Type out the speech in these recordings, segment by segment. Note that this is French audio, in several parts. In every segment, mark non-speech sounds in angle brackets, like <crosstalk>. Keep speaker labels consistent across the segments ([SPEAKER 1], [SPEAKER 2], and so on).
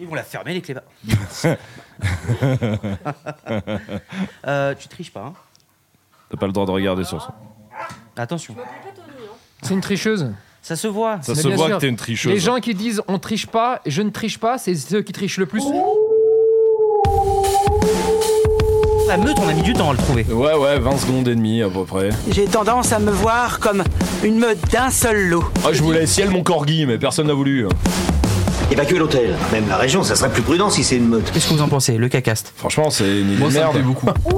[SPEAKER 1] Ils vont la fermer, les clébards. Euh, tu triches pas, hein
[SPEAKER 2] T'as pas le droit de regarder sur ça.
[SPEAKER 1] Attention.
[SPEAKER 3] C'est une tricheuse.
[SPEAKER 1] Ça se voit.
[SPEAKER 2] Ça
[SPEAKER 3] Mais
[SPEAKER 2] se
[SPEAKER 3] bien
[SPEAKER 2] voit
[SPEAKER 3] sûr,
[SPEAKER 2] que t'es une tricheuse.
[SPEAKER 3] Les gens qui disent on triche pas et je ne triche pas, c'est ceux qui trichent le plus.
[SPEAKER 1] La meute, on a mis du temps à le trouver.
[SPEAKER 2] Ouais, ouais, 20 secondes et demie à peu près.
[SPEAKER 4] J'ai tendance à me voir comme une meute d'un seul lot.
[SPEAKER 2] Ah, je voulais ciel mon corgi, mais personne n'a voulu. hein.
[SPEAKER 5] Évacuer l'hôtel, même la région, ça serait plus prudent si c'est une meute.
[SPEAKER 1] Qu'est-ce que vous en pensez, le cacaste
[SPEAKER 2] Franchement, c'est une idée
[SPEAKER 6] Moi,
[SPEAKER 2] de
[SPEAKER 6] ça me
[SPEAKER 2] merde.
[SPEAKER 6] plaît beaucoup.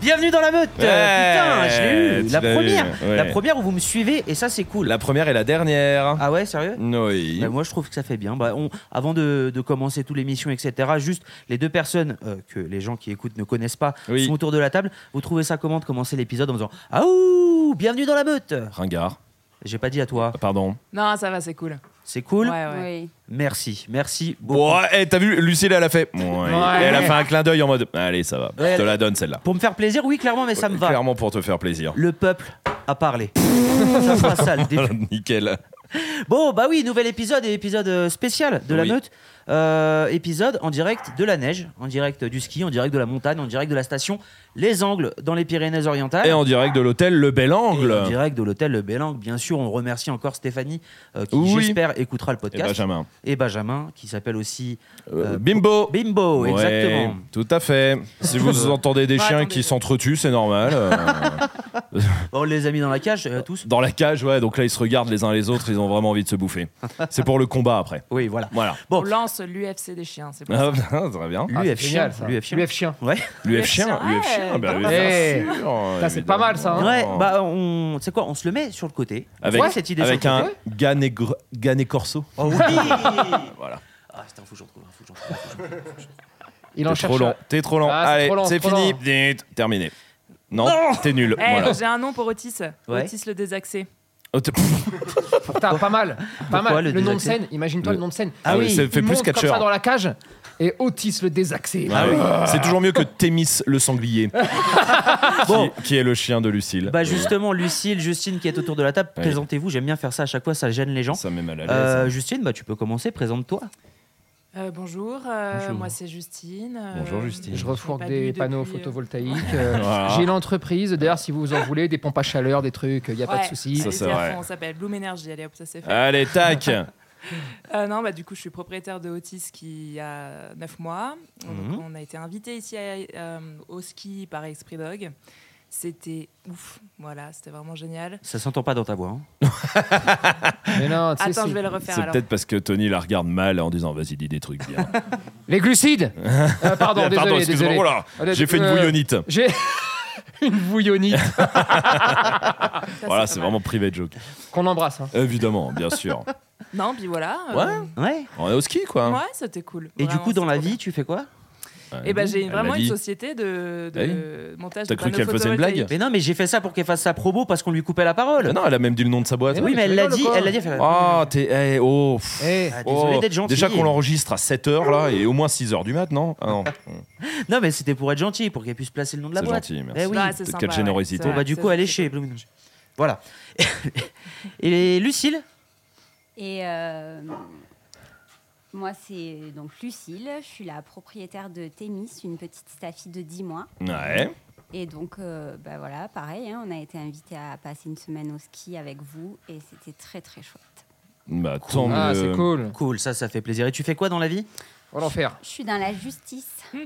[SPEAKER 1] Bienvenue dans la meute euh,
[SPEAKER 2] Ouais,
[SPEAKER 1] Putain, je l'ai eu
[SPEAKER 2] tu
[SPEAKER 1] La
[SPEAKER 2] l'as
[SPEAKER 1] première
[SPEAKER 2] eu, ouais.
[SPEAKER 1] La première où vous me suivez, et ça, c'est cool.
[SPEAKER 2] La première et la dernière.
[SPEAKER 1] Ah ouais, sérieux
[SPEAKER 2] Oui.
[SPEAKER 1] Bah, moi, je trouve que ça fait bien. Bah, on, avant de, de commencer toute l'émission, etc., juste les deux personnes euh, que les gens qui écoutent ne connaissent pas
[SPEAKER 2] Oui.
[SPEAKER 1] sont autour de la table. Vous trouvez ça comment de commencer l'épisode en disant Ah ouh, bienvenue dans la meute
[SPEAKER 2] Ringard.
[SPEAKER 1] J'ai pas dit à toi.
[SPEAKER 2] Ah, Pardon.
[SPEAKER 7] Non, ça va, c'est cool.
[SPEAKER 1] C'est cool.
[SPEAKER 7] Ouais, ouais.
[SPEAKER 8] Oui.
[SPEAKER 1] Merci, merci beaucoup.
[SPEAKER 2] Ouais, eh, t'as vu, Lucille, elle a fait. Ouais. Elle a fait un clin d'œil en mode. Allez, ça va.
[SPEAKER 1] Ouais.
[SPEAKER 2] Je te la donne celle-là.
[SPEAKER 1] Pour me faire plaisir, oui, clairement, mais ça me va.
[SPEAKER 2] Clairement pour te faire plaisir.
[SPEAKER 1] Le peuple a parlé. ça sera ça le
[SPEAKER 2] <laughs>
[SPEAKER 1] début.
[SPEAKER 2] <laughs> Nickel.
[SPEAKER 1] Bon, bah oui, nouvel épisode et épisode euh, spécial de la
[SPEAKER 2] Oui.
[SPEAKER 1] meute. Euh, épisode en direct de la neige, en direct du ski, en direct de la montagne, en direct de la station, les angles dans les Pyrénées-Orientales.
[SPEAKER 2] Et en direct de l'hôtel Le Bel
[SPEAKER 1] Et en
[SPEAKER 2] Angle.
[SPEAKER 1] direct de l'hôtel Le Bel Angle. Bien sûr, on remercie encore Stéphanie euh, qui,
[SPEAKER 2] Oui.
[SPEAKER 1] j'espère, écoutera le
[SPEAKER 2] Et
[SPEAKER 1] podcast.
[SPEAKER 2] Benjamin.
[SPEAKER 1] Et Benjamin, qui s'appelle aussi
[SPEAKER 2] Eh ben, Euh,
[SPEAKER 1] Euh,
[SPEAKER 2] Bimbo.
[SPEAKER 1] Bimbo,
[SPEAKER 2] Ouais,
[SPEAKER 1] exactement.
[SPEAKER 2] Tout à fait. Si <laughs> vous entendez des
[SPEAKER 7] Ouais,
[SPEAKER 2] chiens
[SPEAKER 7] attendez.
[SPEAKER 2] qui s'entretuent, c'est normal. <laughs> euh,
[SPEAKER 1] On les a mis dans la cage, euh, tous
[SPEAKER 2] dans la cage, ouais. Donc là, ils se regardent les uns les autres. Ils ont vraiment envie de se bouffer. C'est pour le combat après.
[SPEAKER 1] Oui, voilà.
[SPEAKER 2] Voilà. <laughs>
[SPEAKER 1] Bon.
[SPEAKER 7] On lance l''UFC des chiens, c'est pour ça.
[SPEAKER 2] Ah, Très bien.
[SPEAKER 3] Ah,
[SPEAKER 1] L'UF
[SPEAKER 3] c'est
[SPEAKER 1] chien,
[SPEAKER 3] génial, ça.
[SPEAKER 1] l'UF chien.
[SPEAKER 3] L'UF chien.
[SPEAKER 1] Ouais.
[SPEAKER 2] L'UF
[SPEAKER 7] L'UF
[SPEAKER 2] chien,
[SPEAKER 7] chien,
[SPEAKER 2] l'UF chien,
[SPEAKER 7] ouais.
[SPEAKER 2] bah,
[SPEAKER 7] Eh,
[SPEAKER 2] bien sûr,
[SPEAKER 3] Ça, c'est pas mal, ça, hein.
[SPEAKER 1] Ouais,
[SPEAKER 2] évidemment.
[SPEAKER 1] bah on, tu sais quoi, on se le met sur le côté. On
[SPEAKER 2] Avec,
[SPEAKER 1] voit cette idée
[SPEAKER 2] avec
[SPEAKER 1] sur le
[SPEAKER 2] un
[SPEAKER 1] côté.
[SPEAKER 2] Gané Gr- Gané Corso.
[SPEAKER 1] Oh oui.
[SPEAKER 2] <laughs> Voilà.
[SPEAKER 1] Ah putain, faut que j'en trouve, un, faut que j'en trouve. un, faut que j'en trouve un.
[SPEAKER 3] Il en
[SPEAKER 2] T'es
[SPEAKER 3] cherche.
[SPEAKER 2] trop lent. T'es trop lent.
[SPEAKER 3] Ah, c'est
[SPEAKER 2] Allez,
[SPEAKER 3] trop lent,
[SPEAKER 2] c'est
[SPEAKER 3] trop lent.
[SPEAKER 2] fini. Dit, Terminé. Non, t'es nul.
[SPEAKER 7] Eh,
[SPEAKER 2] voilà.
[SPEAKER 7] J'ai un nom pour Otis. Otis le désaxé.
[SPEAKER 2] Oh,
[SPEAKER 1] Ah
[SPEAKER 2] t'es-
[SPEAKER 3] Putain, pas mal. Pas
[SPEAKER 1] Pourquoi
[SPEAKER 3] mal.
[SPEAKER 1] le
[SPEAKER 3] Le, nom de
[SPEAKER 1] désaxé
[SPEAKER 3] scène, imagine-toi
[SPEAKER 2] Le-
[SPEAKER 3] le... nom de scène.
[SPEAKER 2] Ah oui, ça fait
[SPEAKER 3] il
[SPEAKER 2] plus
[SPEAKER 3] monte
[SPEAKER 2] catcheur.
[SPEAKER 3] comme ça dans la cage et Otis le désaxé.
[SPEAKER 2] Ah oui. C'est toujours mieux que Thémis le
[SPEAKER 3] <laughs>
[SPEAKER 2] sanglier,
[SPEAKER 1] Bon.
[SPEAKER 2] qui, qui est le chien de Lucille.
[SPEAKER 1] Bah justement, Lucille, Justine qui est autour de la table,
[SPEAKER 2] Oui.
[SPEAKER 1] présentez-vous. J'aime bien faire ça à chaque fois, ça gêne les gens.
[SPEAKER 2] Ça met mal à l'aise.
[SPEAKER 1] Euh, Justine, bah tu peux commencer, présente-toi.
[SPEAKER 7] Euh, bonjour, euh,
[SPEAKER 1] Bonjour.
[SPEAKER 7] moi c'est Justine. euh,
[SPEAKER 2] Bonjour, Justine.
[SPEAKER 3] Je
[SPEAKER 7] j'ai
[SPEAKER 3] refourgue
[SPEAKER 7] pas
[SPEAKER 3] des
[SPEAKER 7] bu
[SPEAKER 3] panneaux
[SPEAKER 7] depuis, euh,
[SPEAKER 3] photovoltaïques. euh,
[SPEAKER 2] Voilà.
[SPEAKER 3] J'ai une entreprise. D'ailleurs, si vous en voulez, des pompes à chaleur, des trucs, il n'y a pas
[SPEAKER 7] ouais,
[SPEAKER 3] de souci.
[SPEAKER 2] Ça,
[SPEAKER 7] allez-y
[SPEAKER 2] c'est
[SPEAKER 7] à
[SPEAKER 2] vrai.
[SPEAKER 7] fond, On s'appelle Bloom Energy, allez hop, ça c'est fait.
[SPEAKER 2] Allez, tac.
[SPEAKER 7] Euh, non, bah, du coup, je suis propriétaire de Otis qui a 9 mois. Donc,
[SPEAKER 1] Mhm.
[SPEAKER 7] on a été invité ici à- euh, au ski par Esprit Dog. C'était ouf, voilà, c'était vraiment génial.
[SPEAKER 1] Ça s'entend pas dans ta voix. hein.
[SPEAKER 3] Mais non, tu sais,
[SPEAKER 7] Attends,
[SPEAKER 3] c'est-
[SPEAKER 7] je vais le refaire
[SPEAKER 2] C'est
[SPEAKER 7] alors.
[SPEAKER 2] peut-être parce que Tony la regarde mal en disant vas-y, dis des trucs
[SPEAKER 3] <laughs>
[SPEAKER 2] bien. <laughs>
[SPEAKER 3] Les glucides Euh, Pardon,
[SPEAKER 2] Ah,
[SPEAKER 3] désolé.
[SPEAKER 2] Pardon,
[SPEAKER 3] désolé.
[SPEAKER 2] excuse-moi. Oula,
[SPEAKER 3] Allez,
[SPEAKER 2] J'ai fait une
[SPEAKER 3] euh,
[SPEAKER 2] bouillonnite.
[SPEAKER 3] J'ai <laughs> une bouillonnite
[SPEAKER 7] Ça,
[SPEAKER 2] Voilà,
[SPEAKER 7] pas
[SPEAKER 2] c'est
[SPEAKER 7] mal.
[SPEAKER 2] vraiment privé joke.
[SPEAKER 3] qu'on embrasse. hein.
[SPEAKER 2] Évidemment, bien sûr.
[SPEAKER 7] Non, puis voilà.
[SPEAKER 3] <laughs>
[SPEAKER 7] euh,
[SPEAKER 2] Ouais,
[SPEAKER 1] Ouais.
[SPEAKER 2] on est au ski quoi.
[SPEAKER 7] ouais, c'était cool.
[SPEAKER 1] Et du
[SPEAKER 7] Vraiment,
[SPEAKER 1] coup, dans
[SPEAKER 7] c'est
[SPEAKER 1] la
[SPEAKER 7] trop
[SPEAKER 1] vie, tu fais quoi
[SPEAKER 2] Ouais.
[SPEAKER 7] Eh ben, j'ai
[SPEAKER 2] Ah Elle
[SPEAKER 7] vraiment
[SPEAKER 2] l'a
[SPEAKER 7] une
[SPEAKER 2] dit.
[SPEAKER 7] société de, de
[SPEAKER 2] Ah
[SPEAKER 7] montage
[SPEAKER 2] T'as
[SPEAKER 7] de
[SPEAKER 2] cru
[SPEAKER 7] panneaux
[SPEAKER 2] qu'elle faisait une
[SPEAKER 7] photovoltaïques.
[SPEAKER 2] blague
[SPEAKER 1] Mais non, mais j'ai fait ça pour qu'elle fasse sa promo parce qu'on lui coupait la parole.
[SPEAKER 2] Mais non, elle a même dit le nom de sa boîte.
[SPEAKER 3] Mais non,
[SPEAKER 1] oui, mais elle l'a
[SPEAKER 3] tu
[SPEAKER 1] dit,
[SPEAKER 3] rigoles ou
[SPEAKER 1] elle l'a dit. elle fait-
[SPEAKER 2] Ah, t'es. eh, oh, pff.
[SPEAKER 3] Eh,
[SPEAKER 1] Ah, désolé
[SPEAKER 2] Oh,
[SPEAKER 1] d'être gentil.
[SPEAKER 2] Déjà qu'on l'enregistre à 7h là et au moins 6h du mat, non Ah non,
[SPEAKER 1] Non, mais c'était pour être gentil, pour qu'elle puisse placer le nom de la
[SPEAKER 2] c'est
[SPEAKER 1] boîte.
[SPEAKER 2] gentil, merci.
[SPEAKER 1] Eh oui.
[SPEAKER 7] Ah, c'est
[SPEAKER 2] Quelle
[SPEAKER 7] sympa, ouais,
[SPEAKER 2] générosité.
[SPEAKER 7] c'est
[SPEAKER 1] Bon,
[SPEAKER 7] vrai,
[SPEAKER 1] bah du
[SPEAKER 7] c'est
[SPEAKER 1] coup,
[SPEAKER 7] vrai,
[SPEAKER 1] elle est
[SPEAKER 7] c'est
[SPEAKER 1] chez Bloom Energy. Voilà. <laughs> Et Lucille
[SPEAKER 8] Et euh, moi, c'est donc Lucille. Je suis la propriétaire de Thémis, une petite staffie de 10 mois.
[SPEAKER 2] Ouais.
[SPEAKER 8] Et donc, euh, bah voilà, pareil, hein, on a été invité à passer une semaine au ski avec vous et c'était très très chouette.
[SPEAKER 2] Bah, tant
[SPEAKER 3] Ah,
[SPEAKER 2] mieux.
[SPEAKER 3] c'est cool.
[SPEAKER 1] Cool, ça, ça fait plaisir. Et tu fais quoi dans la vie
[SPEAKER 3] On va l'en faire.
[SPEAKER 8] Je suis dans la justice.
[SPEAKER 7] Ah,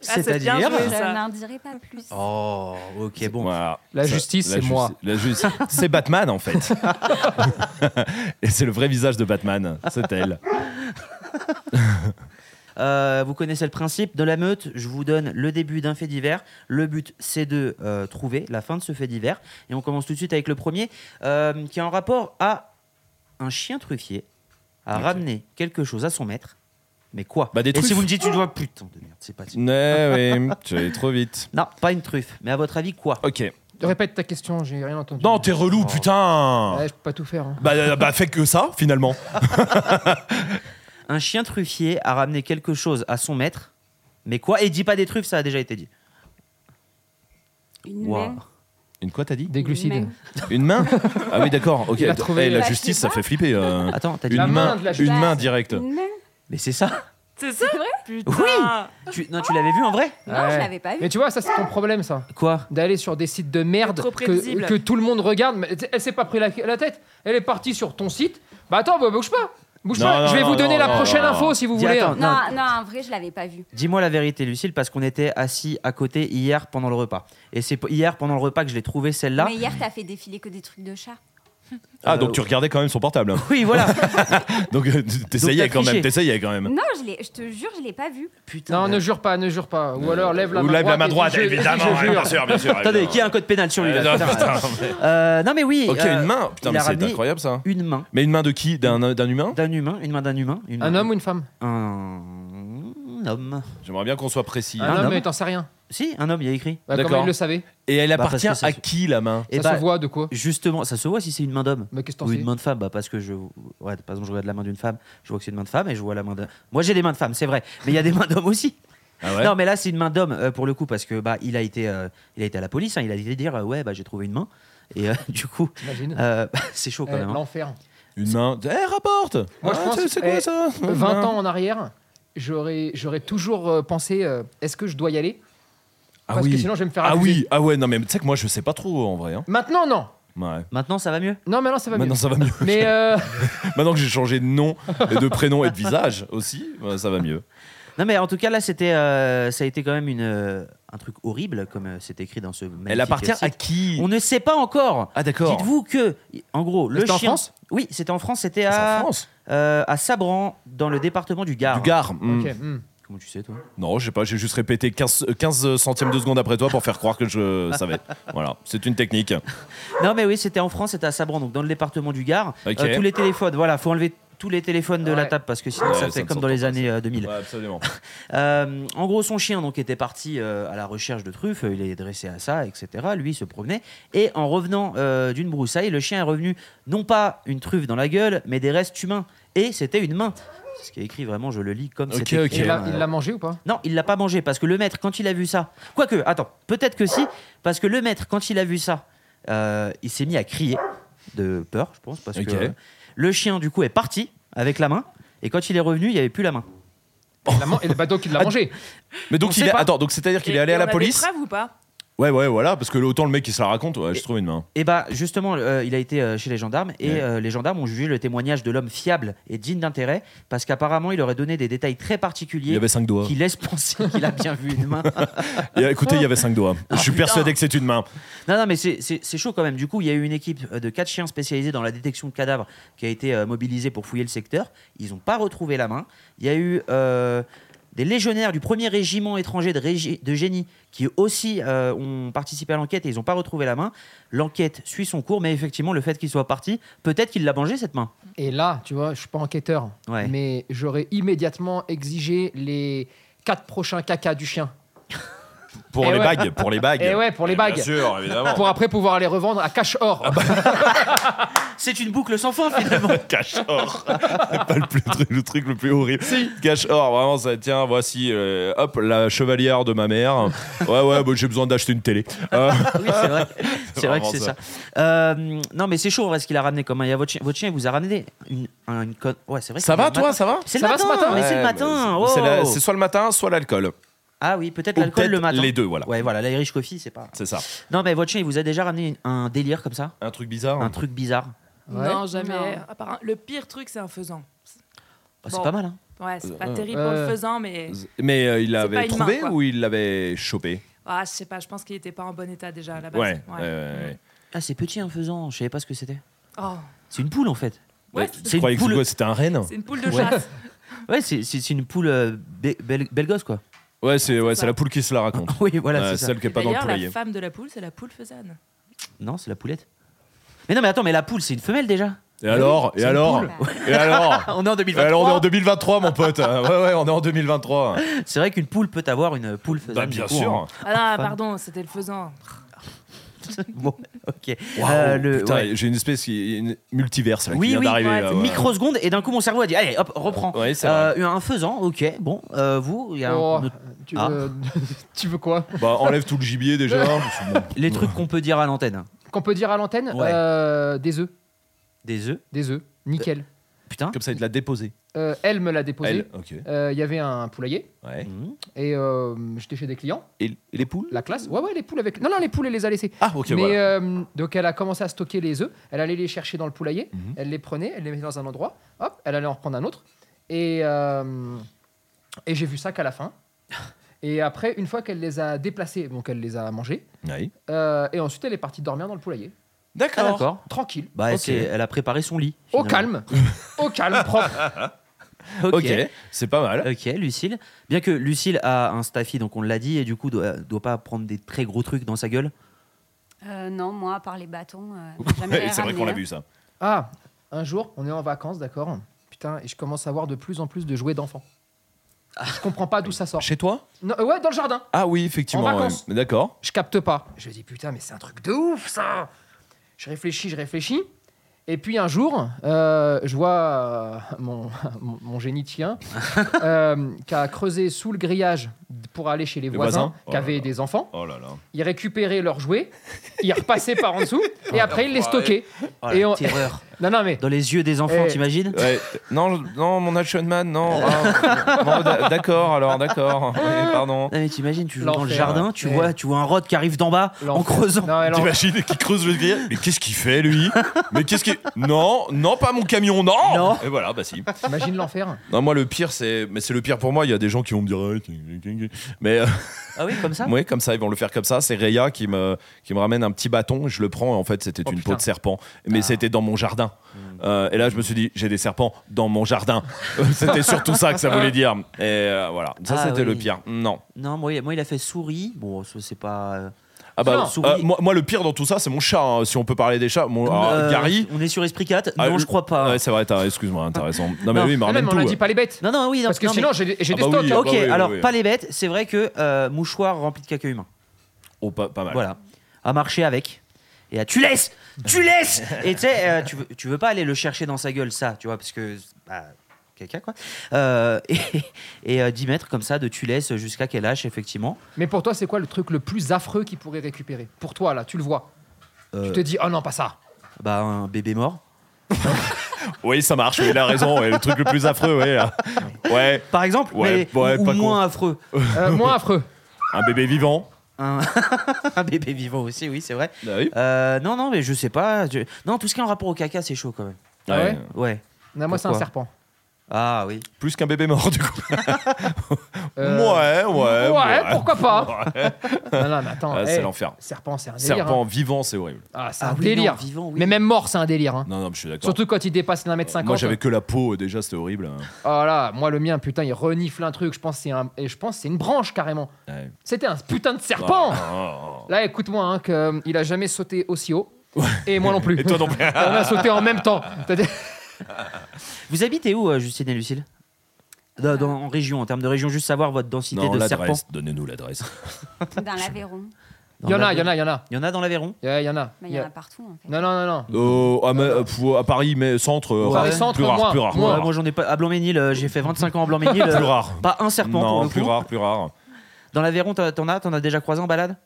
[SPEAKER 7] c'est bien
[SPEAKER 2] bah,
[SPEAKER 8] Je
[SPEAKER 7] joué, ça.
[SPEAKER 8] n'en dirai pas plus.
[SPEAKER 1] Oh, ok, bon.
[SPEAKER 2] Voilà.
[SPEAKER 3] La
[SPEAKER 2] Ça,
[SPEAKER 3] justice,
[SPEAKER 2] la
[SPEAKER 3] c'est
[SPEAKER 2] justi-
[SPEAKER 3] moi.
[SPEAKER 2] la justice, c'est Batman en
[SPEAKER 3] <laughs>
[SPEAKER 2] fait. <laughs> et c'est le vrai visage de Batman, c'est elle.
[SPEAKER 1] Euh, vous connaissez le principe de la meute. Je vous donne le début d'un fait divers. Le but, c'est de euh, trouver la fin de ce fait divers. Et on commence tout de suite avec le premier, euh, qui est en rapport à un chien truffier a
[SPEAKER 2] Ok.
[SPEAKER 1] ramené quelque chose à son maître. Mais quoi
[SPEAKER 2] Bah, des
[SPEAKER 1] Et si
[SPEAKER 2] truffes.
[SPEAKER 1] vous me dites une voix, putain de merde, c'est pas...
[SPEAKER 2] Ouais, oui, tu es trop vite.
[SPEAKER 1] Non, pas une truffe. Mais à votre avis, quoi
[SPEAKER 2] Ok.
[SPEAKER 3] Répète ta question, j'ai rien entendu.
[SPEAKER 2] Non, t'es relou, putain.
[SPEAKER 3] Oh. Ouais, je peux pas tout faire. hein.
[SPEAKER 2] Bah, bah, fais que ça finalement.
[SPEAKER 1] Un chien truffier a ramené quelque chose à son maître. Mais quoi Et dis pas des truffes, ça a déjà été dit.
[SPEAKER 8] Une
[SPEAKER 1] Wow.
[SPEAKER 8] main.
[SPEAKER 2] Une quoi, t'as
[SPEAKER 3] <laughs>
[SPEAKER 2] dit
[SPEAKER 3] Des glucides.
[SPEAKER 8] Même.
[SPEAKER 2] Une main Ah oui, d'accord. Ok.
[SPEAKER 3] Il a trouvé.
[SPEAKER 2] Eh, la
[SPEAKER 8] Bah, je
[SPEAKER 2] justice,
[SPEAKER 8] sais
[SPEAKER 2] ça
[SPEAKER 8] pas.
[SPEAKER 2] fait flipper. euh.
[SPEAKER 1] Attends, t'as dit.
[SPEAKER 2] Une
[SPEAKER 3] La
[SPEAKER 2] main,
[SPEAKER 3] main de la Mm.
[SPEAKER 2] une
[SPEAKER 8] justice.
[SPEAKER 2] main directe.
[SPEAKER 8] Même.
[SPEAKER 1] Mais c'est ça
[SPEAKER 7] C'est ça
[SPEAKER 3] <laughs>
[SPEAKER 8] C'est vrai
[SPEAKER 7] Putain
[SPEAKER 1] tu... Non, tu l'avais vu en vrai
[SPEAKER 8] Non,
[SPEAKER 3] Ouais.
[SPEAKER 8] je l'avais pas vu.
[SPEAKER 3] Mais tu vois, ça c'est ton problème, ça.
[SPEAKER 1] Quoi
[SPEAKER 3] D'aller sur des sites de merde
[SPEAKER 7] Trop
[SPEAKER 3] que,
[SPEAKER 7] prévisible.
[SPEAKER 3] que tout le monde regarde. Mais elle- elle s'est pas pris la, la tête. Elle est partie sur ton site. Bah attends, bah, bouge pas. Bouge
[SPEAKER 2] Non,
[SPEAKER 3] pas.
[SPEAKER 2] non,
[SPEAKER 3] je vais
[SPEAKER 2] non,
[SPEAKER 3] vous donner
[SPEAKER 2] non,
[SPEAKER 3] la
[SPEAKER 2] non,
[SPEAKER 3] prochaine
[SPEAKER 2] non,
[SPEAKER 3] info
[SPEAKER 2] non.
[SPEAKER 3] si vous
[SPEAKER 1] Dis,
[SPEAKER 3] voulez.
[SPEAKER 1] attends.
[SPEAKER 8] Non,
[SPEAKER 1] Non.
[SPEAKER 8] non, en vrai, je l'avais pas vu.
[SPEAKER 1] Dis-moi la vérité, Lucille, parce qu'on était assis à côté hier pendant le repas. Et c'est p- hier pendant le repas que je l'ai trouvé celle-là.
[SPEAKER 8] Mais hier, t'as fait défiler que des trucs de chat.
[SPEAKER 2] Ah,
[SPEAKER 1] Euh,
[SPEAKER 2] donc tu regardais quand même son
[SPEAKER 3] <laughs>
[SPEAKER 2] portable.
[SPEAKER 1] Oui, voilà.
[SPEAKER 2] donc euh, t'essayais
[SPEAKER 1] t'as
[SPEAKER 2] quand même.
[SPEAKER 1] triché.
[SPEAKER 2] T'essayais quand
[SPEAKER 3] Mm.
[SPEAKER 2] même.
[SPEAKER 8] Non, je l'ai- je te jure, je l'ai pas vu.
[SPEAKER 1] Putain.
[SPEAKER 3] Non,
[SPEAKER 1] mais-
[SPEAKER 3] ne jure pas, ne jure pas. Ou alors lève la
[SPEAKER 2] Ou
[SPEAKER 3] main
[SPEAKER 2] lève
[SPEAKER 3] droite.
[SPEAKER 2] la main
[SPEAKER 3] et dis,
[SPEAKER 2] droite,
[SPEAKER 3] je-
[SPEAKER 2] évidemment.
[SPEAKER 3] je
[SPEAKER 2] ouais,
[SPEAKER 3] jure.
[SPEAKER 2] bien sûr, bien sûr.
[SPEAKER 1] Attendez,
[SPEAKER 2] évidemment.
[SPEAKER 1] qui a un code pénal sur lui là
[SPEAKER 2] Euh, non,
[SPEAKER 1] Putain.
[SPEAKER 2] putain, mais-
[SPEAKER 1] Euh, Non, mais oui.
[SPEAKER 2] Ok,
[SPEAKER 1] euh,
[SPEAKER 2] une main. Putain,
[SPEAKER 1] il
[SPEAKER 2] mais
[SPEAKER 1] a
[SPEAKER 2] c'est
[SPEAKER 1] ramené
[SPEAKER 2] incroyable ça.
[SPEAKER 1] Une main
[SPEAKER 2] Mais une main de qui D'un d'un humain
[SPEAKER 1] d'un humain, une main d'un humain. une
[SPEAKER 3] <laughs> Un
[SPEAKER 1] main-
[SPEAKER 3] homme ou une femme
[SPEAKER 1] Un homme.
[SPEAKER 2] J'aimerais bien qu'on soit précis.
[SPEAKER 3] Un
[SPEAKER 1] Un
[SPEAKER 3] homme,
[SPEAKER 1] homme.
[SPEAKER 3] mais t'en sais rien.
[SPEAKER 1] Si, un homme, il y a écrit.
[SPEAKER 3] Bah,
[SPEAKER 2] D'accord. Eh
[SPEAKER 3] comment il le savait
[SPEAKER 2] Et elle
[SPEAKER 1] Bah, parce
[SPEAKER 2] appartient
[SPEAKER 1] que
[SPEAKER 2] à
[SPEAKER 1] c'est-
[SPEAKER 2] qui la main
[SPEAKER 1] Et
[SPEAKER 3] Ça
[SPEAKER 1] bah,
[SPEAKER 3] se voit de quoi
[SPEAKER 1] Justement, ça se voit si c'est une main d'homme.
[SPEAKER 3] Mais qu'est-ce que t'en
[SPEAKER 1] Ou
[SPEAKER 3] sais
[SPEAKER 1] une main de femme, bah parce que je. Ouais, par exemple, je regarde la main d'une femme, je vois que c'est une main de femme et je vois la main d'un. Moi, j'ai des mains de femme, c'est vrai, mais il y a des mains d'hommes aussi.
[SPEAKER 2] Ah ouais
[SPEAKER 1] Non, mais là, c'est une main d'homme euh, pour le coup, parce que bah, il, a été, euh, il a été à la police, hein, il a été dire euh, Ouais, bah, j'ai trouvé une main. Et euh, <laughs> du coup,
[SPEAKER 2] Ah,
[SPEAKER 3] T'imagines
[SPEAKER 1] euh, <laughs> c'est chaud
[SPEAKER 3] Eh,
[SPEAKER 1] quand même. hein.
[SPEAKER 3] L'enfer.
[SPEAKER 2] Une main. Eh, rapporte
[SPEAKER 3] Moi, je
[SPEAKER 2] Ah,
[SPEAKER 3] pense-
[SPEAKER 2] c'est- C'est quoi
[SPEAKER 3] eh,
[SPEAKER 2] ça
[SPEAKER 3] 20 ans en arrière, j'aurais j'aurais toujours euh, pensé euh, est-ce que je dois y aller
[SPEAKER 2] Ah
[SPEAKER 3] Parce que
[SPEAKER 2] oui.
[SPEAKER 3] sinon, je vais me faire
[SPEAKER 2] Ah
[SPEAKER 3] accuser.
[SPEAKER 2] oui, ah ouais, non, mais tu sais que moi, je sais pas trop en vrai. hein.
[SPEAKER 3] Maintenant, non.
[SPEAKER 2] Ouais.
[SPEAKER 1] Maintenant, ça va mieux
[SPEAKER 3] Non, maintenant, ça va
[SPEAKER 2] Maintenant, ça va mieux.
[SPEAKER 3] mieux. Mais euh,
[SPEAKER 2] <laughs> Maintenant que j'ai changé de nom, et de prénom et de visage aussi, euh, ça va mieux.
[SPEAKER 1] Non, mais en tout cas, là, c'était, euh, ça a été quand même une, euh, un truc horrible, comme euh, c'est écrit dans ce magnifique
[SPEAKER 2] Elle appartient à
[SPEAKER 1] site.
[SPEAKER 2] qui
[SPEAKER 1] On ne sait pas encore.
[SPEAKER 2] Ah d'accord.
[SPEAKER 1] Dites-vous que, en gros, le
[SPEAKER 3] C'était
[SPEAKER 1] chien.
[SPEAKER 3] en France
[SPEAKER 1] Oui, c'était en France, c'était
[SPEAKER 2] C'est
[SPEAKER 1] à,
[SPEAKER 2] en France. Ah.
[SPEAKER 1] euh, à Sabran, dans le département du Gard.
[SPEAKER 2] Du Gard. hmm.
[SPEAKER 3] ok, hmm.
[SPEAKER 1] Comment tu sais, toi
[SPEAKER 2] Non, je sais pas, j'ai juste répété 15, euh, 15 centièmes de seconde après toi pour faire croire que je
[SPEAKER 1] <laughs>
[SPEAKER 2] savais. Voilà, c'est une technique.
[SPEAKER 1] Non, mais oui, c'était en France, c'était à Sabran, donc dans le département du Gard.
[SPEAKER 2] Ok.
[SPEAKER 1] Euh, tous les téléphones, voilà, faut enlever tous les téléphones de la
[SPEAKER 3] Ouais.
[SPEAKER 1] table parce que sinon
[SPEAKER 2] Ouais,
[SPEAKER 1] ça
[SPEAKER 2] ça
[SPEAKER 1] fait
[SPEAKER 2] ne
[SPEAKER 1] comme dans
[SPEAKER 2] s'entend
[SPEAKER 1] les
[SPEAKER 2] pas,
[SPEAKER 1] années euh, 2000.
[SPEAKER 2] Ouais,
[SPEAKER 1] <laughs>
[SPEAKER 2] absolument.
[SPEAKER 1] Euh, en gros, son chien donc était parti euh, à la recherche de truffes, euh, il est dressé à ça, etc. Lui, il se promenait et en revenant euh, d'une broussaille, le chien est revenu non pas une truffe dans la gueule, mais des restes humains. Et c'était une main. C'est ce qui est écrit vraiment, je le lis comme
[SPEAKER 2] Ok,
[SPEAKER 1] c'est
[SPEAKER 2] ok.
[SPEAKER 1] écrit.
[SPEAKER 3] il l'a
[SPEAKER 1] hein.
[SPEAKER 3] il l'a mangé ou pas
[SPEAKER 1] Non, il l'a pas mangé parce que le maître, quand il a vu ça, quoique, attends, peut-être que si, parce que le maître, quand il a vu ça, euh, il s'est mis à crier de peur, je pense, parce
[SPEAKER 2] Ok.
[SPEAKER 1] que euh, le chien du coup est parti avec la main. Et quand il est revenu, il n'y avait plus la main.
[SPEAKER 3] Il l'a man- et bah, donc, il l'a mangé.
[SPEAKER 2] Mais
[SPEAKER 1] On
[SPEAKER 2] donc il
[SPEAKER 1] sait
[SPEAKER 2] est...
[SPEAKER 1] pas.
[SPEAKER 2] attends, donc c'est-à-dire qu'il est
[SPEAKER 7] Et-
[SPEAKER 2] allé
[SPEAKER 7] et
[SPEAKER 2] à la
[SPEAKER 7] on a
[SPEAKER 2] police
[SPEAKER 7] Des preuves ou pas
[SPEAKER 2] Ouais, ouais, voilà, parce que le- autant le mec il se la raconte, ouais, je
[SPEAKER 1] Et-
[SPEAKER 2] trouve une main.
[SPEAKER 1] Et bah justement, euh, il a été euh, chez les gendarmes et
[SPEAKER 2] Ouais.
[SPEAKER 1] euh, les gendarmes ont jugé le témoignage de l'homme fiable et digne d'intérêt parce qu'apparemment, il aurait donné des détails très
[SPEAKER 2] Il y
[SPEAKER 1] particuliers
[SPEAKER 2] avait cinq doigts.
[SPEAKER 1] qui laissent penser qu'il a bien vu une main.
[SPEAKER 2] Et, euh, écoutez, il y avait cinq doigts. je suis persuadé que c'est une main.
[SPEAKER 1] Non, non, mais c'est- c'est c'est chaud quand même. Du coup, il y a eu une équipe euh, de quatre chiens spécialisés dans la détection de cadavres qui a été euh, mobilisée pour fouiller le secteur. Ils n'ont pas retrouvé la main. Il y a eu euh, des légionnaires du premier régiment étranger de, régi- de génie qui aussi euh, ont participé à l'enquête et ils n'ont pas retrouvé la main. L'enquête suit son cours, mais effectivement, le fait qu'il soit parti, peut-être qu'il l'a mangé cette main.
[SPEAKER 3] Et là, tu vois, je suis pas enquêteur,
[SPEAKER 1] Ouais.
[SPEAKER 3] mais j'aurais immédiatement exigé les quatre prochains caca du chien.
[SPEAKER 2] Pour
[SPEAKER 3] Eh
[SPEAKER 2] les
[SPEAKER 3] ouais.
[SPEAKER 2] bagues, pour les bagues.
[SPEAKER 3] Et ouais, pour les
[SPEAKER 2] Bien
[SPEAKER 3] bagues.
[SPEAKER 2] sûr, évidemment.
[SPEAKER 3] Pour après pouvoir les revendre à cash or.
[SPEAKER 1] C'est une boucle sans fin finalement.
[SPEAKER 2] <laughs> Cache-or. pas le, plus, le truc le plus horrible. Cache-or, vraiment, ça, tiens, voici, euh, hop, la chevalière de ma mère. Ouais, ouais, bah, j'ai besoin d'acheter une télé. Euh,
[SPEAKER 1] oui, c'est vrai.
[SPEAKER 2] <laughs> C'est
[SPEAKER 1] C'est vrai que
[SPEAKER 2] vraiment
[SPEAKER 1] c'est
[SPEAKER 2] ça.
[SPEAKER 1] ça. Euh, non, mais c'est chaud en vrai ce qu'il a ramené comme main. Il y a votre chien. Votre chien, il vous a ramené une, un- une conne. Ouais, c'est vrai.
[SPEAKER 2] ça
[SPEAKER 1] qu'il a
[SPEAKER 2] va,
[SPEAKER 1] le
[SPEAKER 2] toi,
[SPEAKER 1] matin.
[SPEAKER 2] ça va
[SPEAKER 1] C'est le
[SPEAKER 3] Ça va
[SPEAKER 1] matin,
[SPEAKER 3] ce matin
[SPEAKER 1] Ah, mais c'est
[SPEAKER 2] Ouais,
[SPEAKER 1] le matin.
[SPEAKER 2] mais
[SPEAKER 1] oh.
[SPEAKER 2] c'est- c'est la- C'est soit le matin, soit l'alcool.
[SPEAKER 1] Ah oui, peut-être
[SPEAKER 2] Ou
[SPEAKER 1] l'alcool
[SPEAKER 2] peut-être
[SPEAKER 1] le matin.
[SPEAKER 2] Les deux, voilà.
[SPEAKER 1] Ouais, voilà, l'Irish Coffee, c'est pas.
[SPEAKER 2] C'est ça.
[SPEAKER 1] Non, mais votre chien, il vous a déjà ramené une- un délire comme ça
[SPEAKER 2] Un truc bizarre.
[SPEAKER 1] Un truc bizarre
[SPEAKER 3] Ouais.
[SPEAKER 7] Non, jamais.
[SPEAKER 8] Non.
[SPEAKER 7] À part un- Le pire truc, c'est un faisan.
[SPEAKER 1] Bah, C'est
[SPEAKER 7] Bon.
[SPEAKER 1] pas mal, hein
[SPEAKER 7] Ouais, c'est pas
[SPEAKER 2] Euh,
[SPEAKER 7] terrible pour le
[SPEAKER 3] euh,
[SPEAKER 7] faisan, mais.
[SPEAKER 2] Mais euh, il
[SPEAKER 7] pas
[SPEAKER 2] l'avait
[SPEAKER 7] une main,
[SPEAKER 2] trouvé
[SPEAKER 7] quoi.
[SPEAKER 2] ou il l'avait chopé
[SPEAKER 7] Ah, je sais pas, je pense qu'il était pas en bon état déjà à la base.
[SPEAKER 2] Ouais. ouais, ouais, ouais.
[SPEAKER 1] Ah, c'est petit un faisan, je savais pas ce que c'était.
[SPEAKER 7] Oh,
[SPEAKER 1] C'est une poule en fait.
[SPEAKER 7] Ouais,
[SPEAKER 2] Ouais,
[SPEAKER 7] c'est-
[SPEAKER 1] c'est
[SPEAKER 2] Tu
[SPEAKER 1] une
[SPEAKER 2] croyais que
[SPEAKER 1] poule-
[SPEAKER 2] quoi, c'était un renne
[SPEAKER 7] c'est une poule de
[SPEAKER 1] Ouais.
[SPEAKER 7] chasse.
[SPEAKER 1] Ouais, c'est- c'est c'est une poule euh, be- belle, belle gosse quoi.
[SPEAKER 2] Ouais, c'est ouais,
[SPEAKER 7] ça.
[SPEAKER 2] c'est la poule qui se la raconte.
[SPEAKER 1] <laughs> Oui, voilà,
[SPEAKER 2] Euh,
[SPEAKER 1] c'est ça.
[SPEAKER 2] celle qui est
[SPEAKER 7] Et
[SPEAKER 2] pas dans le
[SPEAKER 7] D'ailleurs,
[SPEAKER 2] poulailler.
[SPEAKER 7] la femme de la poule, c'est la poule faisane.
[SPEAKER 1] Non, c'est la poulette. Mais non, mais attends, mais la poule, c'est une femelle déjà.
[SPEAKER 2] Et alors Et alors
[SPEAKER 8] Bah,
[SPEAKER 2] Et alors
[SPEAKER 1] Ah, On est <laughs> en
[SPEAKER 2] Et
[SPEAKER 1] 2023.
[SPEAKER 2] alors on est en 2023 mon pote. Euh, Ouais ouais on est en 2023.
[SPEAKER 1] C'est vrai qu'une poule peut avoir une poule faisane.
[SPEAKER 2] Bah
[SPEAKER 1] du
[SPEAKER 2] bien
[SPEAKER 1] coup, hein.
[SPEAKER 2] sûr.
[SPEAKER 1] en-
[SPEAKER 7] Ah non,
[SPEAKER 1] Femme.
[SPEAKER 7] pardon, c'était le faisan.
[SPEAKER 1] <laughs> bon, ok.
[SPEAKER 2] Waouh,
[SPEAKER 1] Euh, le-
[SPEAKER 2] putain,
[SPEAKER 1] ouais.
[SPEAKER 2] j'ai une espèce qui une multiverse là,
[SPEAKER 1] Oui,
[SPEAKER 2] qui vient
[SPEAKER 1] oui,
[SPEAKER 2] d'arriver.
[SPEAKER 7] ouais,
[SPEAKER 2] là,
[SPEAKER 7] c'est
[SPEAKER 2] ouais.
[SPEAKER 1] Microseconde, et d'un coup, mon cerveau a dit Allez, hop, reprends.
[SPEAKER 2] Ouais, c'est
[SPEAKER 1] Euh, un faisan, ok. Bon, euh, vous, il y a un-
[SPEAKER 3] Oh,
[SPEAKER 1] notre-
[SPEAKER 3] tu,
[SPEAKER 1] Ah.
[SPEAKER 3] veux, <laughs> tu veux quoi
[SPEAKER 2] Bah, enlève tout le gibier <laughs> déjà. parce que bon,
[SPEAKER 1] les trucs qu'on peut dire à l'antenne
[SPEAKER 3] Qu'on peut dire à l'antenne
[SPEAKER 1] Ouais.
[SPEAKER 3] Euh, Des œufs.
[SPEAKER 1] des œufs,
[SPEAKER 3] Des œufs. Nickel.
[SPEAKER 1] putain.
[SPEAKER 2] comme ça, il te l'a déposé.
[SPEAKER 3] Euh, elle me l'a déposé.
[SPEAKER 2] Elle, ok.
[SPEAKER 3] Euh, Il y avait un poulailler.
[SPEAKER 2] Ouais.
[SPEAKER 1] Mhm.
[SPEAKER 3] Et euh, j'étais chez des clients.
[SPEAKER 2] Mm. Et les poules
[SPEAKER 3] La classe. Ouais, ouais, les poules avec. Non, non, les poules, elle les a laissées.
[SPEAKER 2] Ah, ok,
[SPEAKER 3] Mais
[SPEAKER 2] voilà.
[SPEAKER 3] euh, donc elle a commencé à stocker les œufs, elle allait les chercher dans le poulailler,
[SPEAKER 2] Mhm.
[SPEAKER 3] elle les prenait, elle les mettait dans un endroit, hop, elle allait en reprendre un autre. Et, euh, et j'ai vu ça qu'à la fin. Et après, une fois qu'elle les a déplacés, donc elle les a mangés,
[SPEAKER 2] Ouais.
[SPEAKER 3] euh, et ensuite elle est partie dormir dans le poulailler,
[SPEAKER 1] Ah, d'accord.
[SPEAKER 3] tranquille,
[SPEAKER 1] Bah, c'est- elle a préparé son lit.
[SPEAKER 3] au
[SPEAKER 1] finalement.
[SPEAKER 3] calme, au calme, propre.
[SPEAKER 1] Ok.
[SPEAKER 2] ok, Euh, c'est pas mal.
[SPEAKER 1] Ok, Lucille. Bien que Lucille a un staffy, donc on l'a dit, et du coup, doit, doit pas prendre des très gros trucs dans sa gueule.
[SPEAKER 8] Euh, non, moi, à part les bâtons, euh, jamais
[SPEAKER 2] <laughs> Ouais,
[SPEAKER 8] les
[SPEAKER 2] c'est vrai
[SPEAKER 8] ramené,
[SPEAKER 2] qu'on l'a
[SPEAKER 8] hein.
[SPEAKER 2] vu ça.
[SPEAKER 3] Ah, un jour, on est en vacances, d'accord Putain, et je commence à avoir de plus en plus de jouets d'enfants. Je comprends pas d'où ça sort.
[SPEAKER 2] Chez toi
[SPEAKER 3] Non, euh, ouais, dans le jardin.
[SPEAKER 2] Ah oui, effectivement.
[SPEAKER 3] En vacances.
[SPEAKER 2] ouais. D'accord.
[SPEAKER 3] je capte pas. Je dis putain, mais c'est un truc de ouf ça. Je réfléchis, je réfléchis. Et puis un jour, euh, je vois euh, mon, <laughs> mon, mon génitien
[SPEAKER 2] <laughs>
[SPEAKER 3] euh, qui a creusé sous le grillage pour aller chez les,
[SPEAKER 2] Les
[SPEAKER 3] voisins,
[SPEAKER 2] voisins Oh
[SPEAKER 3] qui
[SPEAKER 2] là
[SPEAKER 3] avaient
[SPEAKER 2] là.
[SPEAKER 3] des enfants.
[SPEAKER 2] Oh là là.
[SPEAKER 3] Ils récupéraient leurs jouets, ils repassaient par
[SPEAKER 2] <laughs>
[SPEAKER 3] en dessous et après ils les stockaient.
[SPEAKER 1] Oh,
[SPEAKER 3] Et
[SPEAKER 1] la
[SPEAKER 3] on-
[SPEAKER 1] terreur.
[SPEAKER 3] Non, non, mais
[SPEAKER 1] Dans les yeux des enfants,
[SPEAKER 3] <laughs> Eh.
[SPEAKER 1] t'imagines
[SPEAKER 2] Ouais, t- non, je- non, mon Action Man, non. Ah, <laughs> non, d'a- d'accord, alors, <laughs> d'accord. Ouais, pardon.
[SPEAKER 1] Non mais t'imagines, tu joues dans le
[SPEAKER 3] L'enfer.
[SPEAKER 1] jardin, tu
[SPEAKER 3] Ouais.
[SPEAKER 1] vois, tu vois un rod qui arrive d'en bas en
[SPEAKER 3] l'enfer-
[SPEAKER 1] creusant.
[SPEAKER 3] Non, mais
[SPEAKER 2] <laughs>
[SPEAKER 3] l'en-
[SPEAKER 2] T'imagines qui creuse le grillage Mais qu'est-ce qu'il fait, lui Mais
[SPEAKER 1] <laughs>
[SPEAKER 2] qu'est-ce qu'il. Non, non, pas mon camion, non
[SPEAKER 1] Non.
[SPEAKER 2] Et voilà, bah si.
[SPEAKER 3] T'imagines l'enfer
[SPEAKER 2] Non, moi, le pire, c'est. Mais c'est le pire pour moi, il y a des gens qui vont me dire. Ouais, t'es- t'es- t'es- Mais. euh,
[SPEAKER 1] Ah oui, comme ça
[SPEAKER 2] Oui, comme ça, ils vont le faire comme ça. C'est Réa qui me, qui me ramène un petit bâton. Je le prends et en fait, c'était
[SPEAKER 3] Oh,
[SPEAKER 2] une
[SPEAKER 3] putain.
[SPEAKER 2] peau de serpent.
[SPEAKER 1] Ah.
[SPEAKER 2] Mais c'était dans mon jardin.
[SPEAKER 1] Hmm.
[SPEAKER 2] Euh, et là, je me suis dit, j'ai des serpents dans
[SPEAKER 1] <laughs>
[SPEAKER 2] mon jardin. <laughs> c'était surtout ça que ça voulait dire. Et euh, voilà, ça,
[SPEAKER 1] Ah,
[SPEAKER 2] c'était
[SPEAKER 1] oui.
[SPEAKER 2] le pire. Non.
[SPEAKER 1] Non, moi, il- moi il a fait souris. Bon, ça, c'est pas. euh,
[SPEAKER 2] Ah bah,
[SPEAKER 1] Non.
[SPEAKER 2] euh,
[SPEAKER 1] Souris.
[SPEAKER 2] moi, moi, le pire dans tout ça, c'est mon chat. hein. Si on peut parler des chats, mon, alors,
[SPEAKER 1] euh,
[SPEAKER 2] Ah, Gary.
[SPEAKER 1] On est sur Esprit 4
[SPEAKER 2] Ah,
[SPEAKER 1] Non,
[SPEAKER 2] le-
[SPEAKER 1] je crois pas. hein.
[SPEAKER 2] Ouais, c'est vrai, t'as- excuse-moi, intéressant. Non, mais
[SPEAKER 1] Non.
[SPEAKER 2] oui, il me
[SPEAKER 3] Ah,
[SPEAKER 2] ramène
[SPEAKER 3] Même on
[SPEAKER 2] Bah, tout.
[SPEAKER 3] a
[SPEAKER 2] ouais.
[SPEAKER 3] dit pas les bêtes.
[SPEAKER 1] Non, non, oui, non.
[SPEAKER 3] Parce que
[SPEAKER 1] non, mais-
[SPEAKER 3] sinon, j'ai des j'ai
[SPEAKER 2] Ah
[SPEAKER 3] des
[SPEAKER 2] bah oui,
[SPEAKER 3] stocks. hein.
[SPEAKER 2] ah
[SPEAKER 1] Ok,
[SPEAKER 2] bah oui, oui,
[SPEAKER 1] alors
[SPEAKER 2] oui.
[SPEAKER 1] pas les bêtes, c'est vrai que euh, mouchoir rempli de caca humain.
[SPEAKER 2] Oh, pas, pas mal.
[SPEAKER 1] Voilà. À marcher avec. Et à tu laisses Tu laisses Et tu sais, euh, tu, veux, tu veux pas aller le chercher dans sa gueule, ça, tu vois, parce que. Bah, caca, quoi. Euh, <laughs> et et, euh, 10 mètres comme ça de tu laisses jusqu'à qu'elle lâche, effectivement.
[SPEAKER 3] Mais pour toi, c'est quoi le truc le plus affreux qu'ils pourraient récupérer Pour toi, là, tu le vois.
[SPEAKER 1] Euh,
[SPEAKER 3] Tu te dis, oh non, pas ça.
[SPEAKER 1] Bah, un bébé mort.
[SPEAKER 2] Oui, ça marche, oui, il a raison. ouais, le truc le plus affreux, ouais. là. Ouais,
[SPEAKER 1] Par exemple,
[SPEAKER 2] Ouais,
[SPEAKER 1] mais,
[SPEAKER 2] ouais,
[SPEAKER 1] ou, ou
[SPEAKER 2] pas con.
[SPEAKER 1] moins affreux.
[SPEAKER 2] <laughs>
[SPEAKER 3] Euh, moins affreux.
[SPEAKER 2] un bébé vivant.
[SPEAKER 1] Un, <laughs> un bébé vivant aussi, oui, c'est vrai.
[SPEAKER 2] Ah oui.
[SPEAKER 1] Euh, non, non, mais je sais pas. je- Non, tout ce qui est en rapport au caca, c'est chaud quand même.
[SPEAKER 3] Ah ouais
[SPEAKER 1] Ouais.
[SPEAKER 3] Non, moi, c'est un
[SPEAKER 1] Pourquoi
[SPEAKER 3] serpent.
[SPEAKER 1] Ah oui.
[SPEAKER 2] Plus qu'un bébé mort, du coup.
[SPEAKER 3] Euh,
[SPEAKER 2] Ouais, ouais.
[SPEAKER 3] ouais,
[SPEAKER 1] hein.
[SPEAKER 2] <laughs>
[SPEAKER 3] pourquoi pas Non, non, mais attends.
[SPEAKER 2] Ah, c'est
[SPEAKER 3] hey,
[SPEAKER 2] l'enfer.
[SPEAKER 3] serpent, c'est un délire.
[SPEAKER 2] Serpent
[SPEAKER 3] hein.
[SPEAKER 2] vivant, c'est horrible.
[SPEAKER 3] Ah, c'est
[SPEAKER 1] Ah
[SPEAKER 3] un
[SPEAKER 1] oui,
[SPEAKER 3] délire.
[SPEAKER 1] non, vivant, oui.
[SPEAKER 3] Mais même mort, c'est un délire. hein.
[SPEAKER 2] Non, non, mais je suis d'accord.
[SPEAKER 3] Surtout quand il dépasse les 1m50.
[SPEAKER 2] Bah. Moi, j'avais que la peau, euh, déjà, c'était horrible. hein.
[SPEAKER 3] Oh là, moi, le mien, putain, il renifle un truc. Je pense que c'est un... et je pense que c'est une branche carrément.
[SPEAKER 2] Ouais.
[SPEAKER 3] C'était un putain de serpent.
[SPEAKER 2] Oh.
[SPEAKER 3] Là, écoute-moi, hein, que, euh, il a jamais sauté aussi haut. Et moi non plus.
[SPEAKER 2] Et toi non plus.
[SPEAKER 3] <laughs> On a sauté en même temps. T'as dit-
[SPEAKER 1] Vous habitez où, euh, Justine et Lucille dans, dans- En région, en termes de région, juste savoir votre densité
[SPEAKER 2] Non,
[SPEAKER 1] de serpent.
[SPEAKER 2] l'adresse.
[SPEAKER 1] <laughs>
[SPEAKER 2] Donnez-nous l'adresse.
[SPEAKER 8] Dans l'Aveyron.
[SPEAKER 1] Dans
[SPEAKER 3] Il y en a,
[SPEAKER 1] la-
[SPEAKER 3] il y en a, il y en a.
[SPEAKER 1] Il y en a dans l'Aveyron
[SPEAKER 3] Il y a- il y en a.
[SPEAKER 8] Mais
[SPEAKER 3] Il
[SPEAKER 8] il
[SPEAKER 3] y
[SPEAKER 8] y en
[SPEAKER 3] a-
[SPEAKER 8] a partout, en fait.
[SPEAKER 3] Non, non, non, non.
[SPEAKER 2] Euh, à, ma- pour- à Paris, mais centre. euh,
[SPEAKER 1] Ouais.
[SPEAKER 2] rare.
[SPEAKER 1] Paris
[SPEAKER 3] centre,
[SPEAKER 2] plus rare,
[SPEAKER 3] moins.
[SPEAKER 2] plus rare.
[SPEAKER 3] Moins.
[SPEAKER 2] plus
[SPEAKER 1] Ouais,
[SPEAKER 2] rare.
[SPEAKER 1] Moi, j'en ai pas. À Blanc-Ménil, euh, j'ai fait 25 ans à Blanc-Ménil. euh,
[SPEAKER 2] <laughs> Plus rare.
[SPEAKER 1] Pas un serpent pour
[SPEAKER 2] non,
[SPEAKER 1] le
[SPEAKER 2] plus
[SPEAKER 1] coup.
[SPEAKER 2] rare, plus rare.
[SPEAKER 1] Dans l'Aveyron, t'en t'en as, t'en as déjà croisé en balade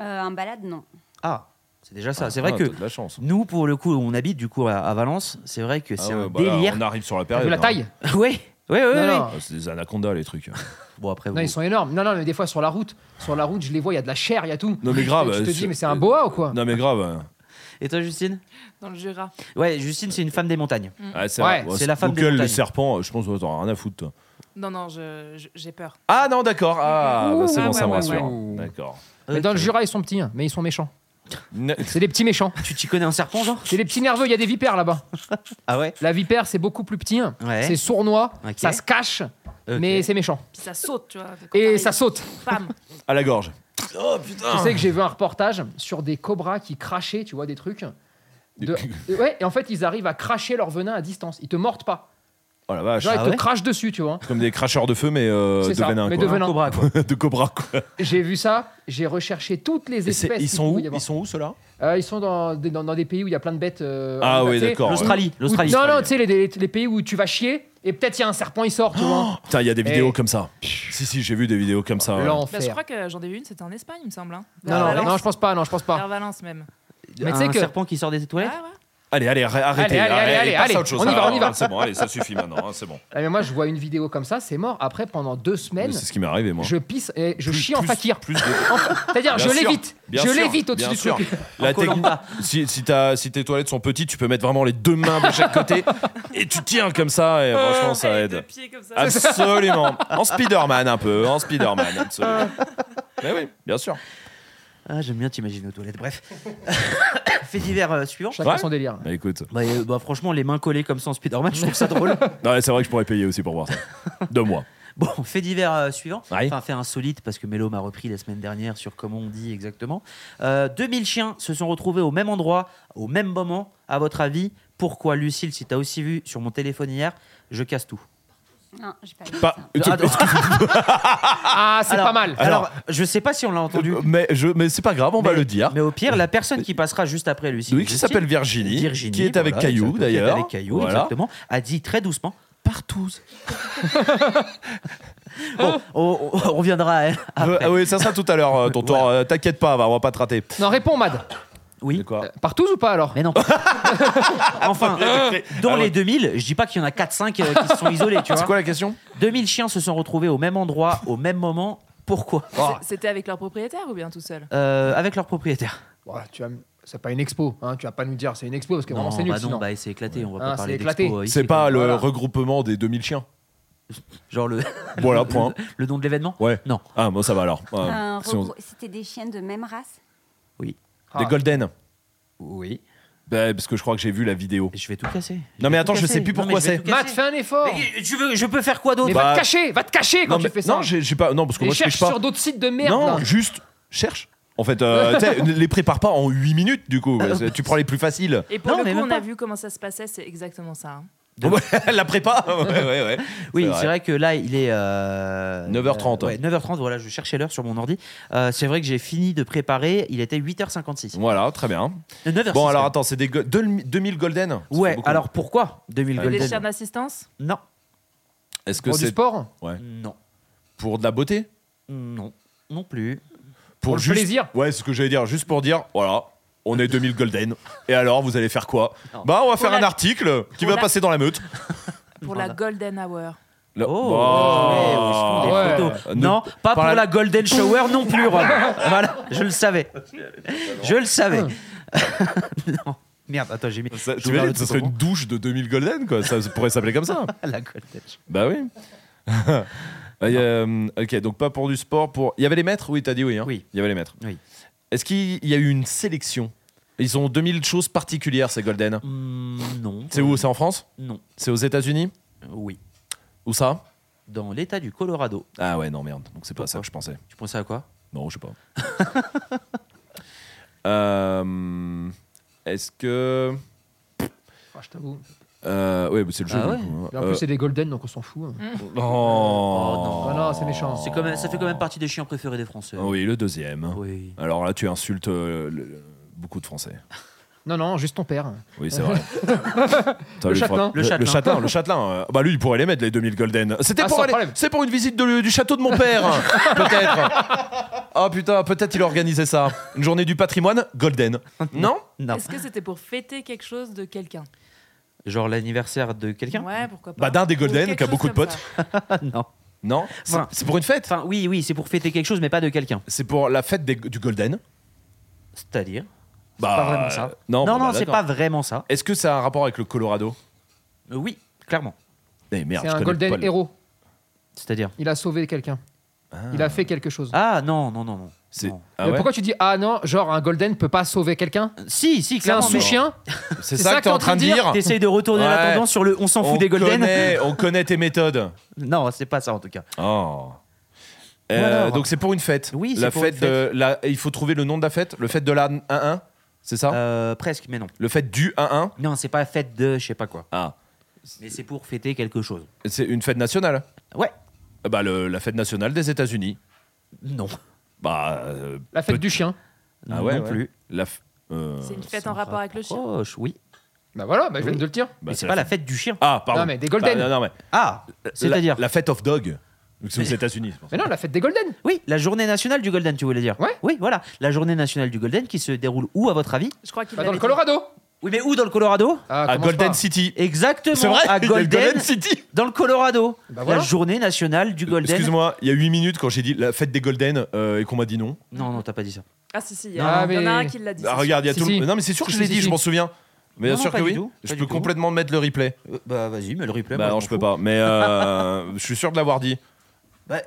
[SPEAKER 8] Euh, en balade, non.
[SPEAKER 1] Ah, c'est déjà ça.
[SPEAKER 2] Ah,
[SPEAKER 1] c'est vrai
[SPEAKER 2] ah,
[SPEAKER 1] que
[SPEAKER 2] t'as de la chance.
[SPEAKER 1] nous, pour le coup, on habite du coup à, à Valence. C'est vrai que c'est
[SPEAKER 2] Ah ouais,
[SPEAKER 1] un
[SPEAKER 2] bah là,
[SPEAKER 1] délire.
[SPEAKER 2] on arrive sur la
[SPEAKER 3] T'as
[SPEAKER 2] période.
[SPEAKER 3] vu la
[SPEAKER 2] hein.
[SPEAKER 3] taille
[SPEAKER 1] <laughs> Oui, oui, oui.
[SPEAKER 3] Non,
[SPEAKER 1] oui.
[SPEAKER 3] non.
[SPEAKER 2] Ah, C'est des anacondas, les trucs.
[SPEAKER 1] Bon après,
[SPEAKER 3] Non,
[SPEAKER 1] vous-
[SPEAKER 3] ils sont énormes. Non, non, mais des fois sur la route, sur la route, je les vois, il y a de la chair, il y a tout.
[SPEAKER 2] Non, mais grave,
[SPEAKER 3] Tu te
[SPEAKER 2] euh,
[SPEAKER 3] dis,
[SPEAKER 2] sur-
[SPEAKER 3] mais c'est un boa ou quoi
[SPEAKER 2] non, mais grave. hein.
[SPEAKER 1] Et toi, Justine
[SPEAKER 7] dans le Jura.
[SPEAKER 1] Ouais, Justine, c'est une femme des montagnes.
[SPEAKER 3] Mm.
[SPEAKER 2] Ah, c'est
[SPEAKER 3] Ouais,
[SPEAKER 2] vrai.
[SPEAKER 1] c'est la femme des
[SPEAKER 2] Google, le
[SPEAKER 1] montagnes.
[SPEAKER 2] serpent, je pense que t'en as rien à foutre, toi.
[SPEAKER 7] Non, non, je- je- j'ai peur.
[SPEAKER 2] Ah non, d'accord. Ah, bah, c'est
[SPEAKER 7] Ouh,
[SPEAKER 2] bon,
[SPEAKER 7] ouais,
[SPEAKER 2] ça me
[SPEAKER 7] ouais,
[SPEAKER 2] rassure.
[SPEAKER 3] ouais.
[SPEAKER 2] D'accord.
[SPEAKER 3] Mais dans le
[SPEAKER 1] Ok.
[SPEAKER 3] Jura, ils sont petits, hein, mais ils sont méchants.
[SPEAKER 2] Ne-
[SPEAKER 3] C'est des petits méchants.
[SPEAKER 1] Tu t'y connais un serpent, genre
[SPEAKER 3] C'est des petits nerveux, il y a des vipères là-bas.
[SPEAKER 1] Ah ouais.
[SPEAKER 3] La vipère, c'est beaucoup plus petit. hein.
[SPEAKER 1] Ouais.
[SPEAKER 3] C'est sournois,
[SPEAKER 1] Ok.
[SPEAKER 3] ça se cache,
[SPEAKER 1] Ok.
[SPEAKER 3] mais c'est méchant.
[SPEAKER 7] Puis ça saute, tu vois. quand
[SPEAKER 3] Et
[SPEAKER 7] t'arrives.
[SPEAKER 3] ça saute.
[SPEAKER 7] Pam.
[SPEAKER 2] À la gorge.
[SPEAKER 3] Tu
[SPEAKER 7] Ah.
[SPEAKER 3] sais que j'ai vu un reportage sur des cobras qui crachaient, tu vois, <laughs> des trucs. De- Ouais, et en fait, ils arrivent à cracher leur venin à distance. Ils te mordent pas.
[SPEAKER 2] Oh la vache.
[SPEAKER 3] Genre,
[SPEAKER 1] Ah
[SPEAKER 3] ils
[SPEAKER 1] ouais
[SPEAKER 3] te crachent dessus, tu vois.
[SPEAKER 2] C'est Comme des cracheurs de feu, mais euh,
[SPEAKER 3] C'est
[SPEAKER 2] de
[SPEAKER 3] ça,
[SPEAKER 2] venin.
[SPEAKER 3] mais
[SPEAKER 2] quoi.
[SPEAKER 3] de venin.
[SPEAKER 1] Cobra, quoi.
[SPEAKER 2] <laughs> de cobra, quoi.
[SPEAKER 3] J'ai vu ça, j'ai recherché toutes les
[SPEAKER 2] Et c'est-
[SPEAKER 3] espèces.
[SPEAKER 2] Ils
[SPEAKER 3] qu'il
[SPEAKER 2] sont où
[SPEAKER 3] pouvait y avoir.
[SPEAKER 2] Ils sont où ceux-là
[SPEAKER 3] Euh, ils sont dans, des- dans, dans des pays où il y a plein de bêtes. euh,
[SPEAKER 2] Ah
[SPEAKER 3] en
[SPEAKER 2] oui,
[SPEAKER 3] liberté.
[SPEAKER 2] d'accord.
[SPEAKER 1] L'Australie,
[SPEAKER 3] Ou-
[SPEAKER 1] l'Australie.
[SPEAKER 3] Non, non, tu sais, les, les- les pays où tu vas chier et peut-être il y a un serpent, il sort, tu vois.
[SPEAKER 2] Putain, il y a des vidéos
[SPEAKER 3] Et-
[SPEAKER 2] comme ça. Si, si, j'ai vu des vidéos comme ça. ouais.
[SPEAKER 7] Bah, je
[SPEAKER 3] L'enfer.
[SPEAKER 7] crois que j'en ai vu une, c'était en Espagne, il me semble. hein.
[SPEAKER 3] Non,
[SPEAKER 7] Vers
[SPEAKER 3] non,
[SPEAKER 7] Valence.
[SPEAKER 3] non, je pense pas, non, je pense pas.
[SPEAKER 7] Vers Valence même.
[SPEAKER 3] Mais tu sais
[SPEAKER 1] un
[SPEAKER 3] que-
[SPEAKER 1] serpent qui sort des toilettes
[SPEAKER 7] Ah ouais.
[SPEAKER 2] Allez, allez, arrê- arrêtez.
[SPEAKER 3] allez, allez, allez,
[SPEAKER 2] passe à
[SPEAKER 3] allez,
[SPEAKER 2] autre chose.
[SPEAKER 3] on y va,
[SPEAKER 2] Ah,
[SPEAKER 3] on y va.
[SPEAKER 2] C'est bon, allez, ça suffit maintenant. hein, c'est bon.
[SPEAKER 3] Ah, mais moi, je vois une vidéo comme ça, c'est mort. Après, pendant deux
[SPEAKER 2] Mais
[SPEAKER 3] semaines,
[SPEAKER 2] C'est ce qui m'est arrivé, moi.
[SPEAKER 3] je pisse et je
[SPEAKER 2] Plus-
[SPEAKER 3] chie en
[SPEAKER 2] plus-
[SPEAKER 3] fakir.
[SPEAKER 2] plus de-
[SPEAKER 3] En- C'est-à-dire,
[SPEAKER 2] Bien
[SPEAKER 3] je
[SPEAKER 2] sûr,
[SPEAKER 3] l'évite.
[SPEAKER 2] bien
[SPEAKER 3] Je
[SPEAKER 2] sûr,
[SPEAKER 3] l'évite au-dessus
[SPEAKER 2] bien
[SPEAKER 3] du
[SPEAKER 2] sûr.
[SPEAKER 3] truc.
[SPEAKER 2] La technique,
[SPEAKER 1] Koh-Lanta.
[SPEAKER 2] si, si t'as- si tes toilettes sont petites, tu peux mettre vraiment les deux mains de chaque côté
[SPEAKER 1] <laughs>
[SPEAKER 2] et tu tiens comme ça et franchement ça
[SPEAKER 7] Avec deux
[SPEAKER 2] aide. Ah,
[SPEAKER 7] pieds comme ça.
[SPEAKER 2] Absolument. En Spider-Man un peu,
[SPEAKER 1] <laughs>
[SPEAKER 2] en Spider-Man absolument. Mais oui, bien sûr.
[SPEAKER 1] Ah, j'aime bien t'imaginer aux toilettes. Bref. <laughs> Fait divers euh, suivant.
[SPEAKER 3] Chacun
[SPEAKER 2] Ouais.
[SPEAKER 3] son délire.
[SPEAKER 2] Bah écoute,
[SPEAKER 1] Bah, euh, bah, franchement, les mains collées comme ça en Spider-Man, je trouve ça drôle.
[SPEAKER 2] Non, mais c'est vrai que je pourrais payer aussi pour voir ça. Deux mois.
[SPEAKER 1] Bon, fait divers euh, suivant.
[SPEAKER 2] Ouais.
[SPEAKER 1] Enfin, fait insolite parce que Mélo m'a repris la semaine dernière sur comment on dit exactement. Euh, 2000 chiens se sont retrouvés au même endroit, au même moment. À votre avis, pourquoi, Lucille, si t'as aussi vu sur mon téléphone hier, je casse tout
[SPEAKER 8] Non, j'ai pas vu
[SPEAKER 2] Pas.
[SPEAKER 8] ça.
[SPEAKER 1] Ah, non.
[SPEAKER 3] Ah, c'est
[SPEAKER 1] Alors-
[SPEAKER 3] pas mal.
[SPEAKER 1] Alors, je sais pas si on l'a entendu.
[SPEAKER 2] <laughs> Mais, je, mais c'est pas grave, euh, on va
[SPEAKER 1] Mais-
[SPEAKER 2] le dire.
[SPEAKER 1] Mais au pire, la personne qui passera juste après Lucille,
[SPEAKER 2] Oui, qui
[SPEAKER 1] Justine,
[SPEAKER 2] s'appelle Virginie,
[SPEAKER 1] Virginie,
[SPEAKER 2] qui est avec
[SPEAKER 1] voilà,
[SPEAKER 2] Caillou
[SPEAKER 1] exactement, qui est
[SPEAKER 2] d'ailleurs.
[SPEAKER 1] Avec Caillou,
[SPEAKER 2] Voilà.
[SPEAKER 1] exactement. A dit très doucement partout.
[SPEAKER 2] <laughs>
[SPEAKER 1] bon, on, on- on reviendra à elle
[SPEAKER 2] Euh,
[SPEAKER 1] après.
[SPEAKER 2] ah oui, ça sera tout à l'heure, euh, tonton.
[SPEAKER 1] Voilà.
[SPEAKER 2] euh, T'inquiète pas, va, on va pas te rater.
[SPEAKER 3] Non, réponds, Mad.
[SPEAKER 1] Oui. Euh,
[SPEAKER 2] quoi
[SPEAKER 3] Partous ou pas alors
[SPEAKER 1] Mais
[SPEAKER 2] <laughs>
[SPEAKER 1] non. enfin, dans
[SPEAKER 2] Ah ouais.
[SPEAKER 1] les 2000, je dis pas qu'il y en a 4-5 euh, qui se sont isolés, tu vois.
[SPEAKER 2] C'est quoi la question
[SPEAKER 1] 2000 chiens se sont retrouvés au même endroit, au même moment. Pourquoi
[SPEAKER 3] Oh,
[SPEAKER 7] C'est- C'était avec leur propriétaire ou bien tout seul
[SPEAKER 1] Euh, Avec leur propriétaire.
[SPEAKER 3] bon, tu vas me- C'est pas une expo, hein, tu vas pas nous dire c'est une expo parce que vraiment
[SPEAKER 1] non,
[SPEAKER 3] c'est nul
[SPEAKER 1] bah non,
[SPEAKER 3] sinon.
[SPEAKER 1] bah, c'est éclaté, on va
[SPEAKER 3] Ah,
[SPEAKER 1] pas
[SPEAKER 3] c'est
[SPEAKER 1] parler
[SPEAKER 3] éclaté.
[SPEAKER 1] d'expo. euh, ici,
[SPEAKER 2] C'est pas
[SPEAKER 1] quoi.
[SPEAKER 2] le
[SPEAKER 3] Voilà.
[SPEAKER 2] regroupement des 2000 chiens.
[SPEAKER 1] Genre le,
[SPEAKER 2] <laughs>
[SPEAKER 1] <laughs>
[SPEAKER 2] Voilà, point.
[SPEAKER 1] le nom de l'événement
[SPEAKER 2] Ouais.
[SPEAKER 1] Non.
[SPEAKER 2] Ah, bon, ça va alors. Ouais.
[SPEAKER 8] Un
[SPEAKER 2] Ah, Si on-
[SPEAKER 8] regrou- C'était des chiens de même race
[SPEAKER 3] Ah,
[SPEAKER 2] Des Golden.
[SPEAKER 1] Oui.
[SPEAKER 2] Bah, parce que je crois que j'ai vu la vidéo.
[SPEAKER 1] Je vais tout casser.
[SPEAKER 2] Non, mais
[SPEAKER 1] vais
[SPEAKER 2] attends,
[SPEAKER 1] tout
[SPEAKER 2] je
[SPEAKER 1] casser.
[SPEAKER 2] sais plus
[SPEAKER 1] Non, mais
[SPEAKER 2] pourquoi
[SPEAKER 1] je vais
[SPEAKER 2] c'est.
[SPEAKER 1] tout
[SPEAKER 3] Matt,
[SPEAKER 1] casser.
[SPEAKER 3] fais un effort. Mais,
[SPEAKER 1] Mais tu veux, je peux faire quoi d'autre
[SPEAKER 2] Bah,
[SPEAKER 3] va te cacher, va te cacher quand
[SPEAKER 2] non,
[SPEAKER 3] tu
[SPEAKER 2] mais-
[SPEAKER 3] fais ça.
[SPEAKER 2] non, j'ai j'ai pas. Non, parce que
[SPEAKER 3] Et
[SPEAKER 2] moi je
[SPEAKER 3] cherche
[SPEAKER 2] triche pas.
[SPEAKER 3] sur d'autres sites de merde.
[SPEAKER 2] non,
[SPEAKER 3] là.
[SPEAKER 2] juste cherche. En fait, euh, tu sais, ne les prépare pas en 8 minutes du coup. parce que tu prends les plus faciles.
[SPEAKER 7] Et pour
[SPEAKER 1] Non,
[SPEAKER 7] le
[SPEAKER 1] mais
[SPEAKER 7] coup,
[SPEAKER 1] même
[SPEAKER 7] on
[SPEAKER 1] pas.
[SPEAKER 7] a vu comment ça se passait, c'est exactement ça. hein.
[SPEAKER 2] la prépa Ouais, ouais, ouais.
[SPEAKER 1] Oui,
[SPEAKER 2] C'est
[SPEAKER 1] c'est
[SPEAKER 2] vrai.
[SPEAKER 1] vrai. que là, il est. euh,
[SPEAKER 2] 9h30.
[SPEAKER 1] euh, ouais, 9h30, voilà, je cherchais l'heure sur mon ordi. Euh, c'est vrai que j'ai fini de préparer, il était 8h56.
[SPEAKER 2] Voilà, très bien.
[SPEAKER 1] Euh, 9h56.
[SPEAKER 2] Bon, alors attends, c'est des go- 2000 golden Ça fait
[SPEAKER 1] hein. Ouais,
[SPEAKER 2] beaucoup.
[SPEAKER 1] alors pourquoi 2000
[SPEAKER 2] Ouais.
[SPEAKER 7] Des
[SPEAKER 1] Golden
[SPEAKER 7] chiens d'assistance
[SPEAKER 1] Non.
[SPEAKER 2] Est-ce que
[SPEAKER 3] Pour du
[SPEAKER 2] c'est
[SPEAKER 3] sport, Ah,
[SPEAKER 1] Non.
[SPEAKER 2] pour de la beauté
[SPEAKER 1] Non. Non plus.
[SPEAKER 3] Pour le
[SPEAKER 2] juste...
[SPEAKER 3] plaisir.
[SPEAKER 2] Ouais, c'est ce que j'allais dire, juste pour dire, voilà, on est 2000 golden. Et alors, vous allez faire quoi
[SPEAKER 1] Non.
[SPEAKER 2] Bah, on va faire
[SPEAKER 7] la-
[SPEAKER 2] un article qui
[SPEAKER 7] pour
[SPEAKER 2] va
[SPEAKER 7] la-
[SPEAKER 2] passer dans la meute.
[SPEAKER 7] Pour
[SPEAKER 1] Voilà.
[SPEAKER 7] la Golden Hour.
[SPEAKER 2] Le-
[SPEAKER 1] Oh, ouais, ouais,
[SPEAKER 2] Bah.
[SPEAKER 1] je trouve des
[SPEAKER 3] Ouais.
[SPEAKER 1] photos.
[SPEAKER 2] Euh,
[SPEAKER 1] Non, pas pour
[SPEAKER 2] par la-
[SPEAKER 1] la... Ah, Golden Shower non plus, <laughs> Rob. voilà, je le savais. Je le savais. Ah. <laughs> non. Merde, attends, j'ai mis.
[SPEAKER 2] Ça,
[SPEAKER 1] j'ai
[SPEAKER 2] tu
[SPEAKER 1] ouvert
[SPEAKER 2] imagines,
[SPEAKER 1] le
[SPEAKER 2] ça serait
[SPEAKER 1] truc
[SPEAKER 2] une douche de 2000 golden, quoi. Ça pourrait s'appeler comme ça.
[SPEAKER 1] au bon. <laughs> La Golden Shower.
[SPEAKER 2] <laughs> Bah <laughs> oui. Ah, il y a, euh, ok, donc pas pour du sport, pour. Il y avait les maîtres Oui, t'as dit oui. hein.
[SPEAKER 1] Oui.
[SPEAKER 2] Il y avait les maîtres.
[SPEAKER 1] Oui.
[SPEAKER 2] Est-ce qu'il y a eu une sélection Ils ont 2000 choses particulières, ces golden.
[SPEAKER 1] Hmm, non.
[SPEAKER 2] C'est où C'est en France
[SPEAKER 1] Non.
[SPEAKER 2] C'est aux États-Unis
[SPEAKER 1] Oui.
[SPEAKER 2] Où ça
[SPEAKER 1] Dans l'état du Colorado.
[SPEAKER 2] Ah ouais, non, merde. Donc c'est pas ça que je pensais.
[SPEAKER 1] Tu pensais à quoi
[SPEAKER 2] Non, je sais pas.
[SPEAKER 1] <laughs>
[SPEAKER 2] Euh, Est-ce que.
[SPEAKER 3] Ah, je t'avoue.
[SPEAKER 2] euh, ouais, bah, c'est le jeu.
[SPEAKER 1] Ah ouais
[SPEAKER 2] du coup, hein.
[SPEAKER 3] Mais en plus,
[SPEAKER 2] Euh,
[SPEAKER 3] c'est des golden donc on s'en fout.
[SPEAKER 2] oh.
[SPEAKER 1] Oh,
[SPEAKER 3] Ah non, c'est méchant.
[SPEAKER 1] C'est quand même- Ça fait quand même partie des chiens préférés des Français.
[SPEAKER 2] Ah Oui, le deuxième.
[SPEAKER 1] Oui.
[SPEAKER 2] Alors là, tu insultes euh, le- le- beaucoup de Français.
[SPEAKER 3] Non, non, juste ton père.
[SPEAKER 2] Oui, c'est vrai. Putain, lui,
[SPEAKER 3] Le
[SPEAKER 2] il faudra-
[SPEAKER 3] châtelain.
[SPEAKER 1] Le
[SPEAKER 2] Le
[SPEAKER 1] châtelain.
[SPEAKER 2] châtelain. le châtelain, euh, Bah lui, il pourrait les mettre, les 2000 golden. C'était
[SPEAKER 3] Ah,
[SPEAKER 2] pour
[SPEAKER 3] sans
[SPEAKER 2] aller-
[SPEAKER 3] problème.
[SPEAKER 2] C'est pour une visite de- du château de mon père, hein, peut-être. Ah putain, peut-être il organisait ça. Une journée du patrimoine, golden. Non
[SPEAKER 1] Non.
[SPEAKER 7] Est-ce que c'était pour fêter quelque chose de quelqu'un
[SPEAKER 1] Genre l'anniversaire de quelqu'un Ah,
[SPEAKER 7] Ouais, pourquoi pas.
[SPEAKER 2] Bah, d'un des
[SPEAKER 7] Ou
[SPEAKER 2] Golden
[SPEAKER 7] quelque
[SPEAKER 2] qui a
[SPEAKER 7] chose
[SPEAKER 2] beaucoup de
[SPEAKER 7] comme
[SPEAKER 2] potes.
[SPEAKER 7] ça.
[SPEAKER 1] Non.
[SPEAKER 2] Non C'est
[SPEAKER 1] Enfin-
[SPEAKER 2] c'est pour une fête
[SPEAKER 1] Enfin, oui, oui, c'est pour fêter quelque chose, mais pas de quelqu'un.
[SPEAKER 2] C'est pour la fête des- du golden.
[SPEAKER 1] C'est-à-dire
[SPEAKER 2] Bah,
[SPEAKER 1] pas vraiment ça.
[SPEAKER 2] euh, Non,
[SPEAKER 1] non,
[SPEAKER 2] bah,
[SPEAKER 1] non, c'est
[SPEAKER 2] d'accord.
[SPEAKER 1] pas vraiment ça.
[SPEAKER 2] Est-ce que ça a un rapport avec le Colorado
[SPEAKER 1] Euh, oui, clairement.
[SPEAKER 2] Eh, merde,
[SPEAKER 3] C'est
[SPEAKER 2] je
[SPEAKER 3] un
[SPEAKER 2] connais
[SPEAKER 3] golden
[SPEAKER 2] pas le-
[SPEAKER 3] héros.
[SPEAKER 1] C'est-à-dire
[SPEAKER 3] Il a sauvé quelqu'un. Il a fait quelque chose.
[SPEAKER 1] Ah non, non, non, non.
[SPEAKER 2] C'est
[SPEAKER 1] Non.
[SPEAKER 2] ah
[SPEAKER 3] Mais
[SPEAKER 2] ouais
[SPEAKER 3] Pourquoi tu dis ah non, genre un golden peut pas sauver quelqu'un
[SPEAKER 1] Euh, Si, si,
[SPEAKER 3] C'est un
[SPEAKER 1] clairement. mais-
[SPEAKER 3] sous-chien
[SPEAKER 2] C'est
[SPEAKER 3] C'est
[SPEAKER 2] ça que t'es en train de dire
[SPEAKER 1] T'essayes de retourner la
[SPEAKER 2] Ouais.
[SPEAKER 1] tendance sur le on s'en fout
[SPEAKER 2] On
[SPEAKER 1] des golden.
[SPEAKER 2] connaît- On connaît tes méthodes.
[SPEAKER 1] <laughs> Non, c'est pas ça en tout cas.
[SPEAKER 2] Oh. Euh,
[SPEAKER 1] Ou alors-
[SPEAKER 2] donc c'est pour une fête.
[SPEAKER 1] Oui, c'est
[SPEAKER 2] la
[SPEAKER 1] pour
[SPEAKER 2] fête
[SPEAKER 1] une
[SPEAKER 2] de la- il faut trouver le nom de la fête, le fête de la 1-1, c'est ça
[SPEAKER 1] Euh, presque, mais non.
[SPEAKER 2] Le fête du 1-1
[SPEAKER 1] Non, c'est pas fête de je sais pas quoi.
[SPEAKER 2] Ah.
[SPEAKER 1] Mais c'est pour fêter quelque chose.
[SPEAKER 2] C'est une fête nationale
[SPEAKER 1] Ouais.
[SPEAKER 2] Ah Bah, le- la fête nationale des États-Unis.
[SPEAKER 1] Non.
[SPEAKER 2] Bah. euh,
[SPEAKER 3] La fête
[SPEAKER 2] peut-
[SPEAKER 3] du chien.
[SPEAKER 2] Ah ouais,
[SPEAKER 1] non
[SPEAKER 2] ouais.
[SPEAKER 1] plus.
[SPEAKER 2] La. f- euh,
[SPEAKER 7] C'est une fête
[SPEAKER 1] Ça
[SPEAKER 7] en rapport avec le chien.
[SPEAKER 1] rapproche, oui.
[SPEAKER 3] Bah voilà, bah, je viens de te le dire.
[SPEAKER 2] bah,
[SPEAKER 1] mais c'est pas la fête du chien.
[SPEAKER 2] Ah, pardon.
[SPEAKER 3] Non, mais des Golden.
[SPEAKER 2] Bah, non, non, mais
[SPEAKER 1] Ah, c'est-à-dire
[SPEAKER 2] La, la fête of dog. Donc, C'est aux États-Unis. c'est pour ça.
[SPEAKER 3] Mais non, la fête des Golden.
[SPEAKER 1] Oui, la journée nationale du Golden, tu voulais dire
[SPEAKER 3] Ouais.
[SPEAKER 1] Oui, voilà. La journée nationale du Golden qui se déroule où, à votre avis
[SPEAKER 7] Je crois qu'il
[SPEAKER 3] Bah,
[SPEAKER 7] l'avait
[SPEAKER 3] dans le
[SPEAKER 7] dit.
[SPEAKER 3] Colorado.
[SPEAKER 1] Oui, mais où dans le Colorado
[SPEAKER 3] Ah,
[SPEAKER 2] à
[SPEAKER 3] commence
[SPEAKER 2] Golden
[SPEAKER 3] pas.
[SPEAKER 2] City.
[SPEAKER 1] Exactement,
[SPEAKER 2] C'est vrai
[SPEAKER 1] à
[SPEAKER 2] il y a le
[SPEAKER 1] Golden,
[SPEAKER 2] Golden City.
[SPEAKER 1] dans le Colorado.
[SPEAKER 3] Bah voilà.
[SPEAKER 1] La journée nationale du Golden.
[SPEAKER 2] Excuse-moi, il y a 8 minutes quand j'ai dit la fête des Golden euh, et qu'on m'a dit non.
[SPEAKER 1] Non, non, t'as pas dit ça.
[SPEAKER 7] Ah si, si, il y,
[SPEAKER 3] Ah,
[SPEAKER 7] a- il y en
[SPEAKER 3] mais-
[SPEAKER 7] a un qui l'a dit.
[SPEAKER 2] Ah,
[SPEAKER 7] c'est
[SPEAKER 2] regarde, il y a
[SPEAKER 3] Si,
[SPEAKER 2] tout le-
[SPEAKER 3] si.
[SPEAKER 2] Mais Non, mais c'est sûr que
[SPEAKER 3] Si,
[SPEAKER 2] je l'ai
[SPEAKER 3] si,
[SPEAKER 2] dit,
[SPEAKER 3] si.
[SPEAKER 2] je m'en souviens. Mais
[SPEAKER 1] Non,
[SPEAKER 2] bien
[SPEAKER 1] non,
[SPEAKER 2] sûr
[SPEAKER 1] pas
[SPEAKER 2] que
[SPEAKER 1] du
[SPEAKER 2] oui.
[SPEAKER 1] tout,
[SPEAKER 2] Je
[SPEAKER 1] pas
[SPEAKER 2] peux
[SPEAKER 1] du tout.
[SPEAKER 2] complètement mettre le replay.
[SPEAKER 1] Euh, bah vas-y, mais le replay.
[SPEAKER 2] bah
[SPEAKER 1] moi,
[SPEAKER 2] non,
[SPEAKER 1] m'en
[SPEAKER 2] je peux
[SPEAKER 1] fous.
[SPEAKER 2] pas. Mais <laughs> euh, je suis sûr de l'avoir dit.
[SPEAKER 1] Bah,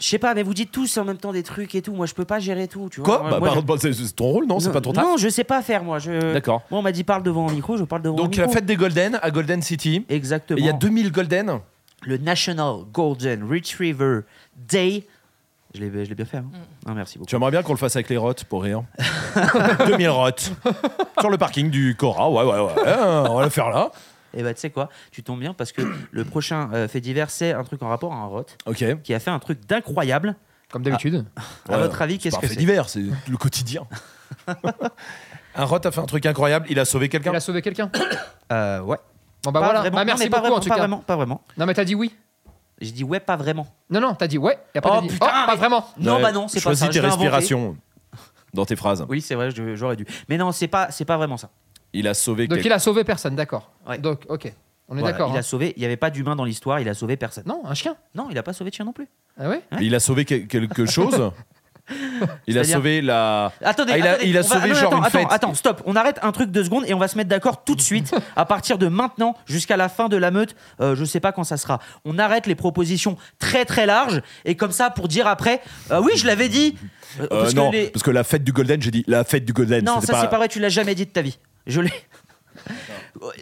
[SPEAKER 1] je sais pas, mais vous dites tous en même temps des trucs et tout. Moi, je peux pas gérer tout, tu vois.
[SPEAKER 2] Quoi
[SPEAKER 1] Moi,
[SPEAKER 2] Bah,
[SPEAKER 1] moi,
[SPEAKER 2] pardon,
[SPEAKER 1] je-
[SPEAKER 2] bah, c'est- C'est ton rôle, non C'est pas ton taf
[SPEAKER 1] Non, je sais pas faire, moi. Je...
[SPEAKER 2] D'accord.
[SPEAKER 1] Moi, on m'a dit parle devant un micro, je parle devant un
[SPEAKER 2] Donc
[SPEAKER 1] micro.
[SPEAKER 2] la fête des Golden à Golden City. Et
[SPEAKER 1] Exactement.
[SPEAKER 2] Il y a 2000 Golden.
[SPEAKER 1] Le National Golden Retriever Day. Je l'ai je l'ai bien fait. hein. Ah, merci beaucoup.
[SPEAKER 2] Tu aimerais bien qu'on le fasse avec les rottes pour <laughs> rire 2000 rottes. Sur le parking du Cora. Ouais, ouais, ouais. Hein, on va le faire là.
[SPEAKER 1] Et bah, tu sais quoi Tu tombes bien parce que <clears throat> le prochain euh, fait divers, c'est un truc en rapport à un rot
[SPEAKER 2] Ok.
[SPEAKER 1] qui a fait un truc d'incroyable.
[SPEAKER 3] Comme d'habitude.
[SPEAKER 2] Ah.
[SPEAKER 1] À votre avis, qu'est-ce que
[SPEAKER 2] C'est pas un fait
[SPEAKER 1] c'est
[SPEAKER 2] divers, c'est le quotidien. un rot a fait un truc incroyable, il a sauvé quelqu'un.
[SPEAKER 3] Il a sauvé quelqu'un.
[SPEAKER 1] Euh, Ouais.
[SPEAKER 3] Bon bah
[SPEAKER 1] Pas
[SPEAKER 3] voilà.
[SPEAKER 1] vraiment,
[SPEAKER 3] Bah,
[SPEAKER 1] non,
[SPEAKER 3] merci
[SPEAKER 1] mais pas
[SPEAKER 3] beaucoup
[SPEAKER 1] vraiment,
[SPEAKER 3] en tout
[SPEAKER 1] pas
[SPEAKER 3] cas.
[SPEAKER 1] vraiment, pas vraiment.
[SPEAKER 3] Non mais t'as dit oui.
[SPEAKER 1] J'ai dit ouais, pas vraiment.
[SPEAKER 3] Non non, t'as dit ouais. Et après
[SPEAKER 1] Oh,
[SPEAKER 3] t'as dit
[SPEAKER 1] putain,
[SPEAKER 3] oh, pas
[SPEAKER 1] mais-
[SPEAKER 3] vraiment.
[SPEAKER 1] Non,
[SPEAKER 2] Ouais,
[SPEAKER 1] bah non, c'est pas
[SPEAKER 2] Choisis
[SPEAKER 1] ça. je
[SPEAKER 2] tes
[SPEAKER 1] l'ai inventé.
[SPEAKER 2] respirations dans tes phrases.
[SPEAKER 1] Oui, c'est vrai, je- j'aurais dû. Mais non, c'est pas, c'est pas vraiment ça.
[SPEAKER 2] Il a sauvé
[SPEAKER 3] Donc
[SPEAKER 2] quelqu'un.
[SPEAKER 3] il a sauvé personne, d'accord.
[SPEAKER 1] Ouais.
[SPEAKER 3] Donc ok, on est
[SPEAKER 1] Voilà,
[SPEAKER 3] d'accord.
[SPEAKER 1] Il
[SPEAKER 3] hein.
[SPEAKER 1] a sauvé. Il n'y avait pas d'humain dans l'histoire. Il a sauvé personne.
[SPEAKER 3] Non, un chien.
[SPEAKER 1] Non, il a pas sauvé de chien non plus.
[SPEAKER 3] Ah ouais.
[SPEAKER 2] Mais Il a sauvé que- quelque chose.
[SPEAKER 1] <laughs>
[SPEAKER 2] Il a
[SPEAKER 1] C'est-à-dire
[SPEAKER 2] sauvé la.
[SPEAKER 1] Attendez,
[SPEAKER 2] Ah, il a-
[SPEAKER 1] attendez,
[SPEAKER 2] il a
[SPEAKER 1] on va-
[SPEAKER 2] sauvé
[SPEAKER 1] non,
[SPEAKER 2] genre
[SPEAKER 1] attends,
[SPEAKER 2] une
[SPEAKER 1] attends,
[SPEAKER 2] fête.
[SPEAKER 1] Attends, stop. On arrête un truc deux secondes et on va se mettre d'accord tout de
[SPEAKER 2] <laughs>
[SPEAKER 1] suite. à partir de maintenant jusqu'à la fin de la meute, euh, je sais pas quand ça sera. On arrête les propositions très très larges et comme ça pour dire après, euh, oui, je l'avais dit. Euh,
[SPEAKER 2] Euh,
[SPEAKER 1] parce que
[SPEAKER 2] non,
[SPEAKER 1] les-
[SPEAKER 2] parce que la fête du Golden, j'ai dit la fête du Golden.
[SPEAKER 1] non,
[SPEAKER 2] c'était
[SPEAKER 1] ça c'est pas vrai. Tu l'as jamais dit de ta vie. Je l'ai.
[SPEAKER 2] <laughs>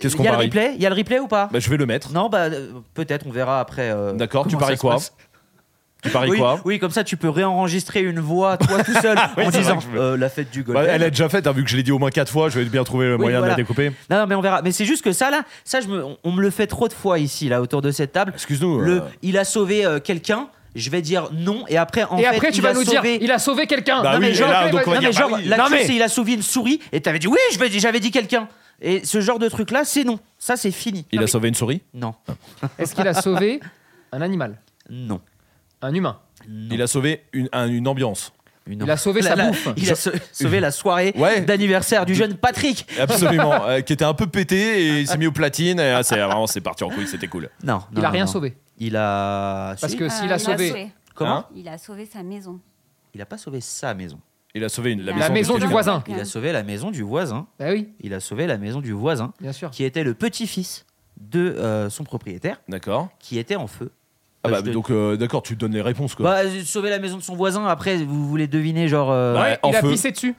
[SPEAKER 2] Qu'est-ce
[SPEAKER 1] Il
[SPEAKER 2] qu'on
[SPEAKER 1] y a le
[SPEAKER 2] parie
[SPEAKER 1] replay. Il y a le replay ou pas
[SPEAKER 2] Bah, je vais le mettre.
[SPEAKER 1] Non, bah euh, peut-être. On verra après. euh,
[SPEAKER 2] D'accord, tu
[SPEAKER 1] comment
[SPEAKER 2] paries
[SPEAKER 1] ça se
[SPEAKER 2] quoi
[SPEAKER 1] passe.
[SPEAKER 2] Tu paries
[SPEAKER 1] oui,
[SPEAKER 2] quoi
[SPEAKER 1] oui, comme ça tu peux réenregistrer une voix toi tout
[SPEAKER 2] <laughs>
[SPEAKER 1] seul
[SPEAKER 2] Oui,
[SPEAKER 1] en
[SPEAKER 2] c'est
[SPEAKER 1] disant
[SPEAKER 2] vrai que je-
[SPEAKER 1] euh, la fête du golf.
[SPEAKER 2] Bah, Elle est déjà faite, hein, vu que je l'ai dit au moins 4 fois, je vais bien trouver le
[SPEAKER 1] Oui,
[SPEAKER 2] moyen
[SPEAKER 1] voilà.
[SPEAKER 2] de la découper.
[SPEAKER 1] Non, non, mais on verra. Mais c'est juste que ça là, ça je me, on, on me le fait trop de fois ici là autour de cette table.
[SPEAKER 2] Excuse-nous.
[SPEAKER 1] Le,
[SPEAKER 2] euh,
[SPEAKER 1] il a sauvé euh, quelqu'un. Je vais dire non et après en
[SPEAKER 3] Et
[SPEAKER 1] fait
[SPEAKER 3] après tu
[SPEAKER 1] il
[SPEAKER 3] vas
[SPEAKER 1] a
[SPEAKER 3] nous
[SPEAKER 1] sauvé...
[SPEAKER 3] dire, il a sauvé quelqu'un.
[SPEAKER 2] Bah
[SPEAKER 1] non, mais
[SPEAKER 2] oui, et
[SPEAKER 1] genre,
[SPEAKER 2] là, donc on va
[SPEAKER 1] Non mais
[SPEAKER 2] dire.
[SPEAKER 1] genre
[SPEAKER 2] bah oui.
[SPEAKER 1] la
[SPEAKER 3] Non, mais-
[SPEAKER 1] c'est il a sauvé une souris et t'avais dit oui je vais- j'avais dit quelqu'un et ce genre de truc là c'est non ça c'est fini
[SPEAKER 2] Il
[SPEAKER 7] Non,
[SPEAKER 2] a
[SPEAKER 7] mais-
[SPEAKER 2] sauvé une souris
[SPEAKER 1] non
[SPEAKER 3] Est-ce qu'il a sauvé un animal,
[SPEAKER 1] non,
[SPEAKER 3] un humain
[SPEAKER 1] non.
[SPEAKER 2] Il a sauvé une, un- une ambiance.
[SPEAKER 1] Une-
[SPEAKER 3] il a sauvé
[SPEAKER 1] La-
[SPEAKER 3] sa
[SPEAKER 1] la-
[SPEAKER 3] bouffe.
[SPEAKER 1] il a sau- sauvé la
[SPEAKER 3] <laughs>
[SPEAKER 1] soirée
[SPEAKER 2] Ouais.
[SPEAKER 1] d'anniversaire du jeune Patrick <laughs>
[SPEAKER 2] Absolument. euh, qui était un peu pété et il s'est mis aux platines. Et ah, c'est vraiment, c'est parti en couille, c'était cool.
[SPEAKER 1] non, non,
[SPEAKER 3] Il a
[SPEAKER 1] non,
[SPEAKER 3] rien
[SPEAKER 1] non.
[SPEAKER 3] sauvé.
[SPEAKER 1] il a
[SPEAKER 3] Parce
[SPEAKER 1] Si. Ah,
[SPEAKER 3] que s'il
[SPEAKER 8] Euh,
[SPEAKER 3] a
[SPEAKER 8] il
[SPEAKER 3] sauvé
[SPEAKER 1] comment
[SPEAKER 2] Hein
[SPEAKER 8] Il a sauvé sa maison.
[SPEAKER 1] Il a pas sauvé sa maison.
[SPEAKER 2] Il a sauvé une, la,
[SPEAKER 8] Il a-
[SPEAKER 3] la maison
[SPEAKER 2] de
[SPEAKER 3] du
[SPEAKER 2] quelqu'un.
[SPEAKER 3] voisin.
[SPEAKER 8] Euh,
[SPEAKER 1] Il a sauvé la maison du voisin.
[SPEAKER 3] Bah oui,
[SPEAKER 1] Il a sauvé la maison du voisin,
[SPEAKER 3] bien sûr.
[SPEAKER 1] qui était le petit-fils de euh, son propriétaire,
[SPEAKER 2] D'accord.
[SPEAKER 1] qui était en feu.
[SPEAKER 2] Ah
[SPEAKER 1] Euh,
[SPEAKER 2] bah,
[SPEAKER 1] je te-
[SPEAKER 2] donc, euh, d'accord, tu donnes les réponses, quoi.
[SPEAKER 1] Bah, euh, sauver la maison de son voisin, après, vous voulez deviner, genre. euh,
[SPEAKER 2] Ouais. en
[SPEAKER 3] il a
[SPEAKER 2] feu.
[SPEAKER 3] pissé dessus.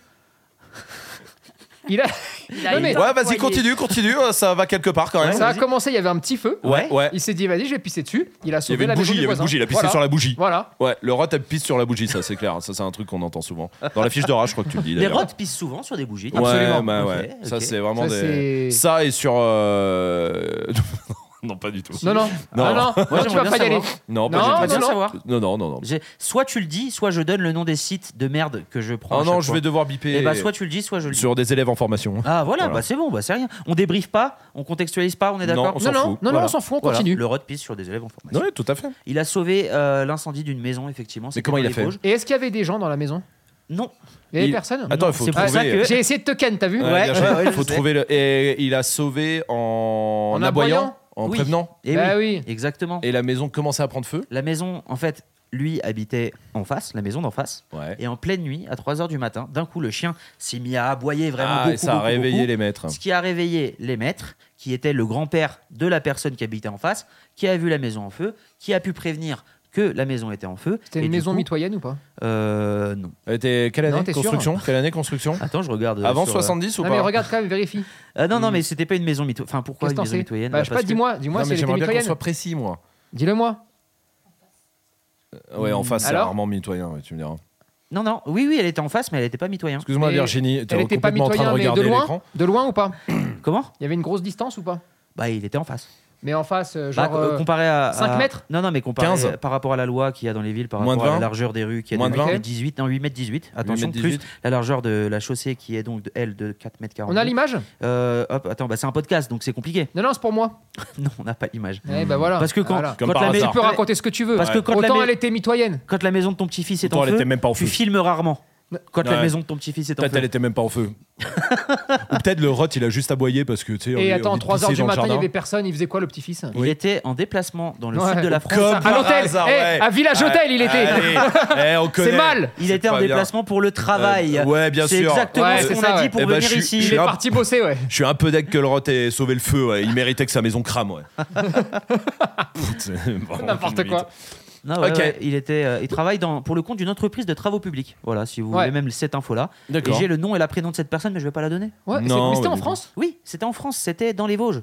[SPEAKER 3] Il a...
[SPEAKER 7] Il a
[SPEAKER 3] Non,
[SPEAKER 7] eu
[SPEAKER 3] mais-
[SPEAKER 7] plein de
[SPEAKER 2] ouais, vas-y,
[SPEAKER 7] foyers.
[SPEAKER 2] continue, continue. euh, Ça va quelque part quand même.
[SPEAKER 3] Ça a commencé, il y avait un petit feu.
[SPEAKER 2] Ouais, ouais.
[SPEAKER 3] Il s'est dit, vas-y, je vais pisser dessus. Il a
[SPEAKER 2] Il y
[SPEAKER 3] sauvé
[SPEAKER 2] avait une
[SPEAKER 3] la
[SPEAKER 2] bougie, il y
[SPEAKER 3] maison du
[SPEAKER 2] avait une
[SPEAKER 3] voisin.
[SPEAKER 2] bougie, il a pissé sur la bougie.
[SPEAKER 3] Voilà.
[SPEAKER 2] Ouais, le rot, elle pisse sur la bougie, ça c'est clair. Ça c'est un truc qu'on entend souvent. Dans la fiche de rage, je crois que tu le dis.
[SPEAKER 1] les
[SPEAKER 2] d'ailleurs.
[SPEAKER 1] rots pissent souvent sur des bougies.
[SPEAKER 2] Ouais,
[SPEAKER 3] Absolument.
[SPEAKER 2] bah,
[SPEAKER 1] Ok,
[SPEAKER 2] ouais. Ça
[SPEAKER 1] ok.
[SPEAKER 2] c'est vraiment
[SPEAKER 3] Ça,
[SPEAKER 2] des.
[SPEAKER 3] c'est-
[SPEAKER 2] Ça et sur. euh, <laughs> non, pas du tout.
[SPEAKER 3] Non, non.
[SPEAKER 2] Non.
[SPEAKER 3] Ah, non.
[SPEAKER 1] Moi,
[SPEAKER 3] tu
[SPEAKER 1] j'aimerais
[SPEAKER 3] vas pas y
[SPEAKER 1] bien
[SPEAKER 3] aller.
[SPEAKER 1] savoir.
[SPEAKER 2] Non,
[SPEAKER 3] Non,
[SPEAKER 1] J'aimerais
[SPEAKER 2] pas du
[SPEAKER 1] bien
[SPEAKER 2] tout.
[SPEAKER 3] non.
[SPEAKER 1] savoir.
[SPEAKER 2] Non, non, non, Ah non.
[SPEAKER 1] J'ai- Soit tu le dis, soit je donne le nom des sites de merde que je prends.
[SPEAKER 2] Oh
[SPEAKER 1] à chaque
[SPEAKER 2] non, je
[SPEAKER 1] fois.
[SPEAKER 2] vais devoir biper.
[SPEAKER 1] Eh bah, soit tu le dis, soit je le dis.
[SPEAKER 2] Sur des élèves en formation. hein.
[SPEAKER 1] Ah, voilà,
[SPEAKER 2] Voilà.
[SPEAKER 1] bah c'est bon, bah c'est rien. On débriefe pas, on contextualise pas, on est
[SPEAKER 2] Non,
[SPEAKER 1] d'accord
[SPEAKER 2] on s'en
[SPEAKER 3] Non, non,
[SPEAKER 2] fout.
[SPEAKER 3] non, non,
[SPEAKER 2] Voilà.
[SPEAKER 3] on s'en fout, on
[SPEAKER 1] Voilà,
[SPEAKER 3] continue.
[SPEAKER 1] Le rot pisse sur des élèves en formation.
[SPEAKER 2] Non, tout à fait.
[SPEAKER 1] Il a sauvé euh, l'incendie d'une maison, effectivement. c'était
[SPEAKER 2] comment
[SPEAKER 1] dans
[SPEAKER 2] il a
[SPEAKER 1] les
[SPEAKER 2] fait
[SPEAKER 1] Vosges.
[SPEAKER 3] Et est-ce qu'il y avait des gens dans la maison
[SPEAKER 1] Non.
[SPEAKER 3] Il y avait
[SPEAKER 2] Il-
[SPEAKER 3] personne Ah,
[SPEAKER 2] Attends,
[SPEAKER 1] Non,
[SPEAKER 2] il faut
[SPEAKER 1] c'est pour
[SPEAKER 2] trouver.
[SPEAKER 1] ça que-
[SPEAKER 3] J'ai essayé de te ken, t'as vu
[SPEAKER 1] Ouais,
[SPEAKER 2] bien joué.
[SPEAKER 1] ouais, ouais, je
[SPEAKER 2] faut
[SPEAKER 1] sais.
[SPEAKER 2] trouver le. Et il a sauvé en,
[SPEAKER 3] En
[SPEAKER 2] aboyant,
[SPEAKER 3] aboyant
[SPEAKER 2] en
[SPEAKER 1] Eh Oui.
[SPEAKER 2] prévenant.
[SPEAKER 1] Et
[SPEAKER 3] Bah oui.
[SPEAKER 1] Exactement.
[SPEAKER 2] Et la maison commençait à prendre feu.
[SPEAKER 1] La maison, en fait, lui habitait en face, la maison d'en face.
[SPEAKER 2] Ouais.
[SPEAKER 1] Et en pleine nuit, à 3h du matin, d'un coup, le chien s'est mis à aboyer vraiment
[SPEAKER 2] Ah,
[SPEAKER 1] beaucoup.
[SPEAKER 2] et ça
[SPEAKER 1] beaucoup,
[SPEAKER 2] a réveillé
[SPEAKER 1] beaucoup.
[SPEAKER 2] les maîtres.
[SPEAKER 1] Ce qui a réveillé les maîtres, qui était le grand-père de la personne qui habitait en face, qui a vu la maison en feu, qui a pu prévenir que la maison était en feu.
[SPEAKER 3] C'était
[SPEAKER 1] Et
[SPEAKER 3] une
[SPEAKER 1] du
[SPEAKER 3] maison
[SPEAKER 1] coup,
[SPEAKER 3] mitoyenne ou pas
[SPEAKER 1] euh, Non.
[SPEAKER 2] Euh, t'es- quelle année
[SPEAKER 3] Non, t'es sûr, hein. Ah,
[SPEAKER 2] construction Quelle année construction
[SPEAKER 1] Attends, je regarde.
[SPEAKER 2] Avant Hmm.
[SPEAKER 1] sur, euh,
[SPEAKER 2] 70 ou
[SPEAKER 3] Non,
[SPEAKER 2] pas
[SPEAKER 3] mais regarde quand même, vérifie.
[SPEAKER 1] Ah, non, non, mais c'était pas une maison mitoyenne. Enfin, pourquoi
[SPEAKER 3] Qu'est-ce
[SPEAKER 1] une
[SPEAKER 3] t'en
[SPEAKER 1] maison
[SPEAKER 3] sais
[SPEAKER 1] mitoyenne
[SPEAKER 3] Bah, je sais
[SPEAKER 1] Parce
[SPEAKER 3] pas,
[SPEAKER 1] que-
[SPEAKER 3] dis-moi, dis-moi
[SPEAKER 2] Non,
[SPEAKER 3] si
[SPEAKER 2] mais
[SPEAKER 3] elle était
[SPEAKER 2] j'aimerais bien qu'on
[SPEAKER 3] mitoyenne.
[SPEAKER 2] soit précis, moi.
[SPEAKER 3] Dis-le moi.
[SPEAKER 2] Ouais, en face, c'est
[SPEAKER 3] Alors
[SPEAKER 2] rarement mitoyen, ouais, tu me diras.
[SPEAKER 1] Non, non, oui, oui, elle était en face, mais elle était pas mitoyenne.
[SPEAKER 2] Excuse-moi,
[SPEAKER 3] Mais
[SPEAKER 2] Virginie, t'es
[SPEAKER 3] Elle était pas
[SPEAKER 2] complètement en train de
[SPEAKER 3] mitoyenne, mais de
[SPEAKER 2] regarder
[SPEAKER 3] loin
[SPEAKER 2] l'écran.
[SPEAKER 3] De loin ou pas
[SPEAKER 1] Comment
[SPEAKER 3] Il y avait une grosse distance ou pas
[SPEAKER 1] Bah, il était en face.
[SPEAKER 3] Mais en face, euh,
[SPEAKER 1] Bah,
[SPEAKER 3] genre.
[SPEAKER 1] euh,
[SPEAKER 3] euh,
[SPEAKER 1] comparé à.
[SPEAKER 3] cinq
[SPEAKER 1] à-
[SPEAKER 3] mètres
[SPEAKER 1] Non, non, mais comparé
[SPEAKER 2] 15.
[SPEAKER 1] euh, par rapport à la loi qu'il y a dans les villes, par
[SPEAKER 2] Moins de
[SPEAKER 1] rapport à la
[SPEAKER 2] 20.
[SPEAKER 1] largeur des rues qui est
[SPEAKER 2] Moins
[SPEAKER 1] de
[SPEAKER 3] de 20.
[SPEAKER 1] 18, non, 8 mètres 18, attention,
[SPEAKER 2] 8 mètres
[SPEAKER 1] plus
[SPEAKER 2] 18.
[SPEAKER 1] la largeur de la chaussée qui est donc, de, elle, de 4 mètres 40.
[SPEAKER 3] on a l'image
[SPEAKER 1] Euh, hop, attends, bah, c'est un podcast, donc c'est compliqué. <laughs>
[SPEAKER 3] Non, non, c'est pour moi.
[SPEAKER 1] Non, on n'a pas l'image.
[SPEAKER 3] Eh ben voilà.
[SPEAKER 1] Parce que quand,
[SPEAKER 3] Voilà.
[SPEAKER 1] quand
[SPEAKER 2] Comme par
[SPEAKER 1] la
[SPEAKER 2] hasard.
[SPEAKER 3] Tu peux raconter ce que tu veux.
[SPEAKER 1] Parce que
[SPEAKER 2] Ouais.
[SPEAKER 1] quand la,
[SPEAKER 3] Autant
[SPEAKER 1] mai-
[SPEAKER 3] elle était mitoyenne.
[SPEAKER 1] quand la maison de ton petit-fils est
[SPEAKER 2] Pourtant,
[SPEAKER 1] en
[SPEAKER 2] elle
[SPEAKER 1] feu,
[SPEAKER 2] était même pas en
[SPEAKER 1] tu
[SPEAKER 2] feu.
[SPEAKER 1] filmes rarement. Quand la
[SPEAKER 2] Ouais.
[SPEAKER 1] maison de ton petit-fils est en
[SPEAKER 2] Peut-être
[SPEAKER 1] feu.
[SPEAKER 2] elle était même pas en
[SPEAKER 3] <laughs>
[SPEAKER 2] feu. Ou peut-être le rot il a juste aboyé parce que tu sais.
[SPEAKER 3] Et
[SPEAKER 2] on est- on
[SPEAKER 3] attends,
[SPEAKER 2] est
[SPEAKER 3] 3h
[SPEAKER 2] pissé
[SPEAKER 3] du
[SPEAKER 2] dans le
[SPEAKER 3] matin, il y
[SPEAKER 2] jardin.
[SPEAKER 3] avait personne. Il faisait quoi, le petit-fils
[SPEAKER 1] Il était en déplacement dans le
[SPEAKER 3] Ouais.
[SPEAKER 1] sud de la France.
[SPEAKER 2] Comme
[SPEAKER 3] À
[SPEAKER 2] par
[SPEAKER 3] l'hôtel
[SPEAKER 2] hasard,
[SPEAKER 3] Eh,
[SPEAKER 2] ouais.
[SPEAKER 3] À Village
[SPEAKER 2] Ouais.
[SPEAKER 3] Hôtel, il était
[SPEAKER 2] Allez,
[SPEAKER 3] <laughs>
[SPEAKER 2] eh, on connaît.
[SPEAKER 3] C'est mal
[SPEAKER 1] Il
[SPEAKER 2] C'est
[SPEAKER 1] était en
[SPEAKER 2] pas bien.
[SPEAKER 1] déplacement pour le travail.
[SPEAKER 2] Euh, ouais, bien
[SPEAKER 1] c'est
[SPEAKER 2] sûr.
[SPEAKER 1] exactement
[SPEAKER 3] Ouais,
[SPEAKER 1] ce
[SPEAKER 3] c'est
[SPEAKER 1] qu'on
[SPEAKER 3] ça,
[SPEAKER 1] a dit
[SPEAKER 3] ouais.
[SPEAKER 1] pour
[SPEAKER 2] Eh ben,
[SPEAKER 1] venir
[SPEAKER 2] je suis-
[SPEAKER 1] ici.
[SPEAKER 2] je
[SPEAKER 3] Il
[SPEAKER 2] suis
[SPEAKER 3] est
[SPEAKER 2] un-
[SPEAKER 3] parti bosser, ouais.
[SPEAKER 2] Je suis un peu deg que le rot ait sauvé le feu. ouais. Il méritait que sa maison crame. Ouais. Putain, vraiment,
[SPEAKER 3] N'importe quoi.
[SPEAKER 1] Non, ouais,
[SPEAKER 2] Ok.
[SPEAKER 1] ouais, il était, euh, il travaille dans, pour le compte d'une entreprise de travaux publics. Voilà, si vous
[SPEAKER 3] Ouais.
[SPEAKER 1] voulez même cette info-là. Et
[SPEAKER 2] D'accord.
[SPEAKER 1] j'ai le nom et la prénom de cette personne, mais je vais pas la donner.
[SPEAKER 3] Ouais, c'est-
[SPEAKER 2] Non,
[SPEAKER 3] mais c'était
[SPEAKER 2] ouais,
[SPEAKER 3] en
[SPEAKER 2] mais-
[SPEAKER 3] France
[SPEAKER 1] Oui, c'était en France, c'était dans les Vosges.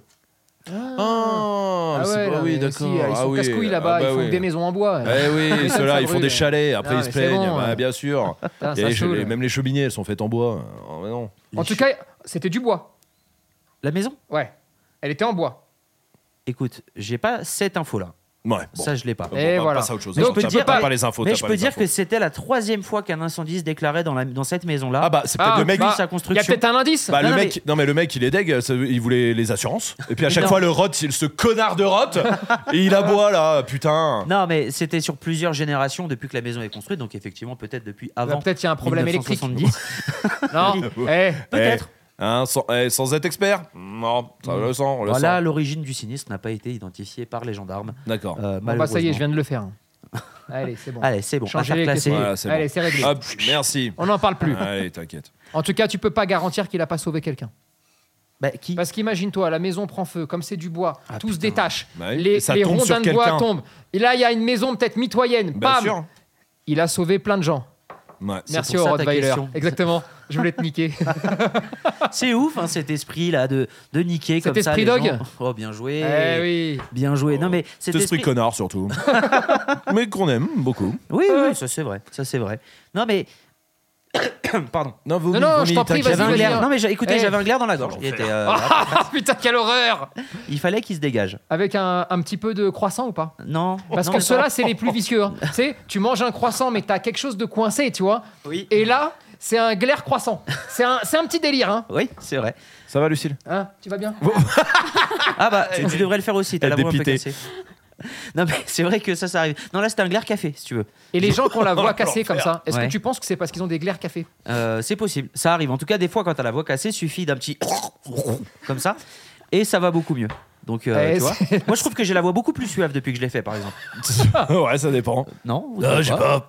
[SPEAKER 2] Ah,
[SPEAKER 3] Ah
[SPEAKER 2] c'est
[SPEAKER 3] ouais,
[SPEAKER 2] pas-
[SPEAKER 3] non, mais
[SPEAKER 2] oui,
[SPEAKER 3] si,
[SPEAKER 2] d'accord.
[SPEAKER 3] Ils
[SPEAKER 2] Ah
[SPEAKER 3] sont
[SPEAKER 2] oui,
[SPEAKER 3] casse-couilles
[SPEAKER 2] ah
[SPEAKER 3] là-bas,
[SPEAKER 2] bah
[SPEAKER 3] ils font
[SPEAKER 2] oui.
[SPEAKER 3] que des maisons en bois.
[SPEAKER 2] Eh oui,
[SPEAKER 3] Ça
[SPEAKER 2] ceux-là, ils
[SPEAKER 3] brûle.
[SPEAKER 2] font des chalets, après
[SPEAKER 3] Ah,
[SPEAKER 2] ils se
[SPEAKER 3] mais c'est
[SPEAKER 2] plaignent.
[SPEAKER 3] bon,
[SPEAKER 2] Bah,
[SPEAKER 3] ouais.
[SPEAKER 2] bien sûr.
[SPEAKER 3] Putain,
[SPEAKER 2] Et
[SPEAKER 3] Ah, ça
[SPEAKER 2] les che-
[SPEAKER 3] saoule.
[SPEAKER 2] même les cheminées, elles sont faites en bois. Oh, mais non.
[SPEAKER 3] En tout cas, c'était du bois.
[SPEAKER 1] La maison
[SPEAKER 3] Ouais. Elle était en bois.
[SPEAKER 1] Écoute, j'ai pas cette info-là.
[SPEAKER 2] Ouais, bon.
[SPEAKER 1] Ça, je l'ai pas.
[SPEAKER 2] Bon,
[SPEAKER 3] Et
[SPEAKER 2] on
[SPEAKER 3] voilà.
[SPEAKER 2] passe à autre chose.
[SPEAKER 1] Mais
[SPEAKER 2] Non,
[SPEAKER 1] je peux
[SPEAKER 2] t'as
[SPEAKER 1] dire-
[SPEAKER 2] pas, pas les infos.
[SPEAKER 1] mais
[SPEAKER 2] t'as
[SPEAKER 1] je
[SPEAKER 2] pas
[SPEAKER 1] peux
[SPEAKER 2] les
[SPEAKER 1] dire
[SPEAKER 2] infos.
[SPEAKER 1] que c'était la troisième fois qu'un incendie se déclarait dans, la, dans cette maison-là.
[SPEAKER 2] Ah bah, c'est peut-être
[SPEAKER 3] Ah,
[SPEAKER 2] le mec.
[SPEAKER 1] depuis
[SPEAKER 3] bah,
[SPEAKER 1] sa
[SPEAKER 3] Il y a
[SPEAKER 1] construction.
[SPEAKER 3] peut-être un indice.
[SPEAKER 2] Bah,
[SPEAKER 1] Non,
[SPEAKER 2] le
[SPEAKER 1] non,
[SPEAKER 2] mec, non mais le mec, il est deg, ça- il voulait les assurances. Et puis à chaque
[SPEAKER 1] Non.
[SPEAKER 2] fois le rot, c'est ce connard de rot, et il aboie là, putain.
[SPEAKER 1] Non, mais c'était sur plusieurs générations depuis que la maison est construite, donc effectivement, peut-être depuis
[SPEAKER 3] Bah,
[SPEAKER 1] avant.
[SPEAKER 3] Peut-être il y a un problème électrique.
[SPEAKER 1] 1970.
[SPEAKER 3] <laughs> Non. Eh,
[SPEAKER 1] Peut-être.
[SPEAKER 2] Eh, hein, sans, eh, sans être expert, non, ça on le sent, on le
[SPEAKER 1] Voilà,
[SPEAKER 2] sent.
[SPEAKER 1] l'origine du sinistre n'a pas été identifiée par les gendarmes.
[SPEAKER 2] D'accord.
[SPEAKER 1] euh,
[SPEAKER 3] Bon, bah, ça y
[SPEAKER 1] malheureusement.
[SPEAKER 3] est, je viens de le faire. Allez, c'est bon.
[SPEAKER 1] Allez, c'est bon.
[SPEAKER 3] Changer
[SPEAKER 1] affaire
[SPEAKER 3] les
[SPEAKER 1] classée.
[SPEAKER 3] questions.
[SPEAKER 2] Voilà, c'est
[SPEAKER 3] Allez,
[SPEAKER 2] bon.
[SPEAKER 3] c'est réglé.
[SPEAKER 2] Hop, merci.
[SPEAKER 3] On n'en parle plus.
[SPEAKER 2] Allez, t'inquiète.
[SPEAKER 3] En tout cas, tu peux pas garantir qu'il a pas sauvé quelqu'un.
[SPEAKER 1] Bah, qui
[SPEAKER 3] Parce qu'imagine-toi, la maison prend feu, comme c'est du bois,
[SPEAKER 1] Ah,
[SPEAKER 3] tout se
[SPEAKER 1] putain.
[SPEAKER 3] détache,
[SPEAKER 2] Bah oui.
[SPEAKER 3] les,
[SPEAKER 2] Et ça
[SPEAKER 3] les
[SPEAKER 2] tombe sur
[SPEAKER 3] rondins de bois
[SPEAKER 2] quelqu'un.
[SPEAKER 3] tombent. Et là, il y a une maison peut-être mitoyenne.
[SPEAKER 2] Bien
[SPEAKER 3] Bam
[SPEAKER 2] Bah, sûr.
[SPEAKER 3] Il a sauvé plein de gens.
[SPEAKER 2] Ouais.
[SPEAKER 1] C'est
[SPEAKER 3] Merci
[SPEAKER 1] pour
[SPEAKER 3] au
[SPEAKER 1] ça ta
[SPEAKER 3] Rottweiler.
[SPEAKER 1] question.
[SPEAKER 3] Exactement. Je voulais te niquer.
[SPEAKER 1] C'est ouf, hein, cet esprit-là de, de niquer
[SPEAKER 3] Cet
[SPEAKER 1] comme ça.
[SPEAKER 3] esprit
[SPEAKER 1] les
[SPEAKER 3] dog
[SPEAKER 1] gens. Oh, bien joué.
[SPEAKER 3] eh oui.
[SPEAKER 1] Bien joué. Non, mais
[SPEAKER 2] Oh, Cet
[SPEAKER 1] cet
[SPEAKER 2] esprit connard
[SPEAKER 3] <laughs>
[SPEAKER 2] surtout, mais qu'on aime beaucoup.
[SPEAKER 1] Oui, oui, ça c'est vrai. Ça c'est vrai. Non, mais. Pardon.
[SPEAKER 2] Non, vomis,
[SPEAKER 3] Non, non,
[SPEAKER 2] vomis,
[SPEAKER 3] je t'en prie,
[SPEAKER 2] t'inquiète.
[SPEAKER 1] J'avais un
[SPEAKER 3] vas-y,
[SPEAKER 1] glaire.
[SPEAKER 3] viens.
[SPEAKER 1] Non, mais j'ai- écoutez,
[SPEAKER 3] Eh.
[SPEAKER 1] j'avais un glaire dans la gorge. Il, était, euh,
[SPEAKER 2] bah, <laughs>
[SPEAKER 3] Ah, putain, quelle horreur
[SPEAKER 1] il fallait qu'il se dégage.
[SPEAKER 3] Avec un, un petit peu de croissant ou pas
[SPEAKER 1] Non. bah
[SPEAKER 3] Parce
[SPEAKER 1] Oh, non,
[SPEAKER 3] que
[SPEAKER 1] mais-
[SPEAKER 3] ceux-là, c'est
[SPEAKER 1] <laughs>
[SPEAKER 3] les plus vicieux. hein. tu sais, tu manges un croissant, mais t'as quelque chose de coincé, tu vois.
[SPEAKER 1] Oui.
[SPEAKER 3] Et là, c'est un glaire croissant. C'est un, c'est un petit délire, hein.
[SPEAKER 1] Oui, c'est vrai.
[SPEAKER 2] Ça va, Lucille
[SPEAKER 3] Hein, Tu vas bien
[SPEAKER 1] Ah bah,
[SPEAKER 2] <laughs>
[SPEAKER 1] tu devrais le faire aussi. T'as
[SPEAKER 2] Elle
[SPEAKER 1] la voix un peu
[SPEAKER 2] dépitée.
[SPEAKER 1] cassée. <laughs> Non, mais c'est vrai que ça, ça arrive. Non, là, c'était un glaire café, si tu veux.
[SPEAKER 3] Et les gens qui ont la voix cassée comme ça, est-ce
[SPEAKER 1] Ouais.
[SPEAKER 3] que tu penses que c'est parce qu'ils ont des glaires café
[SPEAKER 1] Euh, c'est possible, ça arrive. En tout cas, des fois, quand t'as la voix cassée, suffit d'un petit <laughs> comme ça, et ça va beaucoup mieux. Donc, euh,
[SPEAKER 3] Ouais,
[SPEAKER 1] tu vois. Moi, je trouve que j'ai la voix beaucoup plus suave depuis que je l'ai fait, par exemple.
[SPEAKER 2] <laughs> Ouais, ça dépend.
[SPEAKER 1] Non vous
[SPEAKER 2] Non,
[SPEAKER 1] trouvez
[SPEAKER 2] j'ai pas.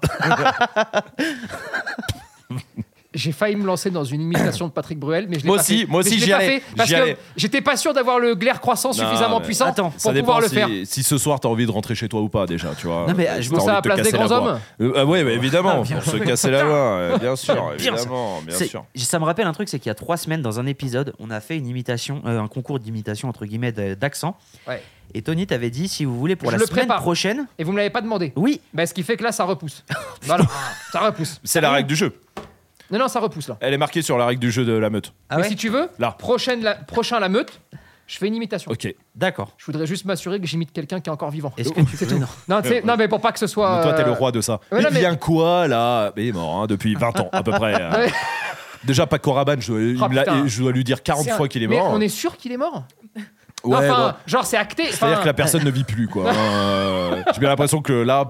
[SPEAKER 3] J'ai failli me lancer dans une imitation de Patrick Bruel, mais je l'ai
[SPEAKER 2] Moi
[SPEAKER 3] pas
[SPEAKER 2] aussi,
[SPEAKER 3] fait.
[SPEAKER 2] moi
[SPEAKER 3] Mais
[SPEAKER 2] aussi,
[SPEAKER 3] je l'ai
[SPEAKER 2] j'y
[SPEAKER 3] pas
[SPEAKER 2] allais,
[SPEAKER 3] fait parce
[SPEAKER 2] j'y allais.
[SPEAKER 3] que j'étais pas sûr d'avoir le glaire croissant
[SPEAKER 2] Non,
[SPEAKER 3] suffisamment
[SPEAKER 2] mais-
[SPEAKER 3] puissant
[SPEAKER 1] Attends,
[SPEAKER 3] pour
[SPEAKER 2] ça dépend
[SPEAKER 3] pouvoir le
[SPEAKER 2] si,
[SPEAKER 3] faire.
[SPEAKER 2] si ce soir t'as envie de rentrer chez toi ou pas déjà, tu vois.
[SPEAKER 1] Non, mais,
[SPEAKER 2] Euh,
[SPEAKER 1] je
[SPEAKER 2] si
[SPEAKER 1] me
[SPEAKER 2] t'as
[SPEAKER 3] sens à
[SPEAKER 2] envie
[SPEAKER 3] la
[SPEAKER 2] te
[SPEAKER 3] place
[SPEAKER 2] casser
[SPEAKER 3] des grands
[SPEAKER 2] voix.
[SPEAKER 3] hommes.
[SPEAKER 2] Euh, ah ouais, bah, évidemment, pour se casser la voix, euh,
[SPEAKER 3] <laughs>
[SPEAKER 2] bien sûr,
[SPEAKER 1] Bien ça.
[SPEAKER 2] évidemment, bien
[SPEAKER 1] C'est-
[SPEAKER 2] sûr.
[SPEAKER 1] Ça me rappelle un truc, c'est qu'il y a trois semaines, dans un épisode, on a fait une imitation, euh, un concours d'imitation entre guillemets de- d'accent.
[SPEAKER 3] Ouais.
[SPEAKER 1] Et Tony t'avait dit, si vous voulez, pour
[SPEAKER 3] Je
[SPEAKER 1] la
[SPEAKER 3] le
[SPEAKER 1] semaine
[SPEAKER 3] prépare.
[SPEAKER 1] prochaine,
[SPEAKER 3] Et vous me l'avez pas demandé.
[SPEAKER 1] oui,
[SPEAKER 3] Bah, ce qui fait que là, ça repousse. voilà, ça repousse.
[SPEAKER 2] C'est la règle du jeu.
[SPEAKER 3] Non, non, ça repousse là.
[SPEAKER 2] Elle est marquée sur la règle du jeu de la meute.
[SPEAKER 1] Ah
[SPEAKER 3] mais
[SPEAKER 1] ouais
[SPEAKER 3] si tu veux,
[SPEAKER 2] Là.
[SPEAKER 3] prochaine la, prochain la meute, je fais une imitation.
[SPEAKER 2] Ok.
[SPEAKER 1] d'accord.
[SPEAKER 3] Je voudrais juste m'assurer que j'imite quelqu'un qui est encore vivant.
[SPEAKER 1] Est-ce que tu
[SPEAKER 3] Oh, C'est
[SPEAKER 1] peux-
[SPEAKER 3] tout.
[SPEAKER 1] non.
[SPEAKER 3] Non, tu sais- non, mais pour pas que ce soit.
[SPEAKER 2] Donc toi, t'es le
[SPEAKER 3] euh,
[SPEAKER 2] roi de ça.
[SPEAKER 3] ouais, non,
[SPEAKER 2] Il
[SPEAKER 3] mais-
[SPEAKER 2] vient quoi là Mais Il est mort hein, depuis 20 ans à peu près. euh.
[SPEAKER 3] <laughs> Ouais.
[SPEAKER 2] Déjà, Paco Rabanne, je, dois- il
[SPEAKER 3] Oh,
[SPEAKER 2] me l'a-
[SPEAKER 3] putain.
[SPEAKER 2] je dois lui dire 40
[SPEAKER 3] c'est un-
[SPEAKER 2] fois qu'il est
[SPEAKER 3] mais
[SPEAKER 2] mort.
[SPEAKER 3] on est sûr qu'il est mort.
[SPEAKER 2] Ouais,
[SPEAKER 3] enfin,
[SPEAKER 2] ouais.
[SPEAKER 3] genre c'est acté.
[SPEAKER 2] C'est-à-dire
[SPEAKER 3] enfin,
[SPEAKER 2] que la personne ne vit plus, quoi.
[SPEAKER 3] <laughs>
[SPEAKER 2] Euh, J'ai bien l'impression que là,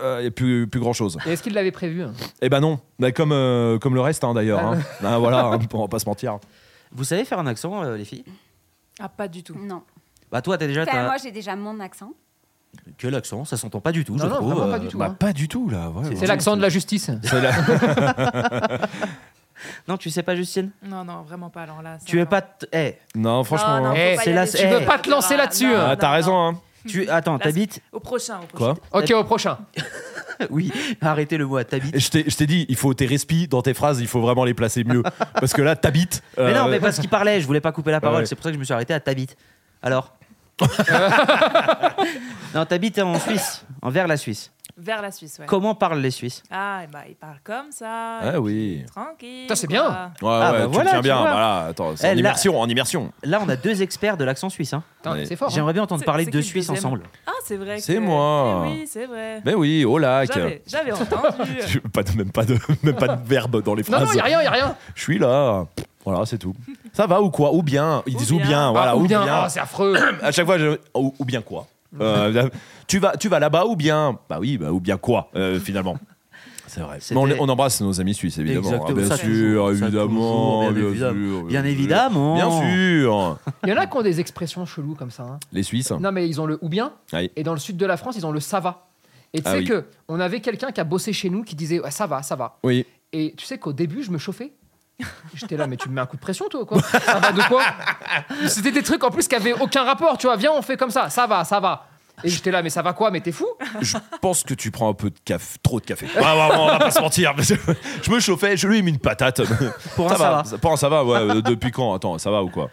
[SPEAKER 2] il n'y a plus, plus grand-chose.
[SPEAKER 3] et Est-ce qu'il l'avait prévu hein
[SPEAKER 2] Eh ben non, Bah, comme, euh, comme le reste, hein, d'ailleurs.
[SPEAKER 3] <laughs> Ah,
[SPEAKER 2] hein. Ah, voilà, hein, on va pas se mentir.
[SPEAKER 1] Vous savez faire un accent, euh, les filles
[SPEAKER 7] Ah, pas du tout.
[SPEAKER 8] Non.
[SPEAKER 1] Bah toi, t'as déjà
[SPEAKER 8] Enfin,
[SPEAKER 1] t'as-
[SPEAKER 8] moi, j'ai déjà mon accent.
[SPEAKER 1] quel accent Ça s'entend pas du tout,
[SPEAKER 3] Non,
[SPEAKER 1] je
[SPEAKER 3] non,
[SPEAKER 1] trouve.
[SPEAKER 3] vraiment pas
[SPEAKER 1] euh,
[SPEAKER 3] du tout.
[SPEAKER 2] Bah,
[SPEAKER 3] hein.
[SPEAKER 2] pas du tout, là. ouais,
[SPEAKER 1] C'est-
[SPEAKER 2] ouais.
[SPEAKER 3] C'est l'accent de la justice.
[SPEAKER 2] C'est la-
[SPEAKER 1] Non, tu sais pas, Justine
[SPEAKER 7] Non, non, vraiment pas. Alors là, ça
[SPEAKER 1] Tu veux
[SPEAKER 7] va.
[SPEAKER 1] pas t- eh,
[SPEAKER 2] Non, franchement.
[SPEAKER 7] Non, non,
[SPEAKER 2] hein.
[SPEAKER 7] faut
[SPEAKER 3] Eh,
[SPEAKER 7] pas y
[SPEAKER 1] c'est la-
[SPEAKER 7] aller.
[SPEAKER 1] tu veux
[SPEAKER 3] pas te lancer là-dessus,
[SPEAKER 7] Non,
[SPEAKER 3] hein.
[SPEAKER 2] Ah,
[SPEAKER 7] non,
[SPEAKER 2] t'as
[SPEAKER 7] non.
[SPEAKER 2] raison, hein.
[SPEAKER 1] tu attends,
[SPEAKER 7] Là,
[SPEAKER 1] t'habites
[SPEAKER 7] Au prochain, au prochain.
[SPEAKER 2] Quoi
[SPEAKER 3] Ok, au prochain.
[SPEAKER 1] Oui, arrêtez le mot à t'habites.
[SPEAKER 2] Je t'ai je t'ai dit, il faut tes respis dans tes phrases, il faut vraiment les placer
[SPEAKER 3] <laughs>
[SPEAKER 2] mieux. Parce que là, t'habites.
[SPEAKER 1] Mais non,
[SPEAKER 2] <laughs> euh, Bah
[SPEAKER 1] mais parce qu'il parlait, je voulais pas couper la parole,
[SPEAKER 2] ouais.
[SPEAKER 1] c'est pour ça que je me suis arrêté à t'habites.
[SPEAKER 2] <laughs>
[SPEAKER 1] Alors Non, t'habites en Suisse, envers la Suisse.
[SPEAKER 7] Vers la Suisse, ouais.
[SPEAKER 1] Comment parlent les Suisses
[SPEAKER 7] Ah, et bah, il parle comme ça.
[SPEAKER 2] Ah
[SPEAKER 7] et
[SPEAKER 2] oui.
[SPEAKER 7] puis Tranquille.
[SPEAKER 3] Putain, c'est
[SPEAKER 7] quoi.
[SPEAKER 3] bien.
[SPEAKER 2] Ouais,
[SPEAKER 1] Ah,
[SPEAKER 2] ouais,
[SPEAKER 1] bah
[SPEAKER 2] tu
[SPEAKER 1] voilà,
[SPEAKER 2] le tiens
[SPEAKER 1] tu
[SPEAKER 2] bien.
[SPEAKER 1] vois.
[SPEAKER 2] Voilà, attends, c'est en
[SPEAKER 1] Elle, là-
[SPEAKER 2] immersion, en immersion.
[SPEAKER 1] Là, on a deux experts de l'accent suisse. hein.
[SPEAKER 3] Putain,
[SPEAKER 2] Ouais.
[SPEAKER 3] C'est fort. hein.
[SPEAKER 1] J'aimerais bien entendre
[SPEAKER 7] C'est-
[SPEAKER 1] parler
[SPEAKER 7] c'est
[SPEAKER 1] de
[SPEAKER 7] qui le
[SPEAKER 1] Suisse
[SPEAKER 7] deuxième
[SPEAKER 1] ensemble.
[SPEAKER 7] Ah, c'est vrai.
[SPEAKER 2] C'est
[SPEAKER 7] que-
[SPEAKER 2] moi.
[SPEAKER 7] Eh Oui, c'est vrai.
[SPEAKER 2] Mais oui, au lac.
[SPEAKER 7] J'avais- J'avais entendu.
[SPEAKER 2] <laughs> Je- Pas de, même, pas de, <laughs> même pas de verbe dans les
[SPEAKER 3] Non,
[SPEAKER 2] phrases.
[SPEAKER 3] non, y a rien, y a rien.
[SPEAKER 2] Je suis là. Voilà, c'est tout. Ça va ou quoi Ou bien. Ils
[SPEAKER 7] Ou
[SPEAKER 2] disent ou
[SPEAKER 7] bien.
[SPEAKER 2] bien. Voilà,
[SPEAKER 3] Ah,
[SPEAKER 2] ou bien.
[SPEAKER 3] ah, c'est affreux.
[SPEAKER 2] À chaque fois, je- ou, ou
[SPEAKER 1] <laughs>
[SPEAKER 2] bien quoi Euh, Tu vas, tu vas là-bas ou bien Bah oui, bah, ou bien quoi euh, finalement. C'est vrai.
[SPEAKER 1] C'était-
[SPEAKER 2] Mais on, les- on embrasse nos amis suisses évidemment.
[SPEAKER 1] Exactement,
[SPEAKER 2] Ah, bien,
[SPEAKER 1] ça
[SPEAKER 2] sûr,
[SPEAKER 1] toujours, ça
[SPEAKER 2] évidemment,
[SPEAKER 1] toujours, bien
[SPEAKER 2] bien,
[SPEAKER 1] évidemment.
[SPEAKER 2] sûr,
[SPEAKER 1] Bien évidemment.
[SPEAKER 2] Bien sûr.
[SPEAKER 3] Il y en a qui ont des expressions cheloues comme ça. hein.
[SPEAKER 2] Les Suisses.
[SPEAKER 3] Non, mais ils ont le ou bien.
[SPEAKER 2] Oui.
[SPEAKER 3] Et dans le sud de la France, ils ont le ça va. Et tu
[SPEAKER 2] Ah
[SPEAKER 3] sais
[SPEAKER 2] oui.
[SPEAKER 3] que on avait quelqu'un qui a bossé chez nous qui disait Ouais, ça va, ça va.
[SPEAKER 2] Oui.
[SPEAKER 3] Et tu sais qu'au début, je me chauffais. J'étais là, mais tu me mets un coup de pression, toi, quoi. Ça va de quoi C'était des trucs en plus qui avaient aucun rapport, tu vois. Viens, on fait comme ça, ça va, ça va. Et j'étais là, mais ça va quoi Mais t'es fou
[SPEAKER 2] Je pense que tu prends un peu de café, trop de café. Ouais, vraiment, on va pas se mentir. parce que Je me chauffais, je lui ai mis une patate.
[SPEAKER 1] Pour un, ça va.
[SPEAKER 2] Pour un ça va, ouais. euh, Depuis quand Attends, ça va ou quoi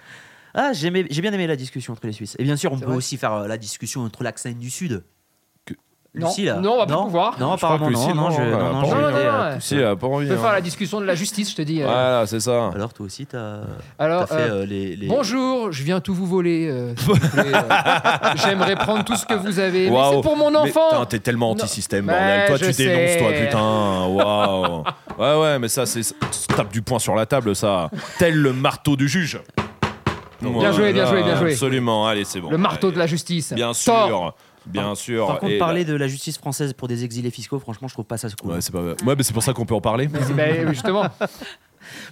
[SPEAKER 1] Ah, j'ai aimé- j'ai bien aimé la discussion entre les Suisses. Et bien sûr, on
[SPEAKER 3] C'est
[SPEAKER 1] peut
[SPEAKER 3] vrai.
[SPEAKER 1] aussi faire euh, la discussion entre l'accent du Sud.
[SPEAKER 2] Que-
[SPEAKER 1] Lucie,
[SPEAKER 3] Non,
[SPEAKER 1] là.
[SPEAKER 3] non, on va pas pouvoir.
[SPEAKER 1] Non,
[SPEAKER 2] Je crois que
[SPEAKER 1] apparemment, non.
[SPEAKER 2] Lucie,
[SPEAKER 1] Non,
[SPEAKER 2] non,
[SPEAKER 1] je-
[SPEAKER 2] elle a
[SPEAKER 1] non,
[SPEAKER 2] pas
[SPEAKER 1] non,
[SPEAKER 2] envie.
[SPEAKER 1] j'ai
[SPEAKER 3] Non,
[SPEAKER 1] été,
[SPEAKER 3] non,
[SPEAKER 1] euh,
[SPEAKER 3] ouais.
[SPEAKER 1] tout
[SPEAKER 2] Si,
[SPEAKER 1] seul.
[SPEAKER 2] elle a pas envie.
[SPEAKER 3] On peut
[SPEAKER 2] hein.
[SPEAKER 3] faire la discussion de la justice, je te dis. euh.
[SPEAKER 2] Voilà, c'est ça.
[SPEAKER 1] Alors, toi aussi, t'as t'as
[SPEAKER 3] Alors,
[SPEAKER 1] fait
[SPEAKER 3] euh,
[SPEAKER 1] euh, les. les-
[SPEAKER 3] bonjour, je viens tout vous voler. euh, s'il vous plaît, euh. J'aimerais prendre tout ce que vous avez. Mais
[SPEAKER 2] Waouh.
[SPEAKER 3] c'est pour mon
[SPEAKER 2] Mais, putain,
[SPEAKER 3] enfant
[SPEAKER 2] T'es tellement anti-système,
[SPEAKER 3] Non.
[SPEAKER 2] bordel.
[SPEAKER 3] Ouais,
[SPEAKER 2] Toi, tu
[SPEAKER 3] je
[SPEAKER 2] dénonces,
[SPEAKER 3] sais.
[SPEAKER 2] toi, putain. Waouh. Ouais, ouais, mais ça, c'est. Tu tapes du poing sur la table, ça. Tel le marteau du juge. Voilà,
[SPEAKER 3] joué, bien joué, bien joué.
[SPEAKER 2] Absolument, allez, c'est bon.
[SPEAKER 3] Le marteau
[SPEAKER 2] Allez.
[SPEAKER 3] de la justice.
[SPEAKER 2] Bien
[SPEAKER 3] Tort.
[SPEAKER 2] sûr. Bien sûr.
[SPEAKER 1] Par contre,
[SPEAKER 2] Ah, Et
[SPEAKER 1] parler de la justice française pour des exilés fiscaux, franchement, je trouve pas ça cool.
[SPEAKER 2] Ouais, c'est pas vrai. Ouais, mais c'est pour ça qu'on peut en parler.
[SPEAKER 3] Ben, justement,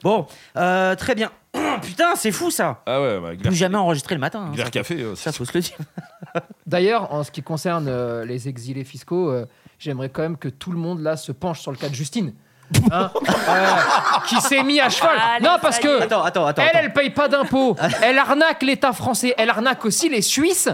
[SPEAKER 1] Bon, euh, très bien. <clears throat> Putain, c'est fou ça.
[SPEAKER 2] Ah ouais, bah, glace-
[SPEAKER 1] Plus jamais enregistré le matin. hein.
[SPEAKER 2] Bière café. euh,
[SPEAKER 1] Ça, faut se le dire. <laughs>
[SPEAKER 3] D'ailleurs, en ce qui concerne euh, les exilés fiscaux, euh, j'aimerais quand même que tout le monde là se penche sur le cas de Justine.
[SPEAKER 7] <laughs>
[SPEAKER 3] Hein, euh, qui s'est mis à cheval.
[SPEAKER 7] Allez,
[SPEAKER 3] non, parce
[SPEAKER 7] ça y
[SPEAKER 3] que
[SPEAKER 7] est.
[SPEAKER 1] Attends, attends, attends.
[SPEAKER 3] elle,
[SPEAKER 1] attends.
[SPEAKER 3] elle paye
[SPEAKER 2] <laughs>
[SPEAKER 3] pas d'impôts. Elle arnaque l'État français. Elle arnaque aussi les Suisses.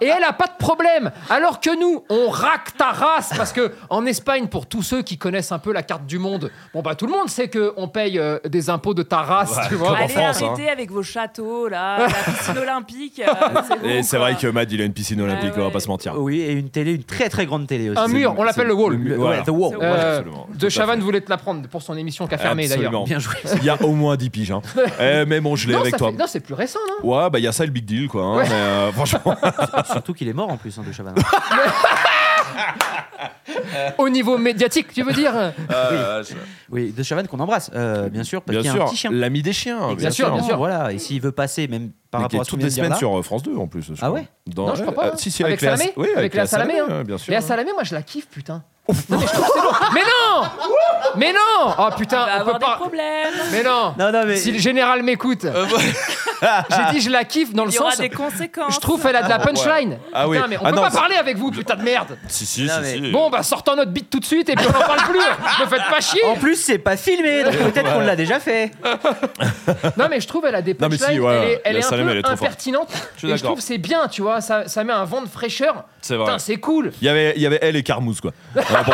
[SPEAKER 3] Et elle a pas de problème. Alors que nous, on raque ta race parce que en Espagne, pour tous ceux qui connaissent un peu la carte du monde, bon bah tout le monde sait que on paye euh, des impôts de ta race, tu vois.
[SPEAKER 2] comme en
[SPEAKER 7] Allez,
[SPEAKER 2] France, hein.
[SPEAKER 7] arrêtez avec vos châteaux, là, la
[SPEAKER 2] <laughs>
[SPEAKER 7] piscine olympique. euh, c'est bon,
[SPEAKER 2] Et c'est
[SPEAKER 7] quoi.
[SPEAKER 2] vrai que Mad, il a une piscine olympique,
[SPEAKER 7] Ah ouais.
[SPEAKER 2] on va pas se mentir.
[SPEAKER 1] Oui, et une télé, une très très grande télé aussi.
[SPEAKER 3] Un mur, on l'appelle le wall.
[SPEAKER 1] Le-
[SPEAKER 2] Voilà.
[SPEAKER 1] ouais, The Wall.
[SPEAKER 7] Euh,
[SPEAKER 3] Euh,
[SPEAKER 2] absolument, tout
[SPEAKER 3] de
[SPEAKER 2] à
[SPEAKER 3] Chavannes
[SPEAKER 2] fait.
[SPEAKER 3] voulait te la prendre pour son émission qui a fermé d'ailleurs.
[SPEAKER 2] Absolument.
[SPEAKER 1] Bien
[SPEAKER 2] <laughs>
[SPEAKER 1] joué.
[SPEAKER 2] Il y a au moins 10 piges. Hein. Eh, mais bon, je l'ai
[SPEAKER 3] Non,
[SPEAKER 2] avec
[SPEAKER 3] ça
[SPEAKER 2] toi.
[SPEAKER 3] fait- non, c'est plus récent, non
[SPEAKER 2] Ouais, bah il y a ça le big deal quoi. hein,
[SPEAKER 3] Ouais.
[SPEAKER 2] mais, euh, franchement,
[SPEAKER 1] Surtout qu'il est mort en plus hein, de Chavannes.
[SPEAKER 3] Au niveau médiatique, tu veux dire
[SPEAKER 2] <laughs> euh, je-
[SPEAKER 1] Oui, de Chavannes qu'on embrasse, euh, bien sûr, parce qu'il y
[SPEAKER 2] bien
[SPEAKER 1] a un
[SPEAKER 2] sûr,
[SPEAKER 1] petit chien.
[SPEAKER 2] l'ami des chiens.
[SPEAKER 3] Bien sûr, bien sûr.
[SPEAKER 1] Voilà, et s'il veut passer, même par
[SPEAKER 2] Mais qui
[SPEAKER 1] rapport à
[SPEAKER 2] est
[SPEAKER 1] ce qu'on
[SPEAKER 2] toutes
[SPEAKER 1] vient
[SPEAKER 2] les
[SPEAKER 1] de
[SPEAKER 2] semaines
[SPEAKER 1] dire là-
[SPEAKER 2] sur euh, France 2 en plus. je
[SPEAKER 1] Ah
[SPEAKER 2] crois.
[SPEAKER 1] ouais
[SPEAKER 2] Dans-
[SPEAKER 3] Non, je crois pas,
[SPEAKER 2] euh,
[SPEAKER 3] hein.
[SPEAKER 2] Si, si, avec,
[SPEAKER 3] Avec
[SPEAKER 2] la
[SPEAKER 3] Salamé
[SPEAKER 2] oui,
[SPEAKER 3] Avec la Salamé, hein.
[SPEAKER 2] euh, bien sûr.
[SPEAKER 3] Léa Salamé, moi je la kiffe, putain. Non, mais, je trouve que c'est lourd. Mais
[SPEAKER 7] <laughs>
[SPEAKER 3] non Mais non Oh
[SPEAKER 7] On va
[SPEAKER 3] putain, on
[SPEAKER 7] avoir
[SPEAKER 3] peut
[SPEAKER 7] des
[SPEAKER 3] pas.
[SPEAKER 7] problèmes.
[SPEAKER 3] Mais non,
[SPEAKER 1] Non, non, mais.
[SPEAKER 3] Si le général m'écoute,
[SPEAKER 2] Euh,
[SPEAKER 3] <laughs> j'ai dit je la kiffe dans le
[SPEAKER 7] Il y aura
[SPEAKER 3] sens.
[SPEAKER 7] des conséquences.
[SPEAKER 3] Je trouve elle a de la punchline.
[SPEAKER 2] Ah oui.
[SPEAKER 3] Putain, mais on
[SPEAKER 2] Ah
[SPEAKER 3] peut
[SPEAKER 2] non,
[SPEAKER 3] pas
[SPEAKER 2] c'est-
[SPEAKER 3] parler avec vous, putain de merde.
[SPEAKER 2] Si, si,
[SPEAKER 1] Non,
[SPEAKER 2] si,
[SPEAKER 1] mais-
[SPEAKER 2] si.
[SPEAKER 3] Bon, bah sortons notre bite tout de suite et puis on en parle plus.
[SPEAKER 2] <laughs>
[SPEAKER 3] Ne faites pas chier.
[SPEAKER 1] En plus, c'est pas filmé, donc peut-être qu'on l'a déjà fait.
[SPEAKER 3] Non, mais je trouve elle a des
[SPEAKER 2] Non, mais
[SPEAKER 3] punchlines.
[SPEAKER 2] si, ouais,
[SPEAKER 3] elle est, elle
[SPEAKER 2] la
[SPEAKER 3] est un
[SPEAKER 2] Salamé,
[SPEAKER 3] peu
[SPEAKER 2] elle est trop forte.
[SPEAKER 3] impertinente.
[SPEAKER 2] suis
[SPEAKER 3] et je
[SPEAKER 2] d'accord.
[SPEAKER 3] trouve c'est bien, tu vois. Ça, ça met un vent de fraîcheur.
[SPEAKER 2] c'est
[SPEAKER 3] Putain,
[SPEAKER 2] vrai.
[SPEAKER 3] c'est cool.
[SPEAKER 2] Il y avait, il y avait elle et Carmouze quoi. Ah, bon.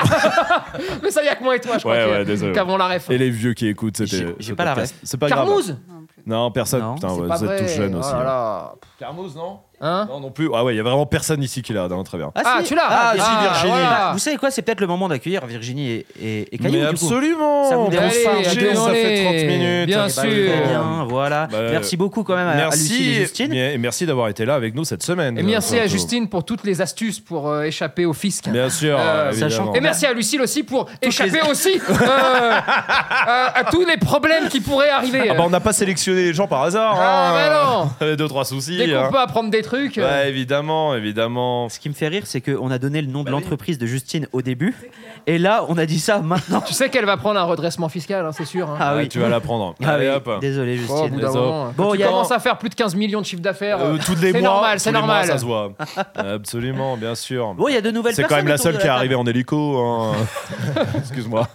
[SPEAKER 3] Mais ça y a que moi et toi, je
[SPEAKER 2] Ouais,
[SPEAKER 3] crois
[SPEAKER 2] ouais,
[SPEAKER 3] que-
[SPEAKER 2] désolé.
[SPEAKER 3] qu'avant la ref.
[SPEAKER 2] Et les vieux qui écoutent, c'était.
[SPEAKER 1] J'ai- j'ai
[SPEAKER 2] ce
[SPEAKER 1] pas la
[SPEAKER 2] podcast. C'est pas grave.
[SPEAKER 3] Carmouze
[SPEAKER 8] Non plus.
[SPEAKER 2] Non, personne.
[SPEAKER 1] Non,
[SPEAKER 2] Putain,
[SPEAKER 3] C'est
[SPEAKER 2] ouais,
[SPEAKER 3] pas
[SPEAKER 2] Bah, vous êtes
[SPEAKER 3] vrai.
[SPEAKER 2] tous jeunes
[SPEAKER 3] Oh
[SPEAKER 2] aussi.
[SPEAKER 3] là
[SPEAKER 2] hein.
[SPEAKER 3] là.
[SPEAKER 2] Carmouze, non
[SPEAKER 3] Hein
[SPEAKER 2] Non, non plus. Ah ouais, il y a vraiment personne ici qui l'a. Non, très bien.
[SPEAKER 3] Ah,
[SPEAKER 1] si.
[SPEAKER 3] tu l'as.
[SPEAKER 1] Ah,
[SPEAKER 3] Ah,
[SPEAKER 1] si, Virginie.
[SPEAKER 3] voilà.
[SPEAKER 1] Bah, vous savez quoi, c'est peut-être le moment d'accueillir Virginie et, et, et Caillou.
[SPEAKER 2] Mais
[SPEAKER 1] du coup.
[SPEAKER 2] absolument
[SPEAKER 1] Ça vous
[SPEAKER 2] Bah,
[SPEAKER 1] dérange
[SPEAKER 3] Allez,
[SPEAKER 1] pas,
[SPEAKER 2] allez,
[SPEAKER 1] on
[SPEAKER 3] allez,
[SPEAKER 1] peut-
[SPEAKER 2] ça fait
[SPEAKER 3] allez.
[SPEAKER 2] 30 minutes. Bah,
[SPEAKER 3] Bien
[SPEAKER 1] Eh ben,
[SPEAKER 3] sûr.
[SPEAKER 1] très bien, voilà.
[SPEAKER 2] Bah,
[SPEAKER 1] merci beaucoup quand même à, à Lucie
[SPEAKER 2] Merci,
[SPEAKER 1] et Justine.
[SPEAKER 2] et merci d'avoir été là avec nous cette semaine.
[SPEAKER 3] Et merci
[SPEAKER 2] Euh,
[SPEAKER 3] à Justine pour toutes les astuces pour euh, échapper au fisc.
[SPEAKER 2] Bien sûr,
[SPEAKER 3] Euh,
[SPEAKER 2] évidemment.
[SPEAKER 1] sachant
[SPEAKER 3] Et merci à Lucille aussi pour échapper
[SPEAKER 2] <laughs>
[SPEAKER 1] les-
[SPEAKER 3] aussi euh, à, à tous les problèmes qui pourraient arriver.
[SPEAKER 2] Ah bah on n'a pas sélectionné les gens par hasard.
[SPEAKER 3] Ah,
[SPEAKER 2] hein. Il y avait <laughs> deux trois soucis.
[SPEAKER 3] Dès
[SPEAKER 2] hein.
[SPEAKER 3] qu'on peut apprendre des trucs. euh,
[SPEAKER 2] Ouais, évidemment, évidemment.
[SPEAKER 1] Ce qui me fait rire, c'est qu'on a donné le nom de l'entreprise de Justine au début, et là, on a dit ça maintenant.
[SPEAKER 3] Tu sais qu'elle va prendre un redressement fiscal, hein, c'est sûr. hein.
[SPEAKER 1] Ah
[SPEAKER 2] Ouais,
[SPEAKER 1] oui.
[SPEAKER 2] Tu vas l'apprendre.
[SPEAKER 1] <laughs> Ah
[SPEAKER 2] <laughs> Allez,
[SPEAKER 1] oui,
[SPEAKER 2] hop.
[SPEAKER 1] Désolé,
[SPEAKER 3] Oh, au bout
[SPEAKER 1] Justine.
[SPEAKER 3] d'un
[SPEAKER 2] les
[SPEAKER 3] moment,
[SPEAKER 2] autres.
[SPEAKER 3] quand
[SPEAKER 1] Bon,
[SPEAKER 3] tu
[SPEAKER 1] y a-
[SPEAKER 3] commences à faire plus de 15 millions de chiffre d'affaires.
[SPEAKER 2] Euh,
[SPEAKER 3] euh,
[SPEAKER 2] toutes les
[SPEAKER 3] c'est
[SPEAKER 2] mois,
[SPEAKER 3] normal, c'est
[SPEAKER 2] tous les mois,
[SPEAKER 3] normal.
[SPEAKER 2] ça se
[SPEAKER 3] <laughs>
[SPEAKER 2] voit. Absolument, bien sûr.
[SPEAKER 1] Bon, il y a de nouvelles
[SPEAKER 2] C'est
[SPEAKER 1] personnes.
[SPEAKER 2] quand même la
[SPEAKER 1] autour
[SPEAKER 2] seule
[SPEAKER 1] de
[SPEAKER 2] qui est
[SPEAKER 1] table.
[SPEAKER 2] arrivée en
[SPEAKER 1] <laughs>
[SPEAKER 2] hélico. hein. <laughs> Excuse-moi.